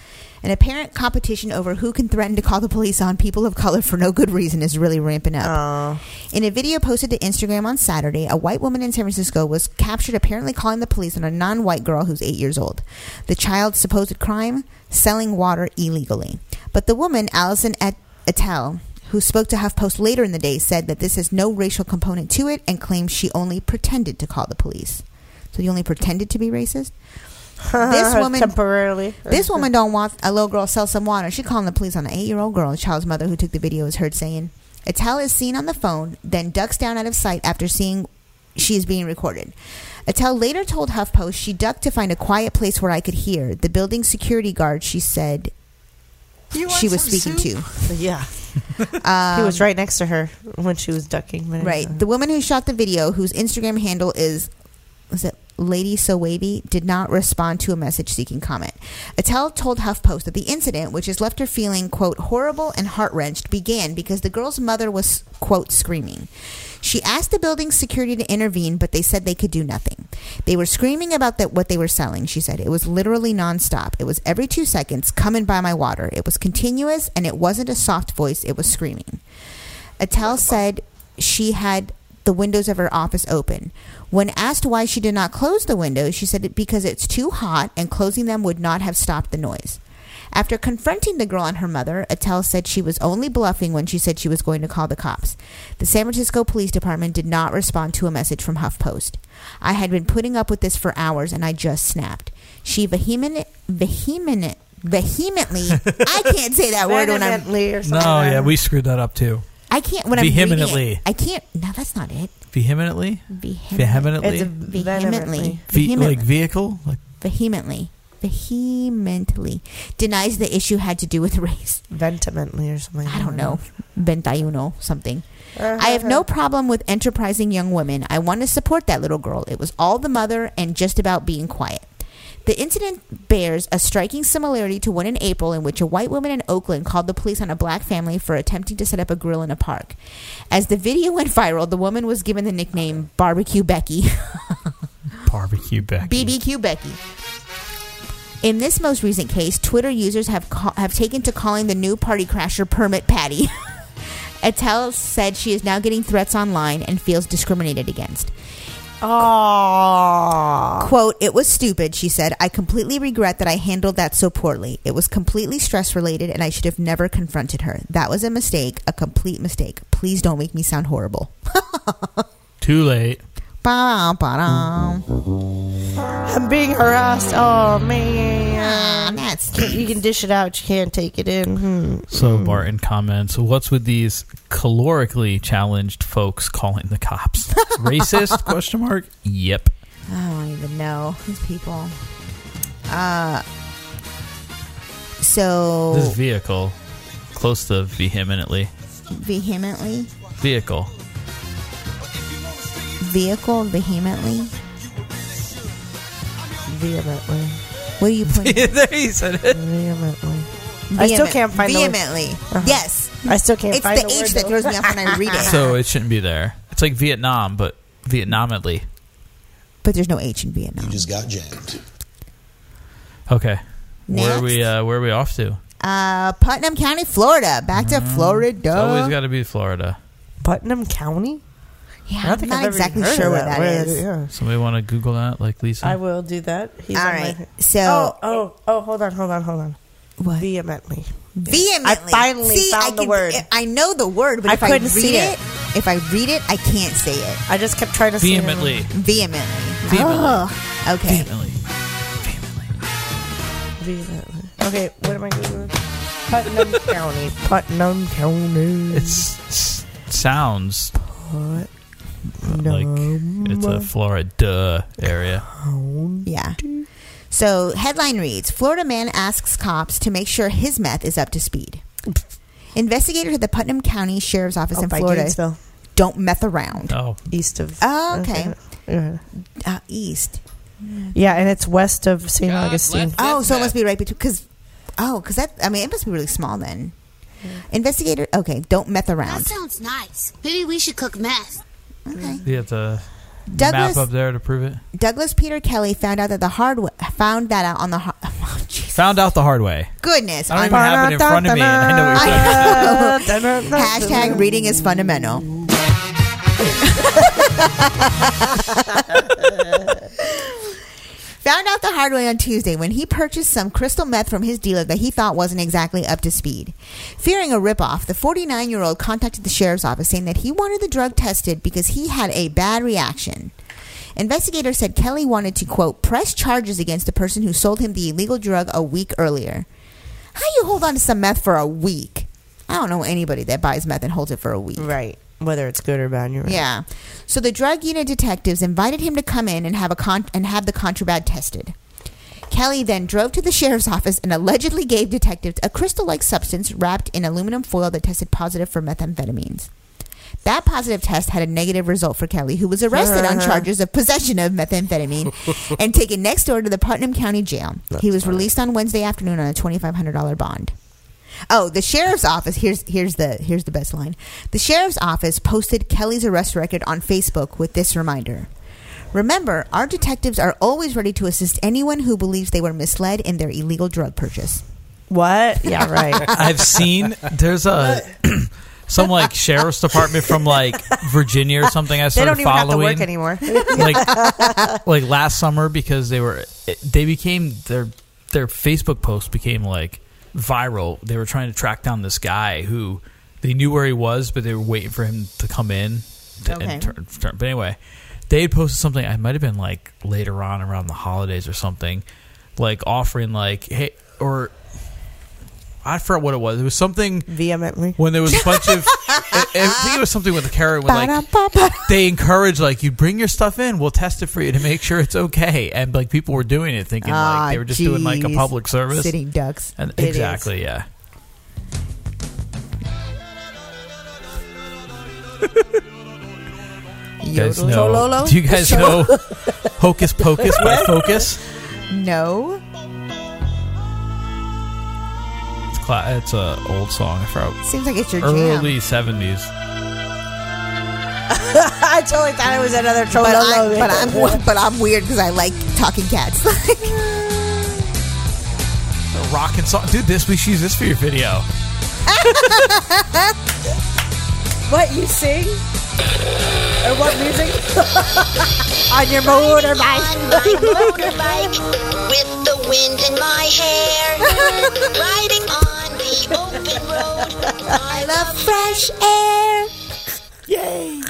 Speaker 5: an apparent competition over who can threaten to call the police on people of color for no good reason is really ramping up. In a video posted to Instagram on Saturday, a white woman in San Francisco was captured apparently calling the police on a non-white girl who's eight years old. The child's supposed crime: selling water illegally. But the woman, Allison Et- Etel. Who spoke to HuffPost later in the day said that this has no racial component to it and claims she only pretended to call the police. So you only pretended to be racist.
Speaker 4: [LAUGHS]
Speaker 5: this woman
Speaker 4: Uh-huh. temporarily.
Speaker 5: This woman don't want a little girl to sell some water. She calling the police on an eight-year-old girl. The child's mother, who took the video, is heard saying, "Atal is seen on the phone, then ducks down out of sight after seeing she is being recorded." Atal later told HuffPost she ducked to find a quiet place where I could hear the building security guard. She said she was speaking to.
Speaker 4: Yeah.
Speaker 5: Um,
Speaker 4: he was right next to her when she was ducking. but-
Speaker 5: Right. The woman who shot the video, whose Instagram handle is was it Lady So Wavy, did not respond to a message seeking comment. Attell told HuffPost that the incident, which has left her feeling quote horrible and heart wrenched, began because the girl's mother was quote screaming. She asked the building's security to intervene, but they said they could do nothing. They were screaming about that what they were selling, she said. It was literally nonstop. It was every two seconds, come and buy my water. It was continuous and it wasn't a soft voice, it was screaming. Attell said she had the windows of her office open. When asked why she did not close the windows, she said it because it's too hot and closing them would not have stopped the noise. After confronting the girl and her mother, Attell said she was only bluffing when she said she was going to call the cops. The San Francisco Police Department did not respond to a message from HuffPost. I had been putting up with this for hours and I just snapped. She vehement, vehement, vehemently, I can't say that word when I'm
Speaker 4: Vehemently or
Speaker 1: No, yeah, we screwed that up too.
Speaker 5: I can't when I'm reading
Speaker 1: Vehemently.
Speaker 5: it, I can't. No, that's not it.
Speaker 1: Vehemently? Vehemently?
Speaker 5: vehemently,
Speaker 1: Ve-
Speaker 5: vehemently,
Speaker 1: like vehicle? Like
Speaker 5: vehemently, vehemently denies the issue had to do with [LAUGHS] race.
Speaker 4: Ventimently or something. Uh-huh.
Speaker 5: I don't know. Ventayuno something. I have no problem with enterprising young women. I want to support that little girl. It was all the mother and just about being quiet. The incident bears a striking similarity to one in April in which a white woman in Oakland called the police on a black family for attempting to set up a grill in a park. As the video went viral, the woman was given the nickname Barbecue Becky. [LAUGHS]
Speaker 1: barbecue back.
Speaker 5: BBQ Becky. In this most recent case, Twitter users have ca- have taken to calling the new party crasher Permit Patty. [LAUGHS] Attell said she is now getting threats online and feels discriminated against.
Speaker 4: Oh.
Speaker 5: Quote, it was stupid, she said. I completely regret that I handled that so poorly. It was completely stress related and I should have never confronted her. That was a mistake, a complete mistake. Please don't make me sound horrible. [LAUGHS]
Speaker 1: Too late.
Speaker 5: Ba ba
Speaker 4: I'm being harassed. Oh man,
Speaker 5: that's
Speaker 4: you can dish it out. You can't take it in. Hmm.
Speaker 1: So Barton comments, "What's with these calorically challenged folks calling the cops? Mm-hmm. Racist? Question mark. Yep.
Speaker 5: I don't even know these people. Uh, so
Speaker 1: This vehicle, close to vehemently,
Speaker 5: vehemently,
Speaker 1: vehicle.
Speaker 5: vehicle vehemently,
Speaker 4: Vehemently.
Speaker 5: What are
Speaker 6: [LAUGHS]
Speaker 5: you playing?
Speaker 1: there he said it.
Speaker 4: Vehemently. I still
Speaker 5: Vehement-
Speaker 4: can't find the word.
Speaker 5: vehemently.
Speaker 4: Uh-huh.
Speaker 5: Yes,
Speaker 4: I still can't
Speaker 5: It's
Speaker 4: find
Speaker 5: the
Speaker 4: the word,
Speaker 5: H that
Speaker 4: though.
Speaker 5: throws me off when I read
Speaker 4: [LAUGHS]
Speaker 5: it.
Speaker 1: So it shouldn't be there. It's like Vietnam, but Vietnamitly.
Speaker 5: but there's no H in Vietnam.
Speaker 1: just got jacked. Okay. Where are we? Uh, where are we off to?
Speaker 5: Uh, Putnam County, Florida. Back to Florida.
Speaker 1: Mm-hmm. It's always got to be Florida.
Speaker 4: Putnam County.
Speaker 5: Yeah,
Speaker 4: I don't think
Speaker 5: I'm not
Speaker 4: I've ever
Speaker 5: exactly
Speaker 4: heard of
Speaker 5: sure where that
Speaker 4: Where-
Speaker 5: is.
Speaker 4: yeah.
Speaker 1: Somebody want to Google that, like Lisa?
Speaker 4: I will do that. He's
Speaker 5: All
Speaker 4: on my-
Speaker 5: right, so-
Speaker 4: oh, oh, oh, hold on, hold on, hold on.
Speaker 5: What?
Speaker 4: Vehemently.
Speaker 5: Vehemently.
Speaker 4: I finally
Speaker 5: See,
Speaker 4: found
Speaker 5: I
Speaker 4: the
Speaker 5: can-
Speaker 4: word.
Speaker 5: I know the word, but
Speaker 4: I
Speaker 5: if I
Speaker 4: couldn't
Speaker 5: read
Speaker 4: see it.
Speaker 5: it, if I read it, I can't say it.
Speaker 4: I just kept trying to say it.
Speaker 1: Vehemently.
Speaker 5: Vehemently.
Speaker 1: Vehemently.
Speaker 5: Oh, okay.
Speaker 1: Vehemently.
Speaker 4: Vehemently. Okay, what am I doing? Putnam
Speaker 5: [LAUGHS]
Speaker 4: County. Putnam County.
Speaker 1: It's s- sounds like it's a Florida area.
Speaker 5: Yeah. So, headline reads Florida man asks cops to make sure his meth is up to speed. Investigators at the Putnam County Sheriff's Office
Speaker 4: Out
Speaker 5: in
Speaker 4: Oh, by
Speaker 5: Florida
Speaker 4: Gainesville.
Speaker 5: don't meth around.
Speaker 1: Oh.
Speaker 4: East of.
Speaker 5: Oh, okay.
Speaker 4: Yeah.
Speaker 5: Uh, east.
Speaker 4: Yeah, and it's west of St. Augustine.
Speaker 5: Oh, so it must be right between. Because, oh, because that, I mean, it must be really small then. Investigator, okay, don't meth around.
Speaker 10: sounds nice. Maybe we should cook meth.
Speaker 5: Okay.
Speaker 1: Yeah, the
Speaker 5: Douglas-
Speaker 1: map up there to prove it.
Speaker 5: Douglas Peter Kelly found out that the hard w- found that out on the har- oh, gee,
Speaker 1: Found out the hard way.
Speaker 5: goodness.
Speaker 1: I don't
Speaker 5: on-
Speaker 1: even have it in front of me. [LAUGHS] and I know what you're saying.
Speaker 5: Hashtag reading is fundamental. Found out the hard way on Tuesday when he purchased some crystal meth from his dealer that he thought wasn't exactly up to speed. Fearing a ripoff, the 49 year old contacted the sheriff's office saying that he wanted the drug tested because he had a bad reaction. Investigators said Kelly wanted to, quote, press charges against the person who sold him the illegal drug a week earlier. How you hold on to some meth for a week? I don't know anybody that buys meth and holds it for a week.
Speaker 4: Right. Whether it's good or bad, you're right.
Speaker 5: Yeah. So the drug unit detectives invited him to come in and have a con- and have the contraband tested. Kelly then drove to the sheriff's office and allegedly gave detectives a crystal-like substance wrapped in aluminum foil that tested positive for methamphetamines. That positive test had a negative result for Kelly, who was arrested
Speaker 4: Uh-huh.
Speaker 5: on charges of possession of methamphetamine
Speaker 4: [LAUGHS]
Speaker 5: and taken next door to the Putnam County Jail. he was released on Wednesday afternoon on a twenty-five hundred dollar bond. Oh, the sheriff's office. Here's here's the here's the best line. The sheriff's office posted Kelly's arrest record on Facebook with this reminder. Remember, our detectives are always ready to assist anyone who believes they were misled in their illegal drug purchase.
Speaker 4: What? [LAUGHS] Yeah, right.
Speaker 1: [LAUGHS] I've
Speaker 4: [LAUGHS]
Speaker 1: seen there's a [CLEARS THROAT] some like sheriff's department from like Virginia or
Speaker 5: [LAUGHS]
Speaker 1: something. I
Speaker 4: They
Speaker 1: started
Speaker 4: don't even have to
Speaker 1: following
Speaker 4: work anymore.
Speaker 1: [LAUGHS] like like last summer because they were they became their their Facebook post became like viral. They were trying to track down this guy who they knew where he was, but they were waiting for him to come in. To,
Speaker 5: Okay.
Speaker 1: and turn, turn. But anyway, they had posted something. I might have been like later on around the holidays or something, like offering like hey or. I forgot what it was. It was something
Speaker 4: vehemently
Speaker 1: when there was a bunch of. I, I think it was something with the carrot with like
Speaker 10: [LAUGHS]
Speaker 1: they encourage like you bring your stuff in, we'll test it for you to make sure it's okay. And like people were doing it thinking
Speaker 5: Ah,
Speaker 1: like they were just doing like a
Speaker 5: geez.
Speaker 1: public service.
Speaker 5: Sitting ducks.
Speaker 1: And
Speaker 5: It is. [LAUGHS]
Speaker 1: exactly, yeah. You guys
Speaker 5: Yodel.
Speaker 1: know?
Speaker 5: Tololo?
Speaker 1: Do you
Speaker 4: [LAUGHS]
Speaker 1: guys
Speaker 5: Tol-
Speaker 1: know
Speaker 5: [LAUGHS]
Speaker 1: Hocus Pocus by Focus?
Speaker 5: No.
Speaker 1: It's cla- it's a old song. I forgot.
Speaker 5: Seems like it's your jam.
Speaker 1: early seventies.
Speaker 4: I totally thought it was another troll.
Speaker 5: But, I, but I'm but I'm weird because I like talking cats. [LAUGHS]
Speaker 1: The rockin' song, dude. This we should use this for your video.
Speaker 4: what you sing or what music on
Speaker 1: [LAUGHS]
Speaker 4: your motorbike?
Speaker 10: motorbike with the wind in my hair, riding on the open road. I love fresh air.
Speaker 4: Yay!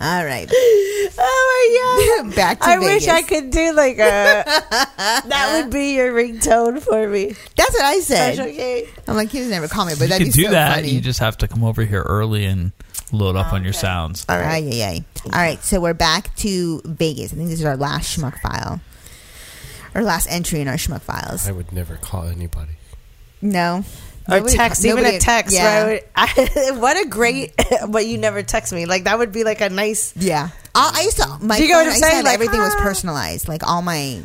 Speaker 5: All [LAUGHS] right.
Speaker 4: [LAUGHS] Oh my god!
Speaker 5: Back to
Speaker 4: I
Speaker 5: Vegas.
Speaker 4: wish I could do like [LAUGHS] a. that would be your ringtone for me.
Speaker 5: That's what I said.
Speaker 4: Special K.
Speaker 5: I'm like, he doesn't ever call me, but
Speaker 1: you
Speaker 5: that'd
Speaker 1: can
Speaker 5: be
Speaker 1: do
Speaker 5: so
Speaker 1: that.
Speaker 5: funny.
Speaker 1: You just have to come over here early and load up on your sounds.
Speaker 5: All right. Ay, ay, ay. All right. So we're back to Vegas. I think this is our last schmuck file. Our last entry in our schmuck files.
Speaker 2: I would never call anybody.
Speaker 5: No.
Speaker 4: Or
Speaker 5: Nobody-
Speaker 4: text, even
Speaker 5: nobody-
Speaker 4: a text.
Speaker 5: yeah.
Speaker 4: Right? I, [LAUGHS] what a great, but you never text me. Like that would be like a nice.
Speaker 5: Yeah. I, I used to. My
Speaker 4: Do you get what
Speaker 5: phone, I
Speaker 4: I'm
Speaker 5: used to
Speaker 4: saying?
Speaker 5: have
Speaker 4: Like, [LAUGHS]
Speaker 5: everything was
Speaker 4: ah.
Speaker 5: personalized. Like all my,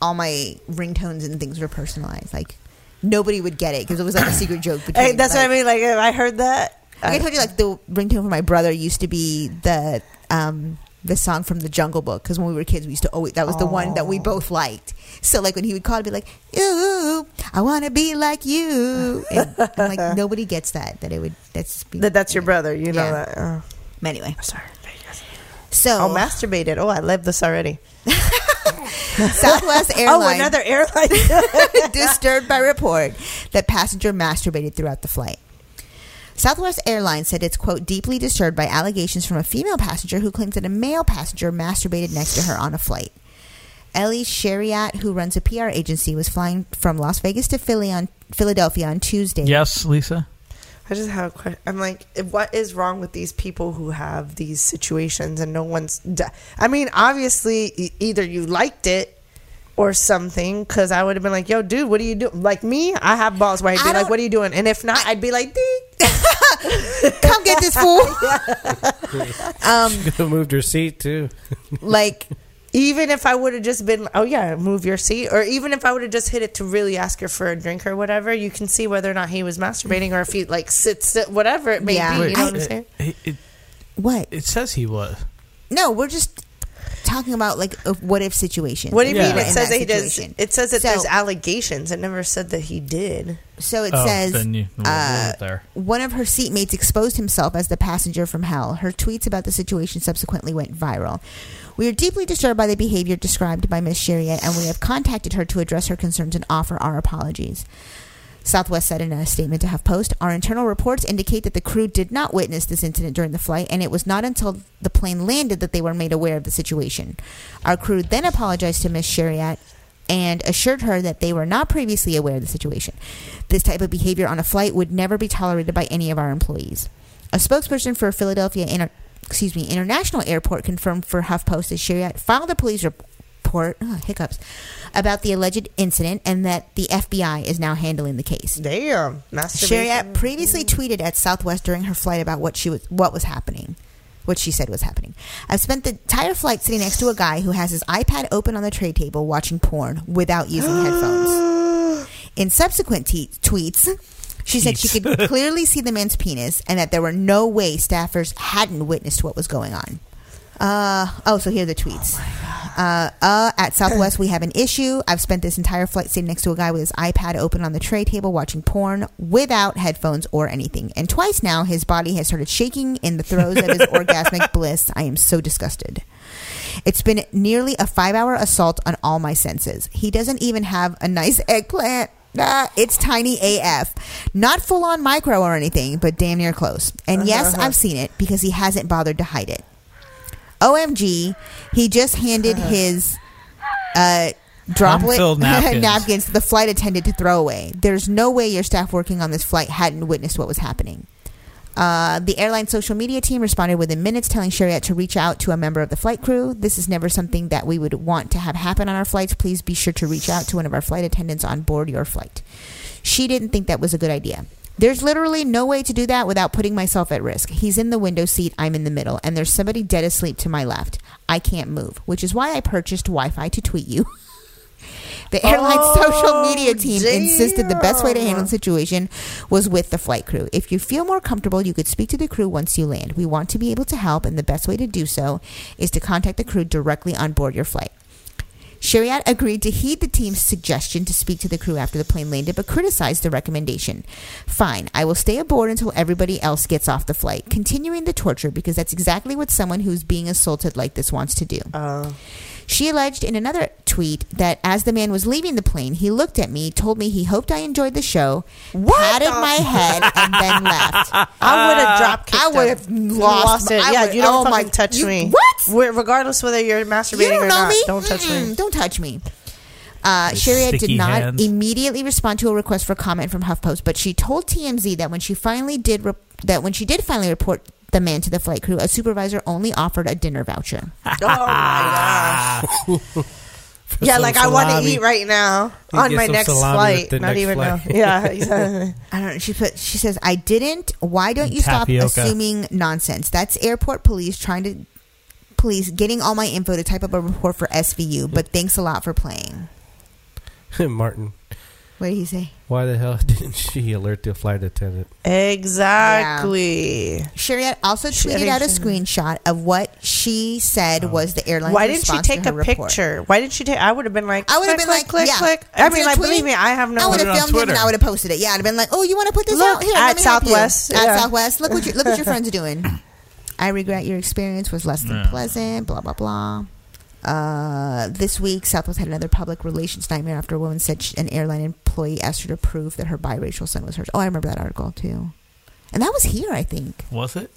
Speaker 5: all my ringtones and things were personalized. Like nobody would get it because it was like a secret joke between.
Speaker 4: Hey, that's
Speaker 5: like,
Speaker 4: what I mean. Like if I heard that.
Speaker 5: Like I told you, like the ringtone for my brother used to be the um the song from the Jungle Book because when we were kids, we used to always that was the one that we both liked. So like when he would call, it'd be like, "Ooh, I want to be like you." And, and, like nobody gets that that it would that's be,
Speaker 4: that that's your brother. You know
Speaker 5: Yeah.
Speaker 4: that. Oh.
Speaker 5: anyway.
Speaker 4: Sorry.
Speaker 5: So
Speaker 4: Oh, masturbated. Oh, I love this [LAUGHS] already.
Speaker 5: Southwest Airlines.
Speaker 4: [LAUGHS] Oh, another airline.
Speaker 5: [LAUGHS] disturbed by report that passenger masturbated throughout the flight. Southwest Airlines said it's quote deeply disturbed by allegations from a female passenger who claims that a male passenger masturbated next to her on a flight. Ellie Shariat, who runs a PR agency, was flying from Las Vegas to Philly on Philadelphia on Tuesday.
Speaker 1: Yes, Lisa.
Speaker 4: I just have a question. I'm like, what is wrong with these people who have these situations and no one's. d I I mean, obviously, e- either you liked it or something, because I would have been like, yo, dude, what are you doing? Like me, I have balls where I'd be like, what are you doing? And if not, I'd be like, Dee. [LAUGHS]
Speaker 5: Come get this fool.
Speaker 4: [LAUGHS]
Speaker 2: [LAUGHS]
Speaker 5: um,
Speaker 2: Could have moved her seat too. [LAUGHS]
Speaker 5: like,
Speaker 4: even if I would have just been, oh, yeah, move your seat. Or even if I would have just hit it to really ask her for a drink or whatever, you can see whether or not he was masturbating or if he, like, sits, sit- whatever it may
Speaker 5: Yeah.
Speaker 4: be. You
Speaker 5: Wait,
Speaker 4: know
Speaker 5: I-
Speaker 4: what I'm saying?
Speaker 1: It, it,
Speaker 5: what?
Speaker 1: it says he was.
Speaker 5: No, we're just talking about like a what if situation.
Speaker 4: What do you
Speaker 5: Like,
Speaker 4: mean?
Speaker 5: we're
Speaker 4: It
Speaker 5: in
Speaker 4: says that he does.
Speaker 5: situation.
Speaker 4: It says that
Speaker 5: So-
Speaker 4: there's allegations. It never said that he did.
Speaker 5: So it
Speaker 1: Oh,
Speaker 5: says
Speaker 1: then you- we'll- we'll
Speaker 5: uh,
Speaker 1: leave it there.
Speaker 5: one of her seatmates exposed himself as the passenger from hell. Her tweets about the situation subsequently went viral. We are deeply disturbed by the behavior described by Miss Sherriette, and we have contacted her to address her concerns and offer our apologies. Southwest said in a statement to HuffPost, our internal reports indicate that the crew did not witness this incident during the flight, and it was not until the plane landed that they were made aware of the situation. Our crew then apologized to Miss Shariat and assured her that they were not previously aware of the situation. This type of behavior on a flight would never be tolerated by any of our employees. A spokesperson for Philadelphia Inter- excuse me, International Airport confirmed for HuffPost that Shariat filed a police report oh, hiccups about the alleged incident and that the FBI is now handling the case.
Speaker 4: Damn, masturbation.
Speaker 5: Shariat previously tweeted at Southwest during her flight about what she was what was happening. What she said was happening. I've spent the entire flight sitting next to a guy who has his iPad open on the tray table watching porn without using headphones. In subsequent te- tweets, she said she could clearly see the man's penis and that there were no way staffers hadn't witnessed what was going on. Uh, oh, so here are the tweets. uh, uh, at Southwest, we have an issue. I've spent this entire flight sitting next to a guy with his iPad open on the tray table watching porn without headphones or anything. And twice now, his body has started shaking in the throes of his orgasmic bliss. I am so disgusted. It's been nearly a five hour assault on all my senses. He doesn't even have a nice eggplant. Ah, it's tiny AF. Not full on micro or anything, but damn near close. And yes, I've seen it because he hasn't bothered to hide it. OMG, he just handed his uh, droplet [LAUGHS]
Speaker 1: Unfilled napkins.
Speaker 5: napkins to the flight attendant to throw away. There's no way your staff working on this flight hadn't witnessed what was happening. Uh, the airline social media team responded within minutes, telling Shariat to reach out to a member of the flight crew. This is never something that we would want to have happen on our flights. Please be sure to reach out to one of our flight attendants on board your flight. She didn't think that was a good idea. There's literally no way to do that without putting myself at risk. He's in the window seat, I'm in the middle, and there's somebody dead asleep to my left. I can't move, which is why I purchased Wi Fi to tweet you. [LAUGHS] The airline's [LAUGHS] social media team insisted the best way to handle the situation was with the flight crew. If you feel more comfortable, you could speak to the crew once you land. We want to be able to help, and the best way to do so is to contact the crew directly on board your flight. Shariat agreed to heed the team's suggestion to speak to the crew after the plane landed, but criticized the recommendation. Fine, I will stay aboard until everybody else gets off the flight, continuing the torture because that's exactly what someone who's being assaulted like this wants to do.
Speaker 4: Uh.
Speaker 5: She alleged in another tweet that as the man was leaving the plane, he looked at me, told me he hoped I enjoyed the show, patted
Speaker 4: the- [LAUGHS]
Speaker 5: my head, and then left.
Speaker 4: I would have dropped.
Speaker 5: I would have lost,
Speaker 4: it.
Speaker 5: my- I
Speaker 4: yeah,
Speaker 5: would-
Speaker 4: you don't
Speaker 5: oh my-
Speaker 4: fucking touch
Speaker 5: you-
Speaker 4: me.
Speaker 5: What?
Speaker 4: We're- regardless whether you're masturbating
Speaker 5: You don't know
Speaker 4: or not,
Speaker 5: me?
Speaker 4: don't touch me.
Speaker 5: Mm-mm, Don't touch me. Uh, Sharia did
Speaker 4: sticky
Speaker 5: not
Speaker 4: hands.
Speaker 5: immediately respond to a request for comment from HuffPost, but she told TMZ that when she finally did re- that when she did finally report the man to the flight crew, a supervisor only offered a dinner
Speaker 4: [LAUGHS]
Speaker 5: voucher.
Speaker 4: Oh.
Speaker 5: [LAUGHS]
Speaker 4: yeah, like I want to eat right now
Speaker 5: You
Speaker 4: on
Speaker 5: get
Speaker 4: my
Speaker 5: some
Speaker 4: next
Speaker 5: salami
Speaker 4: flight.
Speaker 5: with the
Speaker 4: Not
Speaker 5: next
Speaker 4: even
Speaker 5: flight.
Speaker 4: know.
Speaker 5: [LAUGHS]
Speaker 4: Yeah, exactly.
Speaker 5: I don't know. She put. She says, "I didn't. Why don't you
Speaker 4: Tapioca.
Speaker 5: stop assuming nonsense? That's airport police trying to police getting all my info to type up a report for SVU. But thanks a lot for playing."
Speaker 2: Martin,
Speaker 5: What did he say?
Speaker 2: why the hell [LAUGHS] didn't she alert the flight attendant?
Speaker 4: Exactly.
Speaker 5: Shariat also
Speaker 4: She- I
Speaker 5: tweeted
Speaker 4: think
Speaker 5: out a
Speaker 4: she-
Speaker 5: screenshot of what she said was the airline.
Speaker 4: Why didn't she take a picture? Why didn't she take? I would have been like,
Speaker 5: I would have
Speaker 4: click,
Speaker 5: been like,
Speaker 4: click,
Speaker 5: yeah.
Speaker 4: click, click. I
Speaker 5: Instead
Speaker 4: mean,
Speaker 5: of
Speaker 4: like, believe
Speaker 5: tweeting,
Speaker 4: me, I have no.
Speaker 5: I would have filmed him and I would have posted it. Yeah, I'd have been like, "Oh, you want to put this
Speaker 4: Look,
Speaker 5: out here?
Speaker 4: at
Speaker 5: Let me help you."
Speaker 4: Southwest,
Speaker 5: at
Speaker 4: yeah.
Speaker 5: Southwest. Look what your, look what
Speaker 4: [LAUGHS]
Speaker 5: your friends are doing. I regret your experience was less than
Speaker 4: Yeah.
Speaker 5: pleasant. Blah blah blah. Uh, this week, Southwest had another public relations nightmare after a woman said she, an airline employee asked her to prove that her biracial son was hers. Oh, I remember that article too, and that was here, I
Speaker 4: [GASPS]
Speaker 5: think.
Speaker 1: Was it?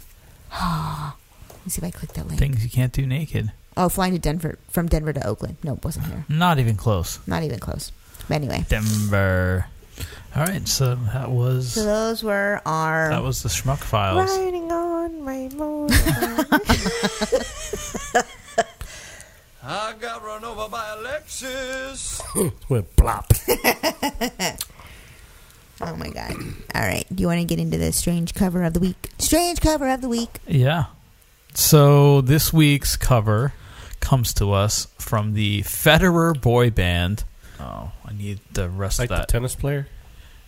Speaker 5: Let me see if I click that link.
Speaker 1: Things you can't do naked.
Speaker 5: Oh, flying to Denver from Denver to Oakland. No, it wasn't here.
Speaker 1: Not even close.
Speaker 5: Not even close. But anyway,
Speaker 1: Denver. All right, so that was
Speaker 5: so those were our
Speaker 1: that was the Schmuck Files.
Speaker 4: Riding on my [LAUGHS] motorcycle.
Speaker 9: I got run over by a Lexus.
Speaker 2: Went plop.
Speaker 5: [LAUGHS] Oh my god! All right, do you want to get into the strange cover of the week? Strange cover of the week.
Speaker 1: Yeah. So this week's cover comes to us from the Federer boy band. Oh, I need the rest
Speaker 2: Like
Speaker 1: of
Speaker 2: the
Speaker 1: that.
Speaker 2: tennis player?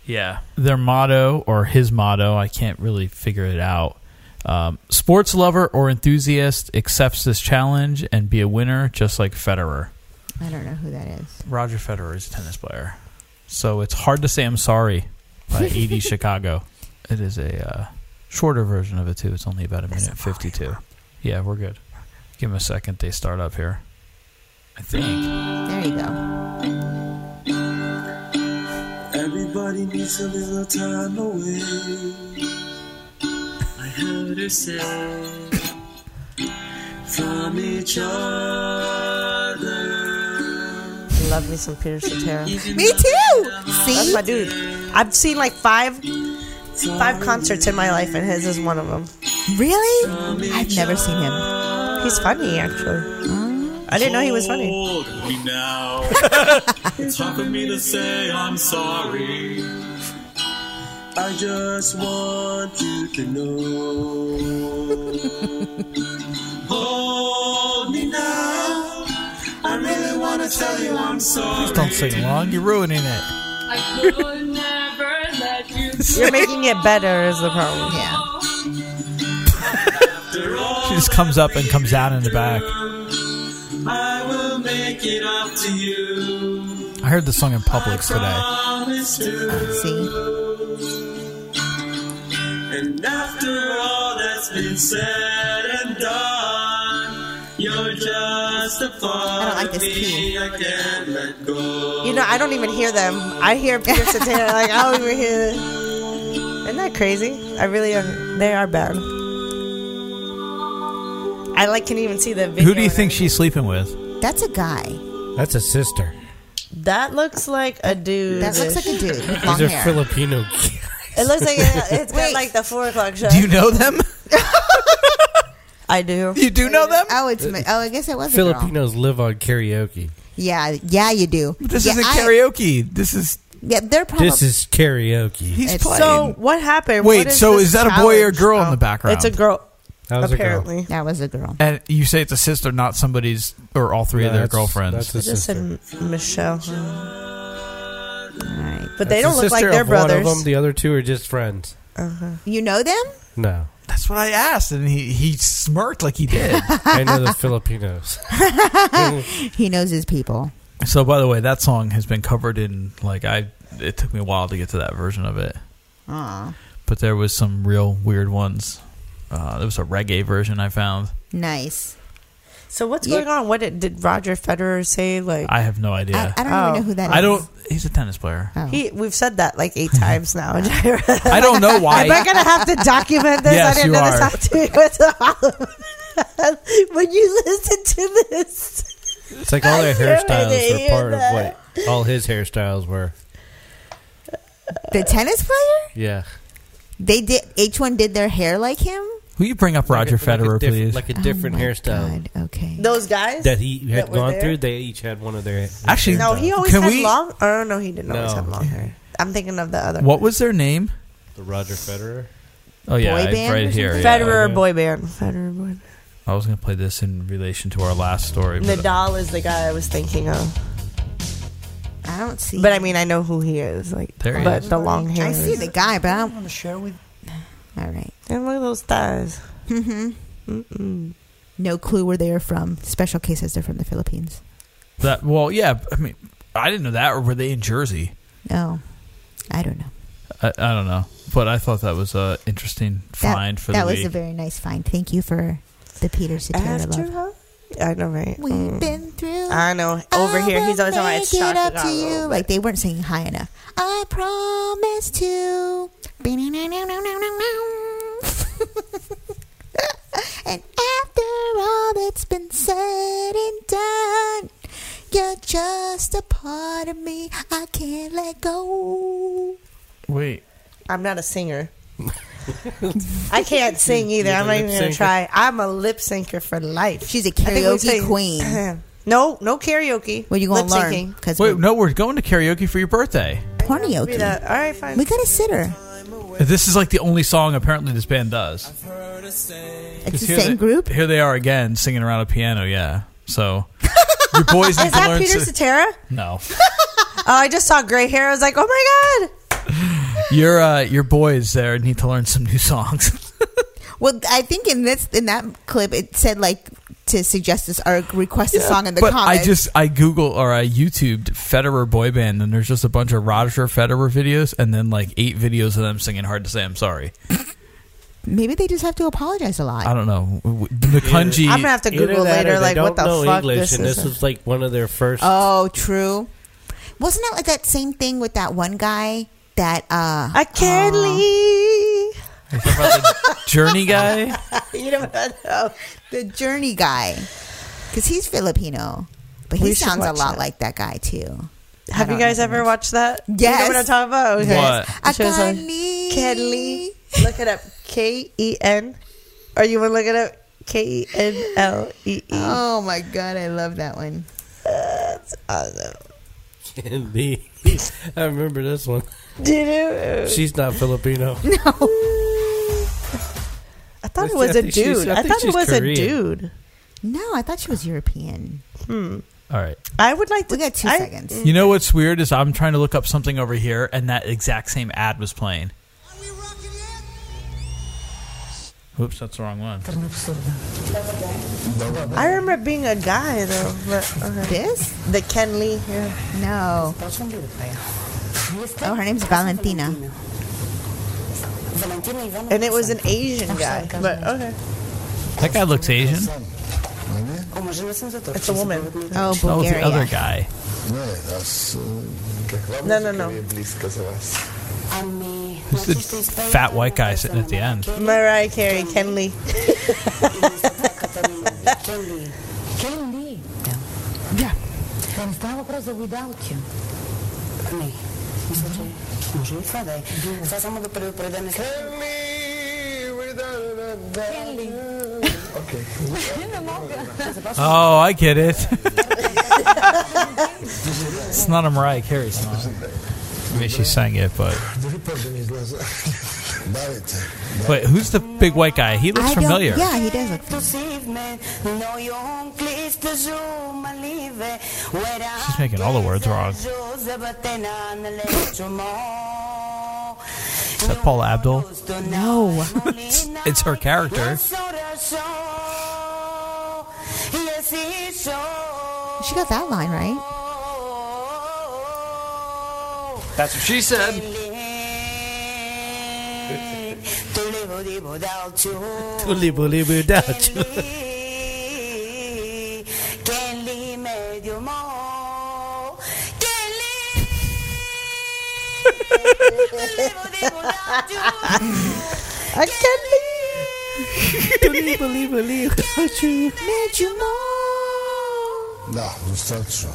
Speaker 1: Yeah. Their motto or his motto, I can't really figure it out, Um, sports lover or enthusiast accepts this challenge and be a winner, just like Federer.
Speaker 5: I don't know who that is.
Speaker 1: Roger Federer is a tennis player, so it's hard to say I'm sorry
Speaker 4: [LAUGHS]
Speaker 1: by Edie Chicago. It is a uh, shorter version of it too. It's only about a minute fifty-two. Yeah, we're good. Give them a second. They start up here. I think.
Speaker 5: There you go.
Speaker 11: Everybody needs a little time away. I heard her say, from each other.
Speaker 4: Love me some Peter Cetera.
Speaker 5: Me too. See,
Speaker 4: That's my dude. I've seen like five, five concerts in my life, and his is one of them.
Speaker 5: Really? I've never seen him.
Speaker 4: He's funny, actually. I didn't know he was funny.
Speaker 11: Hold me now. it's hard for me to say I'm sorry. I just want you to know. Hold me now. I really want to tell you I'm sorry.
Speaker 1: Just don't sing along. You're ruining it.
Speaker 11: I could never let you
Speaker 4: [LAUGHS] You're making it better is the problem. Yeah.
Speaker 1: [LAUGHS] She just comes up and comes down in the back.
Speaker 11: I will make it up to you.
Speaker 1: I heard this song in Publix today.
Speaker 11: Promise to. And after all that's been said and done, you're just a part
Speaker 4: I don't like
Speaker 11: of
Speaker 4: this
Speaker 11: me.
Speaker 4: key.
Speaker 11: I can't let go.
Speaker 4: You know, I don't even hear them. I hear
Speaker 5: [LAUGHS]
Speaker 4: Peter Cetera. like, I don't even hear it. Isn't that crazy? I really am. They are bad. I like can even see the video.
Speaker 1: Who do you think she's sleeping with?
Speaker 5: That's a guy.
Speaker 2: That's a sister.
Speaker 4: That looks like a dude.
Speaker 5: That looks like a dude with long
Speaker 2: These are
Speaker 5: hair.
Speaker 4: [LAUGHS]
Speaker 2: Filipino. ki-
Speaker 4: It looks like
Speaker 1: [LAUGHS]
Speaker 4: it, it's got like the four
Speaker 2: [LAUGHS]
Speaker 4: o'clock show.
Speaker 1: Do you know them?
Speaker 4: I do.
Speaker 1: You do know them?
Speaker 5: Oh, it's ma- oh, I guess it was a girl.
Speaker 2: Filipinos live on karaoke.
Speaker 5: Yeah, yeah, you do.
Speaker 1: This
Speaker 5: yeah,
Speaker 1: isn't
Speaker 5: I-
Speaker 1: karaoke. This is
Speaker 5: Yeah, they're probably.
Speaker 2: This is karaoke.
Speaker 1: he's
Speaker 5: It's-
Speaker 1: playing.
Speaker 4: So what happened?
Speaker 1: Wait,
Speaker 4: What
Speaker 1: so
Speaker 4: this
Speaker 1: is that a boy or a
Speaker 4: challenge?
Speaker 1: girl in the background?
Speaker 4: It's a girl.
Speaker 2: That was a girl.
Speaker 4: apparently,
Speaker 5: that was a girl.
Speaker 1: and you say it's a sister, not somebody's or all three
Speaker 2: No,
Speaker 1: of their
Speaker 2: that's-
Speaker 1: girlfriends.
Speaker 2: That's a
Speaker 4: it just said
Speaker 2: sister.
Speaker 4: M- Michelle,
Speaker 5: All right,
Speaker 4: but
Speaker 2: That's
Speaker 4: they don't
Speaker 2: the
Speaker 4: look like
Speaker 2: sister
Speaker 4: they're
Speaker 2: of one of
Speaker 4: brothers.
Speaker 2: them. The other two are just friends.
Speaker 5: Uh-huh. you know them?
Speaker 2: No,
Speaker 1: That's what I asked, and he he smirked like
Speaker 5: [LAUGHS]
Speaker 1: he did.
Speaker 2: I know the Filipinos.
Speaker 5: He knows his people.
Speaker 1: so, by the way, that song has been covered in like I. It took me a while to get to that version of it,
Speaker 5: Aw,
Speaker 1: but there was some real weird ones. Uh, there was a reggae version I found.
Speaker 5: nice.
Speaker 4: So what's
Speaker 5: Yeah.
Speaker 4: going on? What did, did Roger Federer say? Like
Speaker 1: I have no idea.
Speaker 5: I, I don't
Speaker 4: Oh.
Speaker 5: even know who that is.
Speaker 1: I don't. He's a tennis player.
Speaker 5: Oh.
Speaker 4: he, we've said that like eight times [LAUGHS] now. Am
Speaker 1: I
Speaker 5: [LAUGHS]
Speaker 1: don't know why.
Speaker 4: I gonna have to document this?
Speaker 1: Yes,
Speaker 4: I didn't
Speaker 1: you
Speaker 4: know
Speaker 1: are.
Speaker 4: this happened. [LAUGHS] when you listen to this,
Speaker 2: It's
Speaker 4: [LAUGHS]
Speaker 2: like all their
Speaker 4: didn't
Speaker 2: hairstyles
Speaker 4: hear
Speaker 2: were part of
Speaker 4: that.
Speaker 2: what all his hairstyles were.
Speaker 5: the tennis player.
Speaker 2: Yeah.
Speaker 5: They did. Each one did their hair like him.
Speaker 1: Will you bring up Roger
Speaker 2: Like a- like a
Speaker 1: Federer,
Speaker 2: diff-
Speaker 1: please?
Speaker 2: Like a
Speaker 5: Oh
Speaker 2: different
Speaker 5: my
Speaker 2: hairstyle
Speaker 5: God, Okay.
Speaker 4: those guys.
Speaker 2: that he had
Speaker 4: That were
Speaker 2: gone
Speaker 4: there?
Speaker 2: through. They each had one of their.
Speaker 1: Actually,
Speaker 4: no, he always
Speaker 1: Can
Speaker 4: had
Speaker 1: we-
Speaker 4: long. Oh no, he didn't always
Speaker 2: No.
Speaker 4: have long hair. I'm thinking of the other
Speaker 1: what was their name?
Speaker 2: the Roger Federer.
Speaker 1: Oh yeah,
Speaker 5: Boy
Speaker 1: it's
Speaker 5: band
Speaker 1: right
Speaker 5: or
Speaker 1: here.
Speaker 5: something?
Speaker 1: yeah.
Speaker 4: Federer boy band. Federer boy. Band.
Speaker 1: I was gonna play this in relation to our last story. but-
Speaker 4: Nadal is the guy I was thinking of,
Speaker 5: I don't see.
Speaker 4: but I mean I know who he is. Like,
Speaker 1: There he
Speaker 4: but
Speaker 1: is.
Speaker 4: the long hair.
Speaker 5: I see
Speaker 4: is-
Speaker 5: the guy, but I don't.
Speaker 16: want to share
Speaker 5: [SIGHS]
Speaker 16: with
Speaker 5: All right.
Speaker 4: And look at those thighs.
Speaker 5: Mm-hmm.
Speaker 4: Mm-mm.
Speaker 5: No clue where they are from. Special cases. They're from the Philippines.
Speaker 1: That well, yeah. I mean, I didn't know that. Or were they in Jersey?
Speaker 5: Oh, I don't know.
Speaker 1: I, I don't know, but I thought that was a interesting
Speaker 5: That-
Speaker 1: find for
Speaker 5: that
Speaker 1: the
Speaker 5: was
Speaker 1: week.
Speaker 5: a very nice find. Thank you for the Peter Cetera
Speaker 4: After
Speaker 5: love.
Speaker 4: her, I know, right?
Speaker 5: We've
Speaker 4: Mm.
Speaker 5: been through.
Speaker 4: I know. Over
Speaker 5: I
Speaker 4: here, he's
Speaker 5: will
Speaker 4: always talking about
Speaker 5: make
Speaker 4: it's
Speaker 5: it up
Speaker 4: chocolate.
Speaker 5: to you. Like they weren't singing high enough. I promise to. [LAUGHS] and after all that's been said and done, you're just a part of me. I can't let go.
Speaker 1: Wait,
Speaker 4: I'm not a singer. I can't sing either. I'm not even gonna try. I'm a lip syncer for life.
Speaker 5: She's a
Speaker 4: I think we
Speaker 5: karaoke
Speaker 4: say-
Speaker 5: queen.
Speaker 4: [CLEARS THROAT] no, no karaoke.
Speaker 5: Well, you gonna
Speaker 4: Lip
Speaker 5: learn
Speaker 4: syncing.
Speaker 5: because
Speaker 1: wait, no, we're going to karaoke for your birthday.
Speaker 4: Be
Speaker 5: pornioke.
Speaker 4: that- All right, fine.
Speaker 5: We gotta sit her.
Speaker 1: This is like the only song apparently this band does.
Speaker 5: It's
Speaker 1: 'Cause
Speaker 5: the
Speaker 1: here
Speaker 5: same
Speaker 1: they-
Speaker 5: group.
Speaker 1: Here they are again singing around a piano. Yeah,
Speaker 5: [LAUGHS]
Speaker 1: so your boys need
Speaker 4: [LAUGHS] Is
Speaker 1: to
Speaker 4: that
Speaker 1: learn.
Speaker 4: Peter
Speaker 1: to-
Speaker 4: Cetera? [LAUGHS]
Speaker 1: no, [LAUGHS]
Speaker 4: Oh, I just saw gray hair. I was like, oh my god.
Speaker 5: [LAUGHS]
Speaker 1: your uh, your boys there need to learn some new songs.
Speaker 5: Well, I think in this in that clip it said like to suggest this or request a song in the
Speaker 1: but
Speaker 5: comments.
Speaker 1: I just I Google or I YouTubed Federer boy band and there's just a bunch of Roger Federer videos and then like eight videos of them singing "Hard to Say I'm Sorry."
Speaker 5: Maybe they just have to apologize a lot.
Speaker 1: I don't know W- the kanji.
Speaker 4: I'm gonna have to Google
Speaker 2: that or they
Speaker 4: later, like,
Speaker 2: don't
Speaker 4: what the
Speaker 2: know
Speaker 4: fuck
Speaker 2: English,
Speaker 4: this
Speaker 2: and this
Speaker 4: is.
Speaker 2: was like one of their first.
Speaker 5: Oh, true. Wasn't that like that same thing with that one guy that uh I can't leave.
Speaker 1: Journey guy.
Speaker 5: [LAUGHS] you don't know Oh. the journey guy because he's Filipino, but he
Speaker 4: We should
Speaker 5: sounds a
Speaker 4: watch
Speaker 5: lot
Speaker 4: that.
Speaker 5: like that guy too.
Speaker 4: Have you guys ever watched that? You know
Speaker 5: Oh, Yes.
Speaker 4: what I'm talking about?
Speaker 5: What?
Speaker 4: I can Kenley. Look it up. K E N. Or you want to look it up? K E N L E E.
Speaker 5: Oh my god, I love that
Speaker 4: [LAUGHS]
Speaker 5: one.
Speaker 4: uh,
Speaker 2: [LAUGHS] the, I remember this one.
Speaker 4: Did it?
Speaker 2: She's not Filipino.
Speaker 4: [LAUGHS] I thought
Speaker 2: [LAUGHS]
Speaker 4: it
Speaker 2: I
Speaker 4: was a
Speaker 2: think she's-
Speaker 4: dude.
Speaker 2: I
Speaker 4: I
Speaker 2: think
Speaker 4: thought it
Speaker 2: she's
Speaker 4: was a
Speaker 2: Korean.
Speaker 4: dude.
Speaker 5: No, I thought she was European.
Speaker 4: Hmm.
Speaker 1: All right.
Speaker 4: I would like to.
Speaker 5: We got two
Speaker 4: I- Mm.
Speaker 5: seconds.
Speaker 1: You know what's weird is I'm trying to look up something over here and that exact same ad was playing. Oops, that's the wrong one.
Speaker 4: I remember it being a guy though. But,
Speaker 5: This
Speaker 4: the Ken Lee. Yeah.
Speaker 5: No. Oh, her name's Valentina.
Speaker 4: And it was an Asian guy. But okay,
Speaker 1: That guy looks Asian.
Speaker 4: it's a woman.
Speaker 5: Oh,
Speaker 1: That was the other guy.
Speaker 4: No, no, no.
Speaker 1: Who's the fat white guy sitting at the end?
Speaker 4: Mariah Carey, Ken Lee.
Speaker 5: Yeah.
Speaker 1: Oh, I get it. [LAUGHS] it's not a Mariah Carey song. I mean, she sang it, but wait, who's the big white guy? He looks
Speaker 5: I don't-
Speaker 1: familiar.
Speaker 5: Yeah, he does look familiar.
Speaker 1: She's making all the words wrong. Is that Paula Abdul?
Speaker 5: [LAUGHS] No,
Speaker 1: it's her character.
Speaker 5: she got that line right.
Speaker 23: That's what she said.
Speaker 2: Bully, bully, without
Speaker 4: [LAUGHS]
Speaker 2: you.
Speaker 4: I can't
Speaker 2: believe. believe, believe, without you.
Speaker 5: Need you more.
Speaker 17: Да, достатъчно.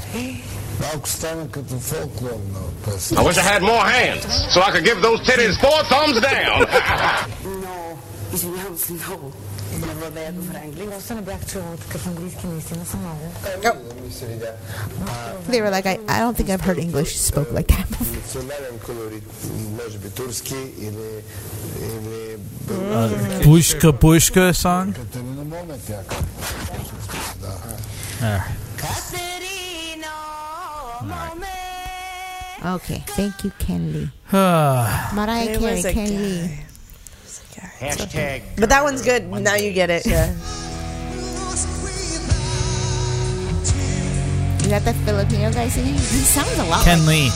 Speaker 17: Малко стана като фолклорна песен.
Speaker 7: I wish I had more hands so I could give those titties four thumbs down.
Speaker 23: Извинявам се много. Не владея добре английски. Просто не бях чувала такъв английски, наистина съм много.
Speaker 5: They were like, I, I don't think I've heard English spoke like that before.
Speaker 17: Национален колорит, може би турски или... или...
Speaker 1: Uh, Bushka Bushka song.
Speaker 17: Катерина Момет някак. Да.
Speaker 1: There.
Speaker 5: Okay, thank you, Ken
Speaker 2: [SIGHS]
Speaker 5: Lee. [LAUGHS] Mariah
Speaker 4: There
Speaker 5: Carey,
Speaker 4: was a
Speaker 5: Ken
Speaker 4: guy.
Speaker 5: Lee.
Speaker 23: Hashtag.
Speaker 4: But that one's good. Now you get it. Yeah.
Speaker 5: Is that the Filipino guy singing? He sounds a lot.
Speaker 1: Ken
Speaker 5: like-
Speaker 1: Lee.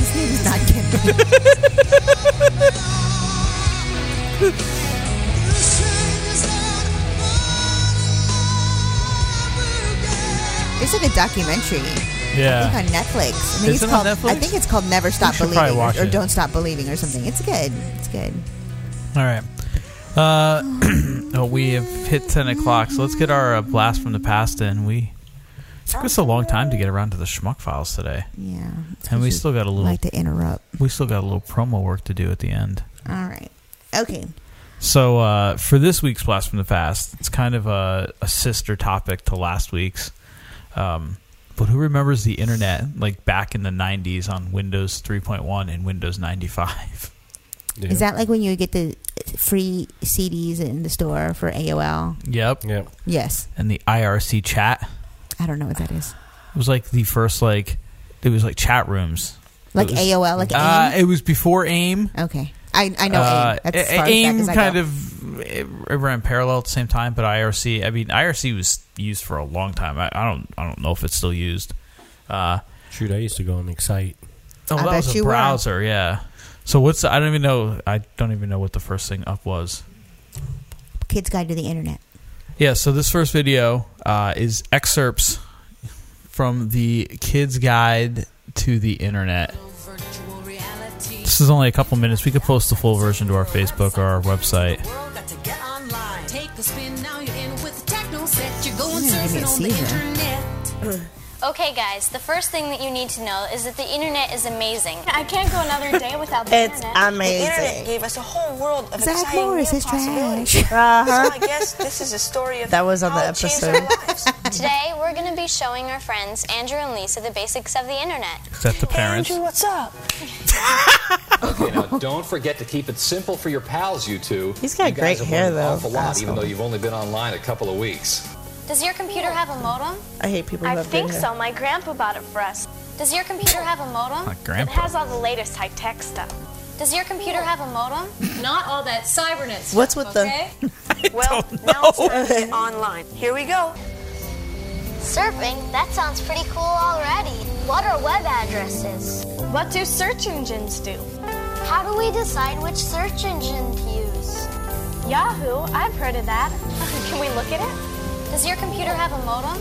Speaker 5: His name is not Ken Lee. [LAUGHS] [LAUGHS] There's like a documentary.
Speaker 1: Yeah.
Speaker 5: I think on Netflix. I think
Speaker 1: Is
Speaker 5: it's
Speaker 1: it on
Speaker 5: called,
Speaker 1: Netflix?
Speaker 5: I think it's called Never Stop
Speaker 1: should
Speaker 5: Believing
Speaker 1: probably watch
Speaker 5: or
Speaker 1: it.
Speaker 5: Don't Stop Believing or something. It's good. It's good.
Speaker 1: All right. Uh, [CLEARS THROAT] oh, we have hit 10 o'clock, so let's get our uh, blast from the past in. We it took us a long time to get around to the schmuck files today.
Speaker 5: Yeah. It's
Speaker 1: And we
Speaker 5: 'cause you
Speaker 1: still got a little
Speaker 5: like to interrupt.
Speaker 1: we still got a little promo work to do at the end.
Speaker 5: All right. Okay.
Speaker 1: So uh, for this week's blast from the past, it's kind of a, a sister topic to last week's. Um, but who remembers the internet like back in the 90s on Windows 3.1 and Windows 95?
Speaker 5: Is that like when you get the free CDs in the store for AOL?
Speaker 1: Yep.
Speaker 2: Yep.
Speaker 5: Yes.
Speaker 1: And the IRC chat.
Speaker 5: I don't know what that is.
Speaker 1: It was like the first like it was like chat rooms.
Speaker 5: Like
Speaker 1: It was-
Speaker 5: AOL, like
Speaker 1: uh,
Speaker 5: AIM?
Speaker 1: It was before AIM.
Speaker 5: Okay. I, I know
Speaker 1: Uh,
Speaker 5: AIM. That's as
Speaker 1: A-
Speaker 5: far as back
Speaker 1: AIM
Speaker 5: as I
Speaker 1: kind
Speaker 5: go.
Speaker 1: of it, it ran parallel at the same time, but IRC. I mean, IRC was used for a long time. I, I don't. I don't know if it's still used. Uh,
Speaker 2: Shoot, I used to go on Excite.
Speaker 1: Oh,
Speaker 2: I
Speaker 1: that
Speaker 2: bet
Speaker 1: was a
Speaker 2: you were.
Speaker 1: browser. Yeah. So what's? The, I don't even know. I don't even know what the first thing up was.
Speaker 5: Kids Guide to the Internet.
Speaker 1: Yeah, so this first video uh, is excerpts from the Kids Guide to the Internet. This is only a couple minutes. We could post the full version to our Facebook or our website.
Speaker 12: Take a spin, now you're in with the techno set. You're
Speaker 5: going
Speaker 12: surfing
Speaker 5: give me a
Speaker 12: on the
Speaker 5: seizure.
Speaker 12: internet.
Speaker 13: Okay, guys, the first thing that you need to know is that the internet is amazing. I can't go another day without the
Speaker 4: It's
Speaker 13: internet.
Speaker 4: amazing. The internet
Speaker 13: gave us a whole world of
Speaker 5: Zach Morris is trash.
Speaker 4: [LAUGHS] Uh-huh.
Speaker 13: I guess this is a story [LAUGHS]
Speaker 4: That was on the
Speaker 5: Oh,
Speaker 4: episode.
Speaker 13: Today, we're going to be showing our friends Andrew and Lisa the basics of the internet.
Speaker 1: Is that the parents?
Speaker 13: what's up?
Speaker 1: [LAUGHS]
Speaker 15: Okay, now don't forget to keep it simple for your pals, you two.
Speaker 4: He's got
Speaker 15: you guys
Speaker 4: great
Speaker 15: have
Speaker 4: hair,
Speaker 15: learned an
Speaker 4: though.
Speaker 15: Awful lot, even
Speaker 4: Asshole.
Speaker 15: though you've only been online a couple of weeks.
Speaker 13: Does your computer have a modem?
Speaker 4: I hate people who
Speaker 13: I
Speaker 4: have big
Speaker 13: think
Speaker 4: hair.
Speaker 13: so. My grandpa bought it for us. Does your computer have a modem?
Speaker 1: My grandpa.
Speaker 13: It has all the latest high tech stuff. Does your computer have a modem? Not all that cybernet
Speaker 4: stuff, What's with the- okay?
Speaker 13: well, now it's time to [LAUGHS] get online. Here we go.
Speaker 12: Surfing? That sounds pretty cool already. What are web addresses? What do search engines do? How do we decide which search engine to use?
Speaker 13: Yahoo, I've heard of that. [LAUGHS] Can we look at it? Does your computer have a modem?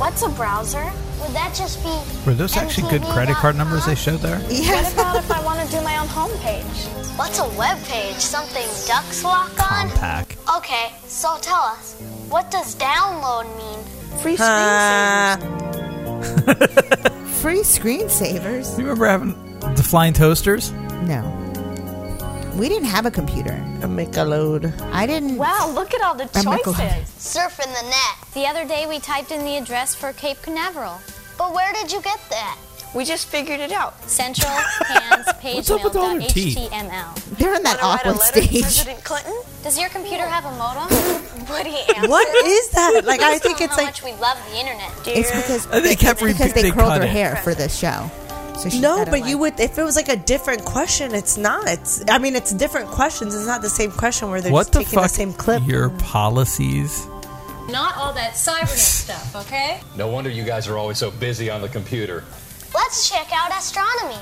Speaker 13: What's a browser? Would that just be
Speaker 1: Were those actually good credit card numbers they showed there?
Speaker 13: What about if [LAUGHS] I want to do my own homepage?
Speaker 12: What's a web page? Something ducks walk on?
Speaker 1: Pack.
Speaker 12: Okay, so tell us, what does download mean?
Speaker 5: Free screensavers. Free screensavers.
Speaker 1: You remember having the flying toasters?
Speaker 5: No. We didn't have a computer.
Speaker 4: A make a load.
Speaker 5: I didn't.
Speaker 13: Wow, look at all the
Speaker 5: I'm not going-
Speaker 12: Surfing the net.
Speaker 13: The other day we typed in the address for Cape Canaveral.
Speaker 12: But where did you get that?
Speaker 13: We just figured it out. [LAUGHS] Central hands
Speaker 5: What's up with all their teeth?
Speaker 13: HTML.
Speaker 5: They're in that awkward stage.
Speaker 13: Clinton? Does your computer have a [LAUGHS] modem? Woody answers.
Speaker 4: What is that? Like, I
Speaker 13: Please
Speaker 4: think
Speaker 13: tell
Speaker 4: it's
Speaker 13: how
Speaker 4: like-
Speaker 13: much we love the internet.
Speaker 5: It's because
Speaker 1: And they kept
Speaker 5: it's because they
Speaker 1: repeating
Speaker 5: curled
Speaker 1: cut
Speaker 5: their
Speaker 1: it.
Speaker 5: hair for this show. So she
Speaker 4: No,
Speaker 5: kinda
Speaker 4: but
Speaker 5: like-
Speaker 4: you would if it was like a different question. It's not. It's, I mean, it's different questions. It's not the same question where they're
Speaker 1: What
Speaker 4: just
Speaker 1: the
Speaker 4: taking the
Speaker 1: fuck?
Speaker 4: same clip.
Speaker 1: Your policies?
Speaker 13: Not all that cybernet stuff, okay?
Speaker 15: No wonder you guys are always so busy on the computer.
Speaker 12: Let's check out astronomy.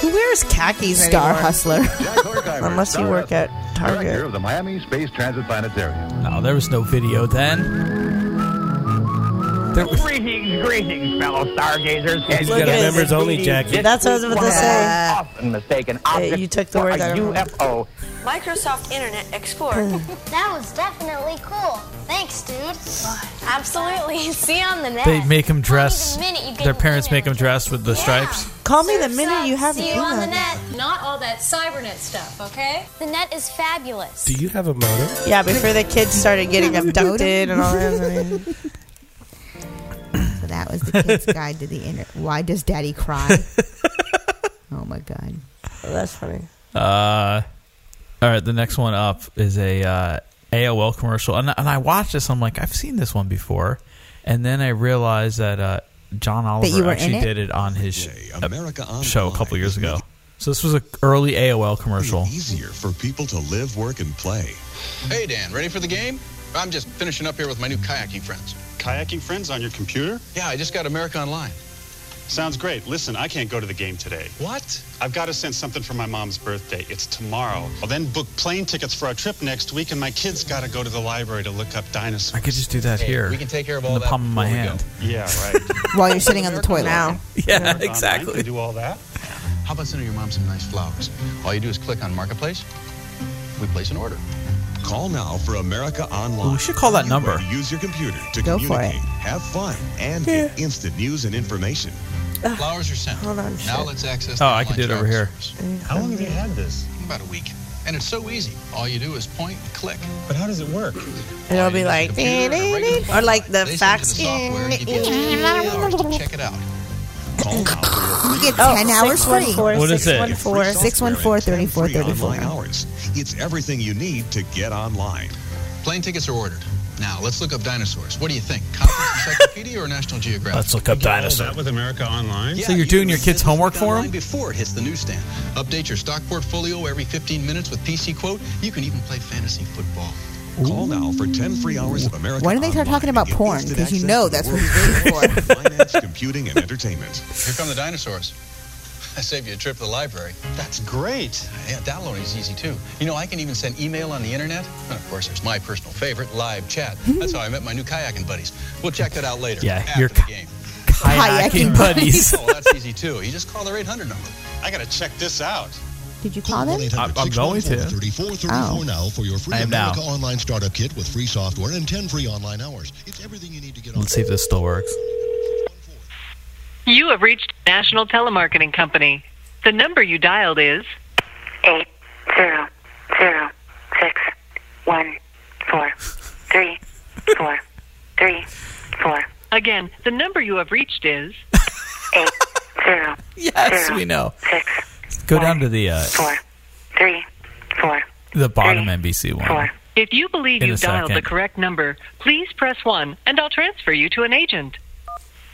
Speaker 4: Who wears khakis?
Speaker 5: Star
Speaker 4: anymore?
Speaker 5: Hustler.
Speaker 4: [LAUGHS] Unless you work at Target.
Speaker 24: of the Miami Space Transit Planetarium.
Speaker 1: No, there was no video then. There was,
Speaker 24: Greetings, greetings, fellow stargazers.
Speaker 2: He's got a members only jacket.
Speaker 4: That's what I was about to say.
Speaker 24: Often mistaken optic
Speaker 4: you took the
Speaker 24: for
Speaker 4: word
Speaker 24: a
Speaker 4: that I remembered.
Speaker 24: UFO.
Speaker 12: Microsoft Internet Explorer.
Speaker 13: Hmm. [LAUGHS]
Speaker 12: that was definitely cool. Thanks, dude.
Speaker 13: Absolutely. [LAUGHS] See on the net.
Speaker 1: they make them dress.
Speaker 13: Only the minute you get
Speaker 1: Their
Speaker 13: the
Speaker 1: parents make them dress with the stripes.
Speaker 4: Call me the minute you have an
Speaker 13: See you on the
Speaker 4: email.
Speaker 13: net. Not all that cybernet stuff, okay? The net is fabulous.
Speaker 2: Do you have a modem?
Speaker 4: Yeah, before the kids started getting abducted and all [LAUGHS] that.
Speaker 5: So [LAUGHS] that was the
Speaker 4: [LAUGHS]
Speaker 5: kid's guide to the internet. Why does daddy cry? oh my god.
Speaker 4: That's funny.
Speaker 1: Uh, all right. The next one up is a uh, AOL commercial, and and I watched this. I'm like, I've seen this one before, and then I realized that uh, John Oliver
Speaker 5: you were in
Speaker 1: actually
Speaker 5: it?
Speaker 1: did it on his sh- uh, show a couple years ago. So this was an early AOL commercial.
Speaker 25: easier for people to live, work, and play.
Speaker 26: Hey, Dan, ready for the game? I'm just finishing up here with my new kayaking friends.
Speaker 27: Kayaking friends on your computer?
Speaker 26: Yeah, I just got America Online.
Speaker 27: Sounds great. Listen, I can't go to the game today.
Speaker 26: What?
Speaker 27: I've got to send something for my mom's birthday. It's tomorrow. I'll then book plane tickets for our trip next week, and my kids got to go to the library to look up dinosaurs.
Speaker 1: I could just do that
Speaker 26: Hey,
Speaker 1: here.
Speaker 26: we can take care of
Speaker 1: in
Speaker 26: all
Speaker 1: the
Speaker 26: that
Speaker 1: palm of my
Speaker 26: before we
Speaker 1: hand.
Speaker 27: Yeah, right.
Speaker 5: While you're
Speaker 4: [LAUGHS]
Speaker 5: sitting on the toilet.
Speaker 1: [LAUGHS] Yeah,
Speaker 27: Online
Speaker 1: exactly.
Speaker 27: can do all that.
Speaker 26: How about sending your mom some nice flowers? All you do is click on Marketplace. We place an order.
Speaker 25: Call now for America Online.
Speaker 1: Ooh, we should call that number.
Speaker 25: Use your computer to
Speaker 5: Go for it.
Speaker 25: communicate, have fun, and get instant news and information.
Speaker 26: Flowers are sent.
Speaker 4: Hold on.
Speaker 26: Now
Speaker 4: shit.
Speaker 26: let's access.
Speaker 1: Oh,
Speaker 26: the
Speaker 1: I can do it
Speaker 26: online
Speaker 1: over here.
Speaker 27: How long have you had this?
Speaker 26: About a week. And it's so easy. All you do is point and click.
Speaker 27: But how does it work?
Speaker 4: It'll be like, or like the
Speaker 26: They send
Speaker 4: fax.
Speaker 26: you the software. You get check it out.
Speaker 25: Call now
Speaker 5: [LAUGHS]
Speaker 25: for
Speaker 5: You get
Speaker 4: Oh,
Speaker 5: 10 hours free.
Speaker 4: 614,
Speaker 1: What is it?
Speaker 25: Free
Speaker 4: 614.
Speaker 25: software and
Speaker 5: 614,
Speaker 25: ten free
Speaker 5: 34,
Speaker 25: online hours. It's everything you need to get online.
Speaker 26: Plane tickets are ordered. Now, let's look up dinosaurs. What do you think? Conference [LAUGHS] Encyclopedia or National Geographic?
Speaker 1: Let's look up
Speaker 26: You get all
Speaker 1: dinosaur.
Speaker 26: that with America Online?
Speaker 1: So you're doing your kids' homework for 'em?
Speaker 26: Before it hits the newsstand. Update your stock portfolio every 15 minutes with PC Quote. You can even play fantasy football. Call now for 10 free hours of America
Speaker 5: Why do they start talking about porn? Because you know that's what he's waiting for.
Speaker 26: Finance,
Speaker 4: [LAUGHS]
Speaker 26: computing, and entertainment. Here come the dinosaurs. I saved you a trip to the library. That's great. Yeah, downloading is easy too. You know, I can even send email on the internet. And of course, there's my personal favorite, live chat. That's how I met my new kayaking buddies. We'll check that out later.
Speaker 1: Hmm. Yeah,
Speaker 26: after
Speaker 1: your
Speaker 26: the game.
Speaker 1: Kayaking buddies.
Speaker 26: [LAUGHS] oh, that's easy too. You just call their 800 number. I gotta check this out.
Speaker 5: Did you call them?
Speaker 26: I'm- I'm going to.
Speaker 25: 3434
Speaker 26: Oh.
Speaker 25: now for your free
Speaker 26: I am now.
Speaker 25: America Online Startup Kit with free software and 10 free online
Speaker 5: [LAUGHS]
Speaker 25: hours. It's everything you need to get on.
Speaker 1: Let's see if this still works.
Speaker 3: You have reached National Telemarketing Company. The number you dialed is
Speaker 8: eight zero zero six one four three four three four
Speaker 3: again. The number you have reached is
Speaker 8: [LAUGHS] eight zero
Speaker 1: Yes, we know. Go down to the uh,
Speaker 8: three four.
Speaker 1: the bottom NBC one.
Speaker 3: If you believe
Speaker 1: In
Speaker 3: you
Speaker 1: a
Speaker 3: dialed the
Speaker 1: second.
Speaker 3: correct number, please press one, and I'll transfer you to an agent.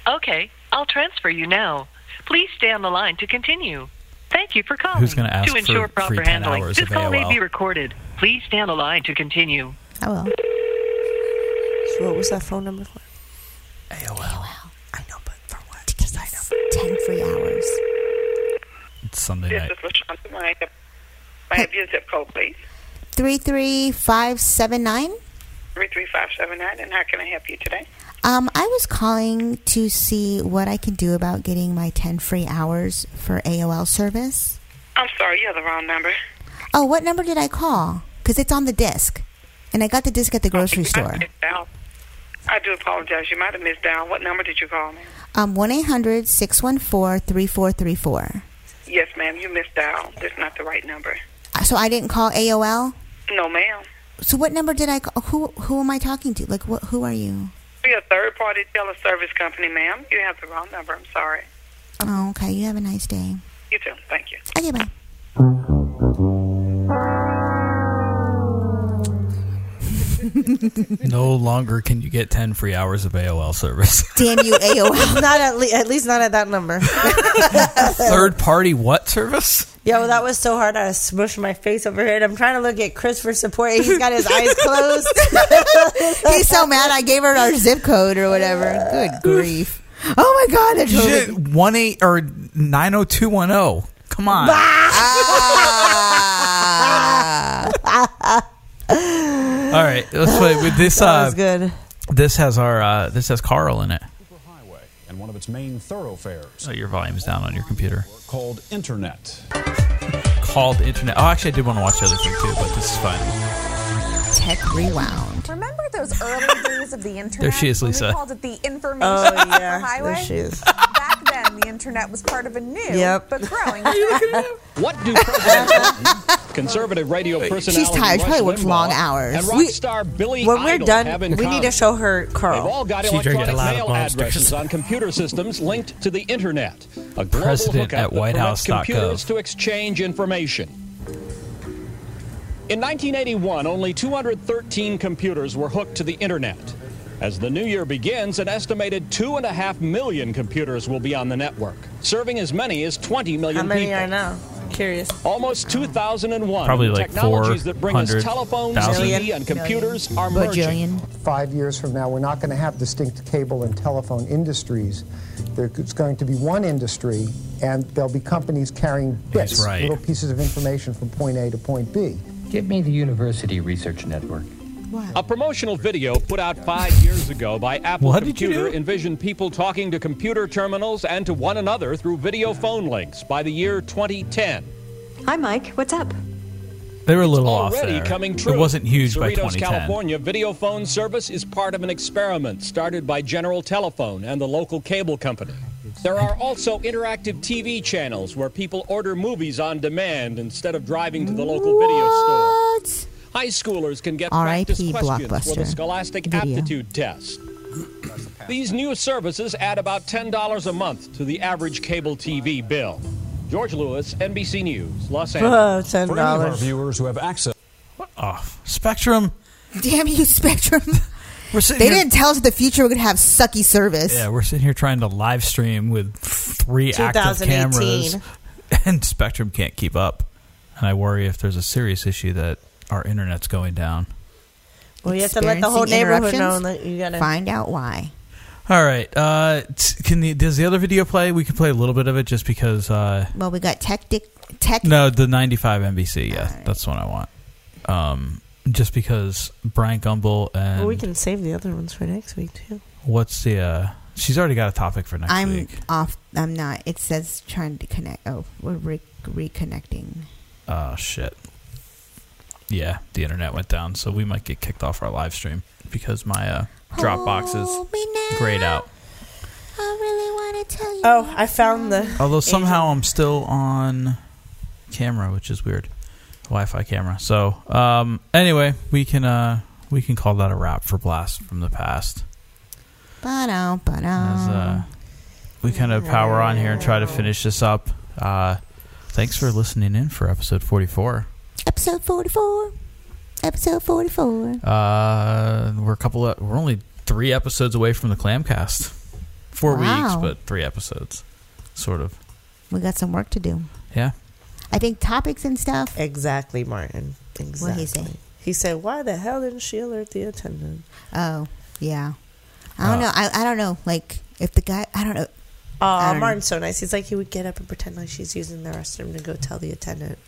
Speaker 3: Okay, I'll transfer you now. Please stay on the line to continue. Thank you for calling.
Speaker 1: Who's gonna ask
Speaker 3: to ensure
Speaker 1: for
Speaker 3: proper
Speaker 1: free 10
Speaker 3: handling,
Speaker 1: hours
Speaker 3: this
Speaker 1: of
Speaker 3: call may
Speaker 1: AOL?
Speaker 3: be recorded. Please stay on the line to continue.
Speaker 5: I will.
Speaker 4: So what was that phone number for?
Speaker 5: Ten free hours.
Speaker 1: It's Sunday
Speaker 14: This
Speaker 1: night.
Speaker 14: is LaShonda. May I- may I have your zip code, please?
Speaker 5: Three three five seven nine.
Speaker 14: 33579, and how can I help you today?
Speaker 5: Um, I was calling to see what I can do about getting my ten free hours for AOL service.
Speaker 14: I'm sorry, you have the wrong number.
Speaker 5: Oh, what number did I call? Because it's on the disc, and I got the disc at the grocery store.
Speaker 14: Now, I do apologize. You might have missed down. What number did you call, ma'am?
Speaker 5: Um, one 3434
Speaker 14: Yes, ma'am, you missed down. That's not the right number.
Speaker 5: Uh, So I didn't call AOL.
Speaker 14: No, ma'am.
Speaker 5: So what number did I call? Who who am I talking to? Like what? Who are you?
Speaker 14: We're a third party teleservice company, ma'am. You have the wrong number. I'm sorry.
Speaker 5: Oh, okay. You have a nice day.
Speaker 14: You too. Thank you.
Speaker 5: Okay, bye.
Speaker 1: no longer can you get ten free hours of AOL service. [LAUGHS]
Speaker 5: Damn you,
Speaker 1: AOL.
Speaker 4: [LAUGHS] not at least, at least not at that number.
Speaker 1: Third party what service?
Speaker 4: Yo, that was so hard. I smushed my face over here. And I'm trying to look at Chris for support. and He's got his [LAUGHS] eyes closed.
Speaker 5: He's so mad. I gave her our zip code or whatever. Good
Speaker 1: [LAUGHS]
Speaker 5: grief. Oh my god! That totally-
Speaker 1: One eight or nine zero two one zero. Come on. Ah.
Speaker 4: [LAUGHS]
Speaker 1: All right, let's play
Speaker 4: [LAUGHS]
Speaker 1: with this.
Speaker 4: That
Speaker 1: uh,
Speaker 4: was good.
Speaker 1: This has our uh, this has Carl in it.
Speaker 18: and one of its main thoroughfares
Speaker 1: So your volume's down on your computer.
Speaker 18: called Internet.
Speaker 1: Called internet. Oh, actually, I did want to watch the other thing too, but this is fine.
Speaker 5: Tech rewound.
Speaker 19: Remember those
Speaker 1: [LAUGHS]
Speaker 19: early days of the internet?
Speaker 1: There she is,
Speaker 19: when
Speaker 1: Lisa.
Speaker 19: We called it the information
Speaker 1: Oh, yeah.
Speaker 19: highway.
Speaker 1: There
Speaker 5: [LAUGHS]
Speaker 1: she is.
Speaker 19: Back then, the internet was part of a new
Speaker 1: Yep.
Speaker 19: but growing.
Speaker 18: What do President Clinton, conservative radio personality
Speaker 5: She's tired. She
Speaker 18: Rush
Speaker 5: probably works
Speaker 18: Limbaugh,
Speaker 5: long hours.
Speaker 18: and rock
Speaker 5: We-
Speaker 18: star Billy
Speaker 4: when we're
Speaker 18: Idol
Speaker 4: done,
Speaker 18: have in
Speaker 4: we
Speaker 18: common?
Speaker 4: need to show her Carl.
Speaker 18: They've all got
Speaker 4: She drank
Speaker 18: electronic
Speaker 4: a lot of
Speaker 18: mail
Speaker 4: Monsters.
Speaker 18: addresses on computer systems linked to the internet. A global
Speaker 1: President
Speaker 18: hookup
Speaker 1: at
Speaker 18: that permits
Speaker 1: whitehouse.gov.
Speaker 18: computers to exchange information. In 1981, only 213 computers were hooked to the internet. As the new year begins, an estimated two and a half million computers will be on the network, serving as many as 20 million
Speaker 4: How many
Speaker 18: people.
Speaker 4: I know? Curious.
Speaker 18: Almost 2001.
Speaker 1: Probably like
Speaker 18: technologies that bring us
Speaker 1: 400,000.
Speaker 18: telephones, TV, and computers are merging.
Speaker 21: merging. Five years from now, we're not going to have distinct cable and telephone industries. There's going to be one industry, and there'll be companies carrying
Speaker 22: That's
Speaker 21: bits,
Speaker 22: right.
Speaker 21: little pieces of information from point A to point B.
Speaker 22: Give me the University Research Network.
Speaker 18: A promotional video put out five years ago by Apple
Speaker 22: What did you
Speaker 18: Computer envisioned people talking to computer terminals and to one another through video phone links by the year 2010.
Speaker 28: Hi, Mike. What's up?
Speaker 1: They were a little off
Speaker 18: Already
Speaker 1: there.
Speaker 18: coming true.
Speaker 1: It wasn't huge
Speaker 18: Cerritos,
Speaker 1: by 2010.
Speaker 4: [LAUGHS]
Speaker 18: California video phone service is part of an experiment started by General Telephone and the local cable company. There are also interactive TV channels where people order movies on demand instead of driving to the local video store. High schoolers can get practice
Speaker 5: R.I.P.
Speaker 18: questions for the
Speaker 5: Blockbuster
Speaker 18: Scholastic
Speaker 5: video.
Speaker 18: Aptitude Test. These new services add about $10 a month to the average cable TV bill. George Lewis, NBC News, Los Angeles.
Speaker 4: For any of our $10.
Speaker 18: viewers who have access.
Speaker 1: Off Spectrum.
Speaker 5: Damn you, Spectrum.
Speaker 1: We're sitting
Speaker 5: they
Speaker 1: here-
Speaker 5: didn't tell us the future we're gonna have sucky service.
Speaker 1: Yeah, we're sitting here trying to live stream with three active
Speaker 5: 2018.
Speaker 1: cameras, [LAUGHS] and Spectrum can't keep up. And I worry if there's a serious issue that our internet's going down.
Speaker 4: Well, you have to let the whole
Speaker 5: Experiencing
Speaker 4: neighborhood know
Speaker 5: interruptions?
Speaker 4: that you gotta
Speaker 5: find out why.
Speaker 1: All right, uh, t- can the, does the other video play? We can play a little bit of it just because. Uh,
Speaker 5: Well, we got tactic tech.
Speaker 1: no, the '95 NBC. Yeah, that's the one I want. Um, just because Brian Gumble and
Speaker 4: Well, we can save the other ones for next week too.
Speaker 1: what's the? Uh, she's already got a topic for next
Speaker 5: I'm
Speaker 1: week.
Speaker 5: off. I'm not. It says trying to connect. Oh, we're re- reconnecting.
Speaker 1: Oh shit. Yeah, the internet went down, so we might get kicked off our live stream because my uh, Dropbox is grayed out.
Speaker 4: Oh, I found the.
Speaker 1: Although somehow I'm still on camera, which is weird. Wi-Fi camera. So um, anyway, we can uh, we can call that a wrap for Blast from the Past.
Speaker 5: Ba-dum,
Speaker 1: As, uh,
Speaker 5: ba-dum.
Speaker 1: we kind of power on here and try to finish this up. Uh, thanks for listening in for episode 44.
Speaker 5: Episode 44. Episode 44.
Speaker 1: Uh, we're a couple of we're only three episodes away from the Clamcast. Four weeks,
Speaker 5: Wow.
Speaker 1: but three episodes, sort of.
Speaker 5: We got some work to do.
Speaker 1: Yeah. [LAUGHS]
Speaker 5: I think topics and stuff.
Speaker 4: Exactly, Martin. Exactly.
Speaker 5: What'd he say?
Speaker 4: He said, "Why the hell didn't she alert the attendant?"
Speaker 5: Oh, yeah. I don't
Speaker 4: Oh.
Speaker 5: know. I, I don't know. Like, if the guy, I don't know. I
Speaker 4: Oh,
Speaker 5: don't know.
Speaker 4: Martin's so nice. He's like, he would get up and pretend like she's using the restroom to go tell the attendant.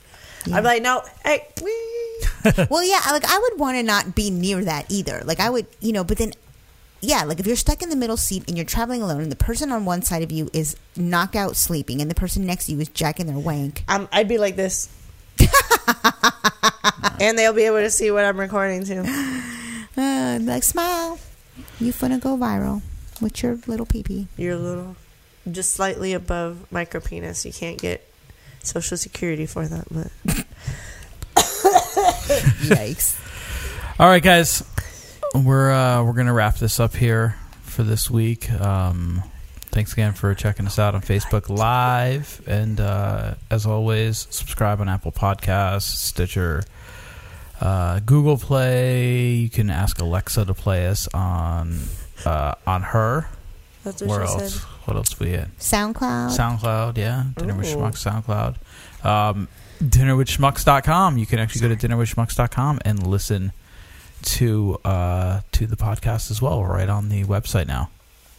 Speaker 5: Yeah.
Speaker 4: I'm like, no, hey,
Speaker 5: [LAUGHS] well, yeah, like I would want to not be near that either. Like I would, you know, but then yeah, like if you're stuck in the middle seat and you're traveling alone and the person on one side of you is knocked out sleeping and the person next to you is jacking their wank.
Speaker 4: I'm, Um, I'd be like [LAUGHS] this. and they'll be able to see what I'm recording too. [LAUGHS]
Speaker 5: Uh, like smile. You finna go viral with your little pee pee.
Speaker 4: You're a little, just slightly above micro penis. You can't get social security for that,
Speaker 5: [LAUGHS]
Speaker 4: but
Speaker 5: yikes.
Speaker 1: All right, guys, we're uh, we're gonna wrap this up here for this week. Um, thanks again for checking us out on Facebook Live, and uh, as always, subscribe on Apple Podcasts, Stitcher, uh, Google Play. You can ask Alexa to play us on uh, on her.
Speaker 5: That's what
Speaker 1: Where
Speaker 5: she
Speaker 1: else?
Speaker 5: said.
Speaker 1: What else we had?
Speaker 5: SoundCloud.
Speaker 1: SoundCloud, yeah. Dinner with
Speaker 5: Ooh.
Speaker 1: Schmucks, SoundCloud. Um, dinnerwithschmucks.com. You can actually go to dinnerwithschmucks.com and listen to uh, to the podcast as well, right on the website now.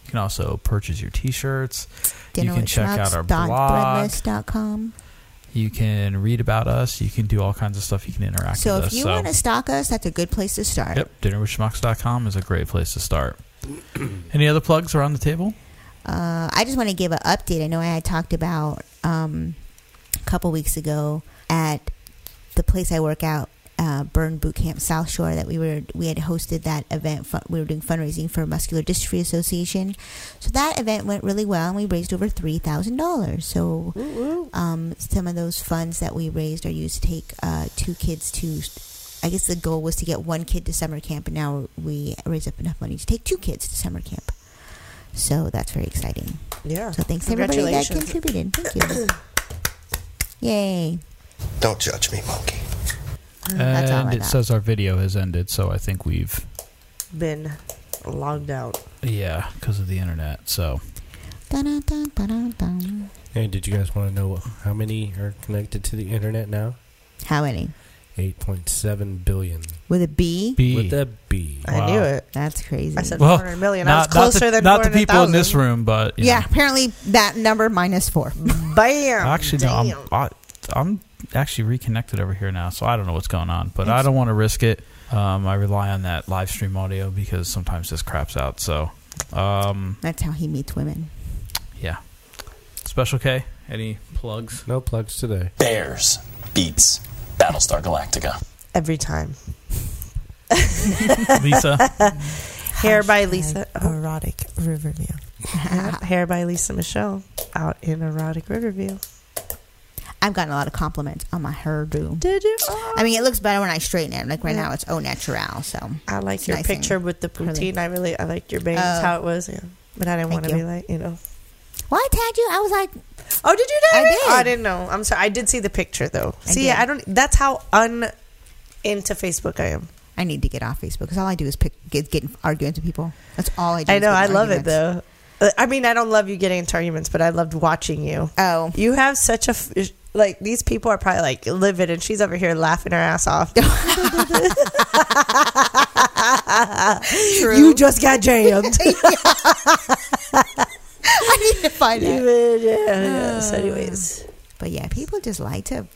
Speaker 1: You can also purchase your t shirts. You can check out our blog.
Speaker 5: blog.
Speaker 1: You can read about us. You can do all kinds of stuff. You can interact
Speaker 5: So
Speaker 1: with
Speaker 5: if
Speaker 1: us.
Speaker 5: you want to stalk us, that's a good place to start.
Speaker 1: Yep, dinnerwithschmucks.com is a great place to start. Any other plugs around the table?
Speaker 5: Uh, I just want to give an update. I know I had talked about um, a couple weeks ago at the place I work out, uh, Burn Boot Camp South Shore, that we were we had hosted that event. Fun, we were doing fundraising for Muscular Dystrophy Association, so that event went really well, and we raised over three thousand dollars. So um, some of those funds that we raised are used to take uh, two kids to. I guess the goal was to get one kid to summer camp, and now we raised up enough money to take two kids to summer camp. So that's very exciting.
Speaker 4: Yeah.
Speaker 5: So thanks to everybody that
Speaker 4: Congratulations.
Speaker 5: contributed. Thank you. Yay.
Speaker 6: Don't judge me, monkey.
Speaker 5: Mm, That's all
Speaker 1: and
Speaker 5: I
Speaker 1: it
Speaker 5: got.
Speaker 1: says our video has ended, so I think we've
Speaker 4: been logged out.
Speaker 1: yeah because of the internet. So
Speaker 5: Dun-dun-dun, dun-dun-dun.
Speaker 2: Hey, did you guys want to know how many are connected to the internet now?
Speaker 5: How many?
Speaker 2: 8.7 billion.
Speaker 5: With a B?
Speaker 2: With a B.
Speaker 5: I knew it. That's crazy. I said
Speaker 1: well,
Speaker 5: 400 million. I
Speaker 1: Not,
Speaker 5: was
Speaker 1: not the-
Speaker 5: closer than
Speaker 1: not the people in
Speaker 5: 400,000.
Speaker 1: this room, but you
Speaker 5: Yeah,
Speaker 1: know.
Speaker 5: apparently that number minus four.
Speaker 4: [LAUGHS] Bam.
Speaker 1: Actually, no, I'm I, I'm actually reconnected over here now, so I don't know what's going on, but I
Speaker 5: It's-
Speaker 1: don't want to risk it. Um, I rely on that live stream audio because sometimes this craps out. So, um,
Speaker 5: That's how he meets women.
Speaker 1: yeah. Special K, any plugs?
Speaker 2: No plugs today.
Speaker 7: Bears beats Battlestar Galactica.
Speaker 5: [LAUGHS]
Speaker 4: Every time.
Speaker 1: Lisa.
Speaker 4: Hair by Lisa. Erotic Riverview. Hair by Lisa Michelle out in Erotic Riverview.
Speaker 5: I've gotten a lot of compliments on my hairdo.
Speaker 4: Did you?
Speaker 5: I mean, it looks better when I straighten it. Like right now, it's au naturel. So
Speaker 4: I like your picture with the poutine. I really I liked your bangs,
Speaker 5: Oh.
Speaker 4: how it was. Yeah. But I didn't want to
Speaker 5: Thank
Speaker 4: be
Speaker 5: you.
Speaker 4: like, you know.
Speaker 5: Well, I tagged you. I was like,
Speaker 4: oh, did you
Speaker 5: I
Speaker 4: know?
Speaker 5: did.
Speaker 4: Oh, I didn't know. I'm sorry. I did see the picture though.
Speaker 5: I
Speaker 4: see,
Speaker 5: did.
Speaker 4: I don't. That's how un into Facebook I am.
Speaker 5: I need to get off Facebook because all I do is pick get, get in arguments with people. That's [LAUGHS] all I do.
Speaker 4: I
Speaker 5: is
Speaker 4: know.
Speaker 5: get
Speaker 4: I
Speaker 5: in
Speaker 4: love it
Speaker 5: arguments.
Speaker 4: though. Uh, I mean, I don't love you getting into arguments, but I loved watching you.
Speaker 5: Oh,
Speaker 4: you have such a f- like. These people are probably like livid, and she's over here laughing her
Speaker 5: [LAUGHS]
Speaker 4: ass off. You just
Speaker 5: [LAUGHS]
Speaker 4: got jammed.
Speaker 5: I need to find out. Uh,
Speaker 4: yeah, yeah. So anyways,
Speaker 5: but yeah, people just like to,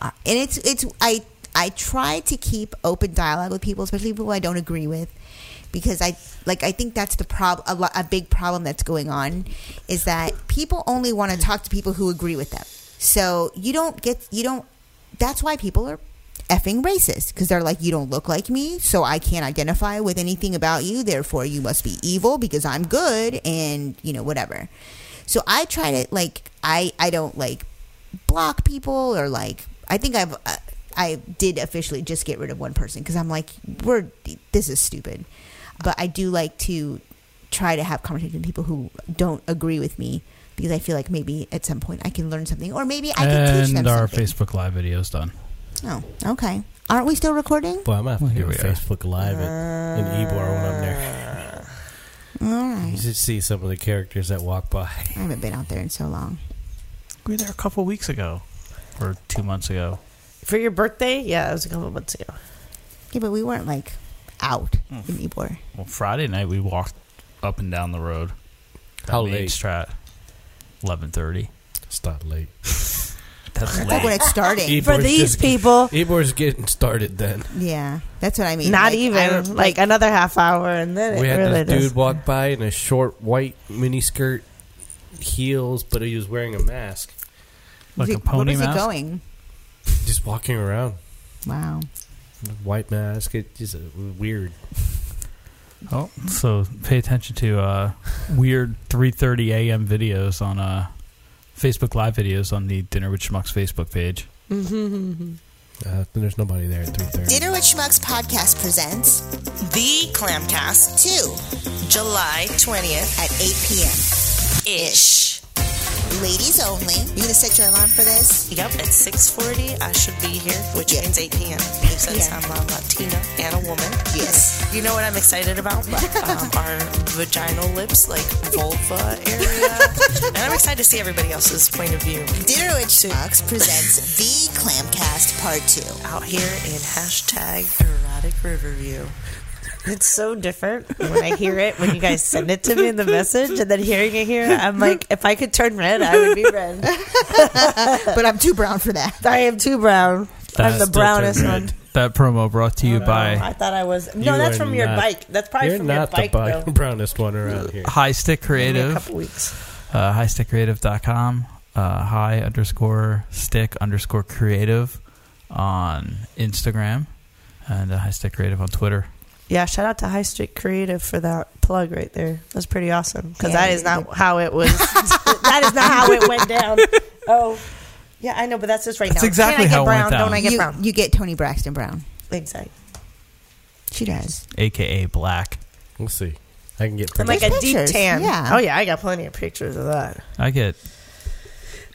Speaker 5: uh, and it's it's I I try to keep open dialogue with people, especially people I don't agree with, because I like I think that's the problem a, lo- a big problem that's going on is that people only want to talk to people who agree with them. So you don't get you don't. That's why people are effing racist because they're like you don't look like me so i can't identify with anything about you therefore you must be evil because i'm good and you know whatever so i try to like i i don't like block people or like i think i've uh, i did officially just get rid of one person because i'm like we're this is stupid but i do like to try to have conversations with people who don't agree with me because i feel like maybe at some point i can learn something or maybe i can teach them
Speaker 1: and our
Speaker 5: something
Speaker 1: Facebook Live video is done.
Speaker 5: Oh, okay. Aren't we still recording?
Speaker 2: Boy, I'm gonna have to
Speaker 1: Well,
Speaker 2: do
Speaker 1: here
Speaker 2: a
Speaker 1: we are.
Speaker 2: Facebook Live at in Ebor when I'm there.
Speaker 5: All right.
Speaker 2: You should see some of the characters that walk by.
Speaker 5: I haven't been out there in so long.
Speaker 1: We were there a couple weeks ago, or two months ago.
Speaker 4: for your birthday, yeah, it was a couple months ago.
Speaker 5: Yeah, but we weren't like out in Ybor.
Speaker 1: Well, Friday night we walked up and down the road.
Speaker 2: How
Speaker 1: Main
Speaker 2: late?
Speaker 1: Strat. Eleven thirty.
Speaker 2: It's not late.
Speaker 1: [LAUGHS] That's
Speaker 5: That's like when it's starting.
Speaker 4: For these people.
Speaker 2: Ebor's getting started then.
Speaker 5: Yeah, that's what I mean.
Speaker 4: Not
Speaker 5: Like,
Speaker 4: even
Speaker 5: I-
Speaker 4: like, another half hour, and then
Speaker 2: we
Speaker 4: it
Speaker 2: had
Speaker 4: really
Speaker 2: this
Speaker 4: does.
Speaker 2: dude walk by in a short white miniskirt, heels, but he was wearing a mask.
Speaker 1: Like a pony
Speaker 5: where was
Speaker 1: mask?
Speaker 5: it going?
Speaker 2: Just walking around,
Speaker 4: [LAUGHS]
Speaker 5: Wow.
Speaker 2: white mask. It's just uh, weird.
Speaker 1: Oh, so pay attention to uh, weird 3:30 a.m. videos on uh, Facebook Live videos on the Dinner with Schmucks Facebook page.
Speaker 2: Uh, there's nobody there at three thirty.
Speaker 5: Dinner with Schmucks podcast presents
Speaker 9: The Clamcast
Speaker 5: 2
Speaker 9: July 20th
Speaker 5: at 8 p.m.
Speaker 9: ish.
Speaker 5: Ladies only. You gonna set your alarm for this?
Speaker 9: Yep, at 6:40 I should be here, which means 8 p.m. Since I'm a Latina and a woman. Yes. You know what I'm excited about? um, our vaginal lips, like vulva area.
Speaker 5: [LAUGHS]
Speaker 9: and I'm excited to see everybody else's point of view.
Speaker 5: Dinner with Schmucks
Speaker 9: [LAUGHS]
Speaker 5: presents The Clamcast Part 2.
Speaker 9: Out here in hashtag erotic riverview.
Speaker 4: It's so different when I hear it when you guys send it to me in the message, and then hearing it here, I'm like, if I could turn red, I would be
Speaker 5: [LAUGHS]
Speaker 4: red.
Speaker 5: but I'm too brown for that.
Speaker 4: I am too brown. I'm the brownest one. Oh,
Speaker 1: That promo brought to you
Speaker 4: I
Speaker 1: by
Speaker 4: thought I was. No, that's from your bike. That's probably
Speaker 2: you're
Speaker 4: from your
Speaker 2: not
Speaker 4: bike,
Speaker 2: the bi-
Speaker 4: though.
Speaker 2: brownest one around here.
Speaker 1: High Stick
Speaker 4: Maybe
Speaker 1: Creative.
Speaker 4: a couple weeks.
Speaker 1: uh, highstickcreative.com, uh, high underscore stick underscore creative on Instagram, and uh, high stick creative on Twitter.
Speaker 4: Yeah, shout out to High Street Creative for that plug right there. That's pretty awesome because
Speaker 5: Yeah,
Speaker 4: that
Speaker 5: they
Speaker 4: is
Speaker 5: did
Speaker 4: not how it [LAUGHS] was. [LAUGHS] that is not how it
Speaker 1: [LAUGHS]
Speaker 4: went down. Oh, yeah, I know, but that's just right
Speaker 1: That's
Speaker 4: now.
Speaker 1: exactly
Speaker 4: Can I get
Speaker 1: how it
Speaker 4: brown?
Speaker 1: went down.
Speaker 4: Don't I get
Speaker 5: you,
Speaker 4: brown?
Speaker 5: You get Tony Braxton Brown.
Speaker 4: Exactly.
Speaker 5: She does.
Speaker 1: aka Black.
Speaker 2: We'll see. I can get
Speaker 4: I'm like a
Speaker 5: There's
Speaker 4: deep
Speaker 5: pictures,
Speaker 4: tan.
Speaker 5: yeah.
Speaker 4: Oh yeah, I got plenty of pictures of that.
Speaker 1: I get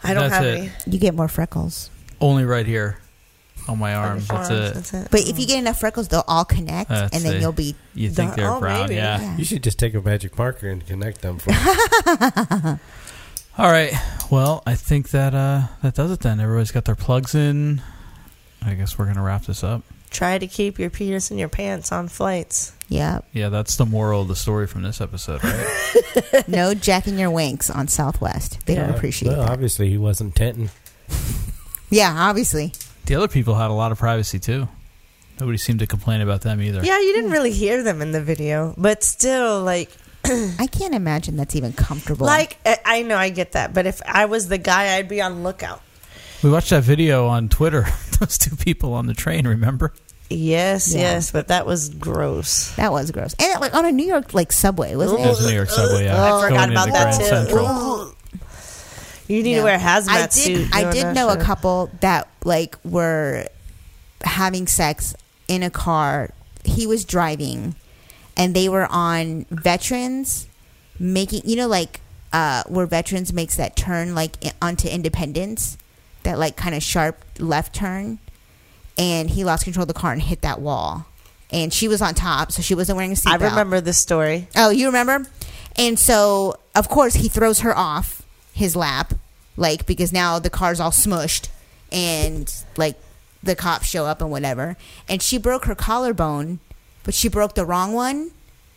Speaker 4: I don't
Speaker 1: That's
Speaker 4: have
Speaker 1: it.
Speaker 4: any.
Speaker 5: You get more freckles.
Speaker 1: only right here on my arms. That's
Speaker 4: arms,
Speaker 1: it.
Speaker 4: that's it.
Speaker 5: But if you get enough freckles, they'll all connect,
Speaker 1: That's
Speaker 5: and then
Speaker 1: it.
Speaker 5: you'll be.
Speaker 1: You think they're
Speaker 5: oh,
Speaker 1: brown?
Speaker 5: maybe.
Speaker 1: Yeah.
Speaker 5: Yeah.
Speaker 2: You should just take a magic marker and connect them. For
Speaker 5: [LAUGHS]
Speaker 1: All right. Well, I think that uh, that does it then. Everybody's got their plugs in. I guess we're gonna wrap this up.
Speaker 4: Try to keep your penis in your pants on flights.
Speaker 5: Yep.
Speaker 1: Yeah, that's the moral of the story from this episode, right?
Speaker 5: no jacking your winks on Southwest. [LAUGHS] They don't appreciate
Speaker 2: Well,
Speaker 5: that.
Speaker 2: obviously he wasn't tenting.
Speaker 5: Yeah, obviously.
Speaker 1: the other people had a lot of privacy too. Nobody seemed to complain about them either.
Speaker 4: Yeah, you didn't really hear them in the video, but still, [CLEARS THROAT] like,
Speaker 5: I can't imagine that's even comfortable.
Speaker 4: like I- I know I get that, but if I was the guy, I'd be on lookout.
Speaker 1: We watched that video on Twitter. [LAUGHS] Those two people on the train, remember?
Speaker 4: Yes,
Speaker 5: Yeah.
Speaker 4: yes, but that was gross.
Speaker 5: that was gross. And like on a New York like subway, wasn't
Speaker 1: It was
Speaker 5: it?
Speaker 1: New York subway. Yeah,
Speaker 4: Oh, I
Speaker 1: Going
Speaker 4: forgot
Speaker 1: into
Speaker 4: about that
Speaker 1: Grand
Speaker 4: too.
Speaker 1: Central.
Speaker 4: Ugh. You need to wear a hazmat
Speaker 5: I did,
Speaker 4: suit.
Speaker 5: I
Speaker 4: doing
Speaker 5: did
Speaker 4: that
Speaker 5: know
Speaker 4: shit.
Speaker 5: a couple that like were having sex in a car. He was driving, and they were on veterans making you know like uh, where veterans makes that turn like i- onto Independence, that like kind of sharp left turn, and he lost control of the car and hit that wall. and she was on top, so she wasn't wearing a seatbelt.
Speaker 4: I remember this story.
Speaker 5: Oh, you remember? And so, of course, he throws her off his lap, like because now the car's all smushed, and like the cops show up and whatever. And she broke her collarbone, but she broke the wrong one.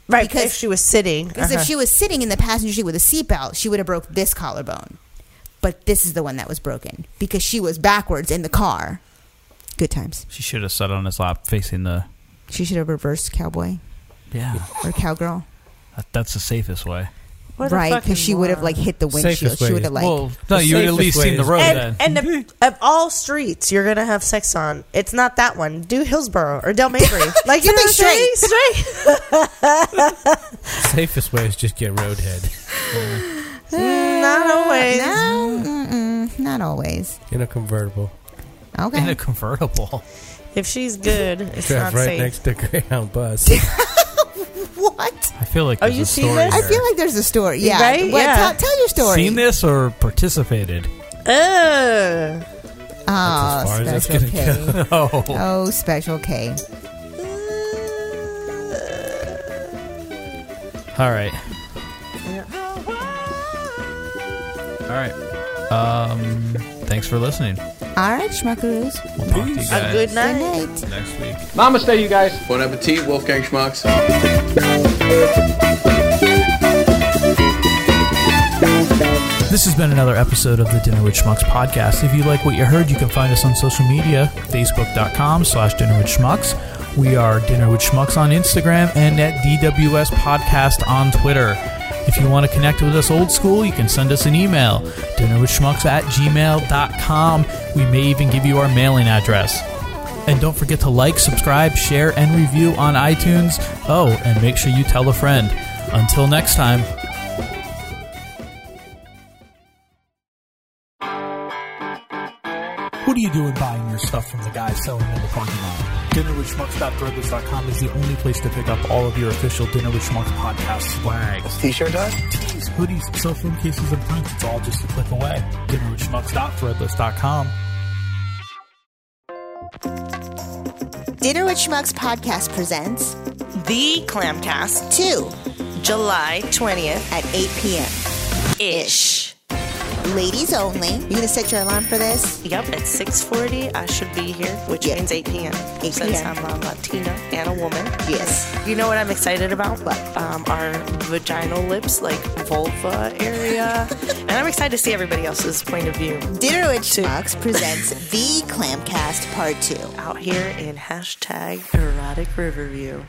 Speaker 4: Right, if she was sitting.
Speaker 5: Because
Speaker 4: Uh-huh.
Speaker 5: if she was sitting in the passenger seat with a seatbelt, she would have broke this collarbone. But this is the one that was broken because she was backwards in the car. Good times.
Speaker 1: She should have sat on his lap facing the.
Speaker 5: She should have reversed cowboy
Speaker 1: Yeah,
Speaker 5: or cowgirl.
Speaker 1: that- that's the safest way.
Speaker 4: What a
Speaker 5: right,
Speaker 4: fucking
Speaker 5: because she would have like hit the
Speaker 1: Safest
Speaker 5: windshield. She
Speaker 1: way
Speaker 5: would
Speaker 1: is-
Speaker 5: have like.
Speaker 1: Well, no, you would at least seen the road then.
Speaker 4: And, and of, of all streets you're gonna have sex on, it's not that one. Do Hillsboro or
Speaker 1: [LAUGHS]
Speaker 4: Del Mabry. like you know
Speaker 5: Something
Speaker 4: straight, straight. [LAUGHS]
Speaker 2: Safest way is just get roadhead
Speaker 5: [LAUGHS]
Speaker 4: not always.
Speaker 5: No, mm-mm, Mm, not always.
Speaker 2: in a convertible.
Speaker 5: Okay. In a
Speaker 1: convertible.
Speaker 4: If she's good, it's
Speaker 2: Drive
Speaker 4: not
Speaker 2: right
Speaker 4: safe.
Speaker 2: next to Greyhound bus.
Speaker 5: [LAUGHS] What?
Speaker 1: I feel like
Speaker 4: Oh,
Speaker 1: there's
Speaker 4: you
Speaker 1: a
Speaker 4: see
Speaker 1: story
Speaker 4: this?
Speaker 5: I
Speaker 1: there.
Speaker 5: feel like there's a story. Yeah.
Speaker 4: Right?
Speaker 5: Well,
Speaker 4: Yeah.
Speaker 5: Tell, tell your story.
Speaker 1: Seen this or participated?
Speaker 4: Ugh.
Speaker 5: Oh,
Speaker 1: far as it's
Speaker 5: special K.
Speaker 1: gonna go. [LAUGHS]
Speaker 5: Oh, special K.
Speaker 1: All right. All right. Um, thanks for listening.
Speaker 5: All right, schmuckaroos.
Speaker 1: We'll talk to you guys
Speaker 5: Good night.
Speaker 1: next week.
Speaker 11: Namaste, you guys. Bon appetit, Wolfgang Schmucks.
Speaker 1: This has been another episode of the Dinner with Schmucks podcast. If you like what you heard, you can find us on social media, facebook.com slash dinner with schmucks. We are Dinner with Schmucks on Instagram and at DWS Podcast on Twitter. If you want to connect with us old school, you can send us an email, dinnerwithschmucks at gmail.com. We may even give you our mailing address. And don't forget to like, subscribe, share, and review on iTunes. Oh, and make sure you tell a friend. Until next time. What are you doing buying your stuff from the guy selling in the parking lot? DinnerWithSchmucks.threadless.com is the only place to pick up all of your official Dinner with Schmucks podcast swag. T-shirt does? Tees, hoodies, cell phone cases, and prints. It's all just a click away. DinnerWithSchmucks.threadless.com.
Speaker 5: Dinner with Schmucks podcast presents
Speaker 9: The Clamcast
Speaker 5: 2
Speaker 9: July 20th
Speaker 5: at 8 p.m.
Speaker 9: ish.
Speaker 5: Ladies only. You gonna set your alarm for this?
Speaker 9: Yep, at 6:40 I should be here, which means 8 p.m.
Speaker 5: 8
Speaker 9: Since
Speaker 5: p.m..
Speaker 9: I'm a Latina and a woman. Yes. You know what I'm excited about? What? Um, our vaginal lips, like vulva
Speaker 4: [LAUGHS]
Speaker 9: area, and I'm excited to see everybody else's point of view.
Speaker 5: Dinner with Schmucks presents The Clamcast Part 2.
Speaker 9: Out here in hashtag erotic riverview.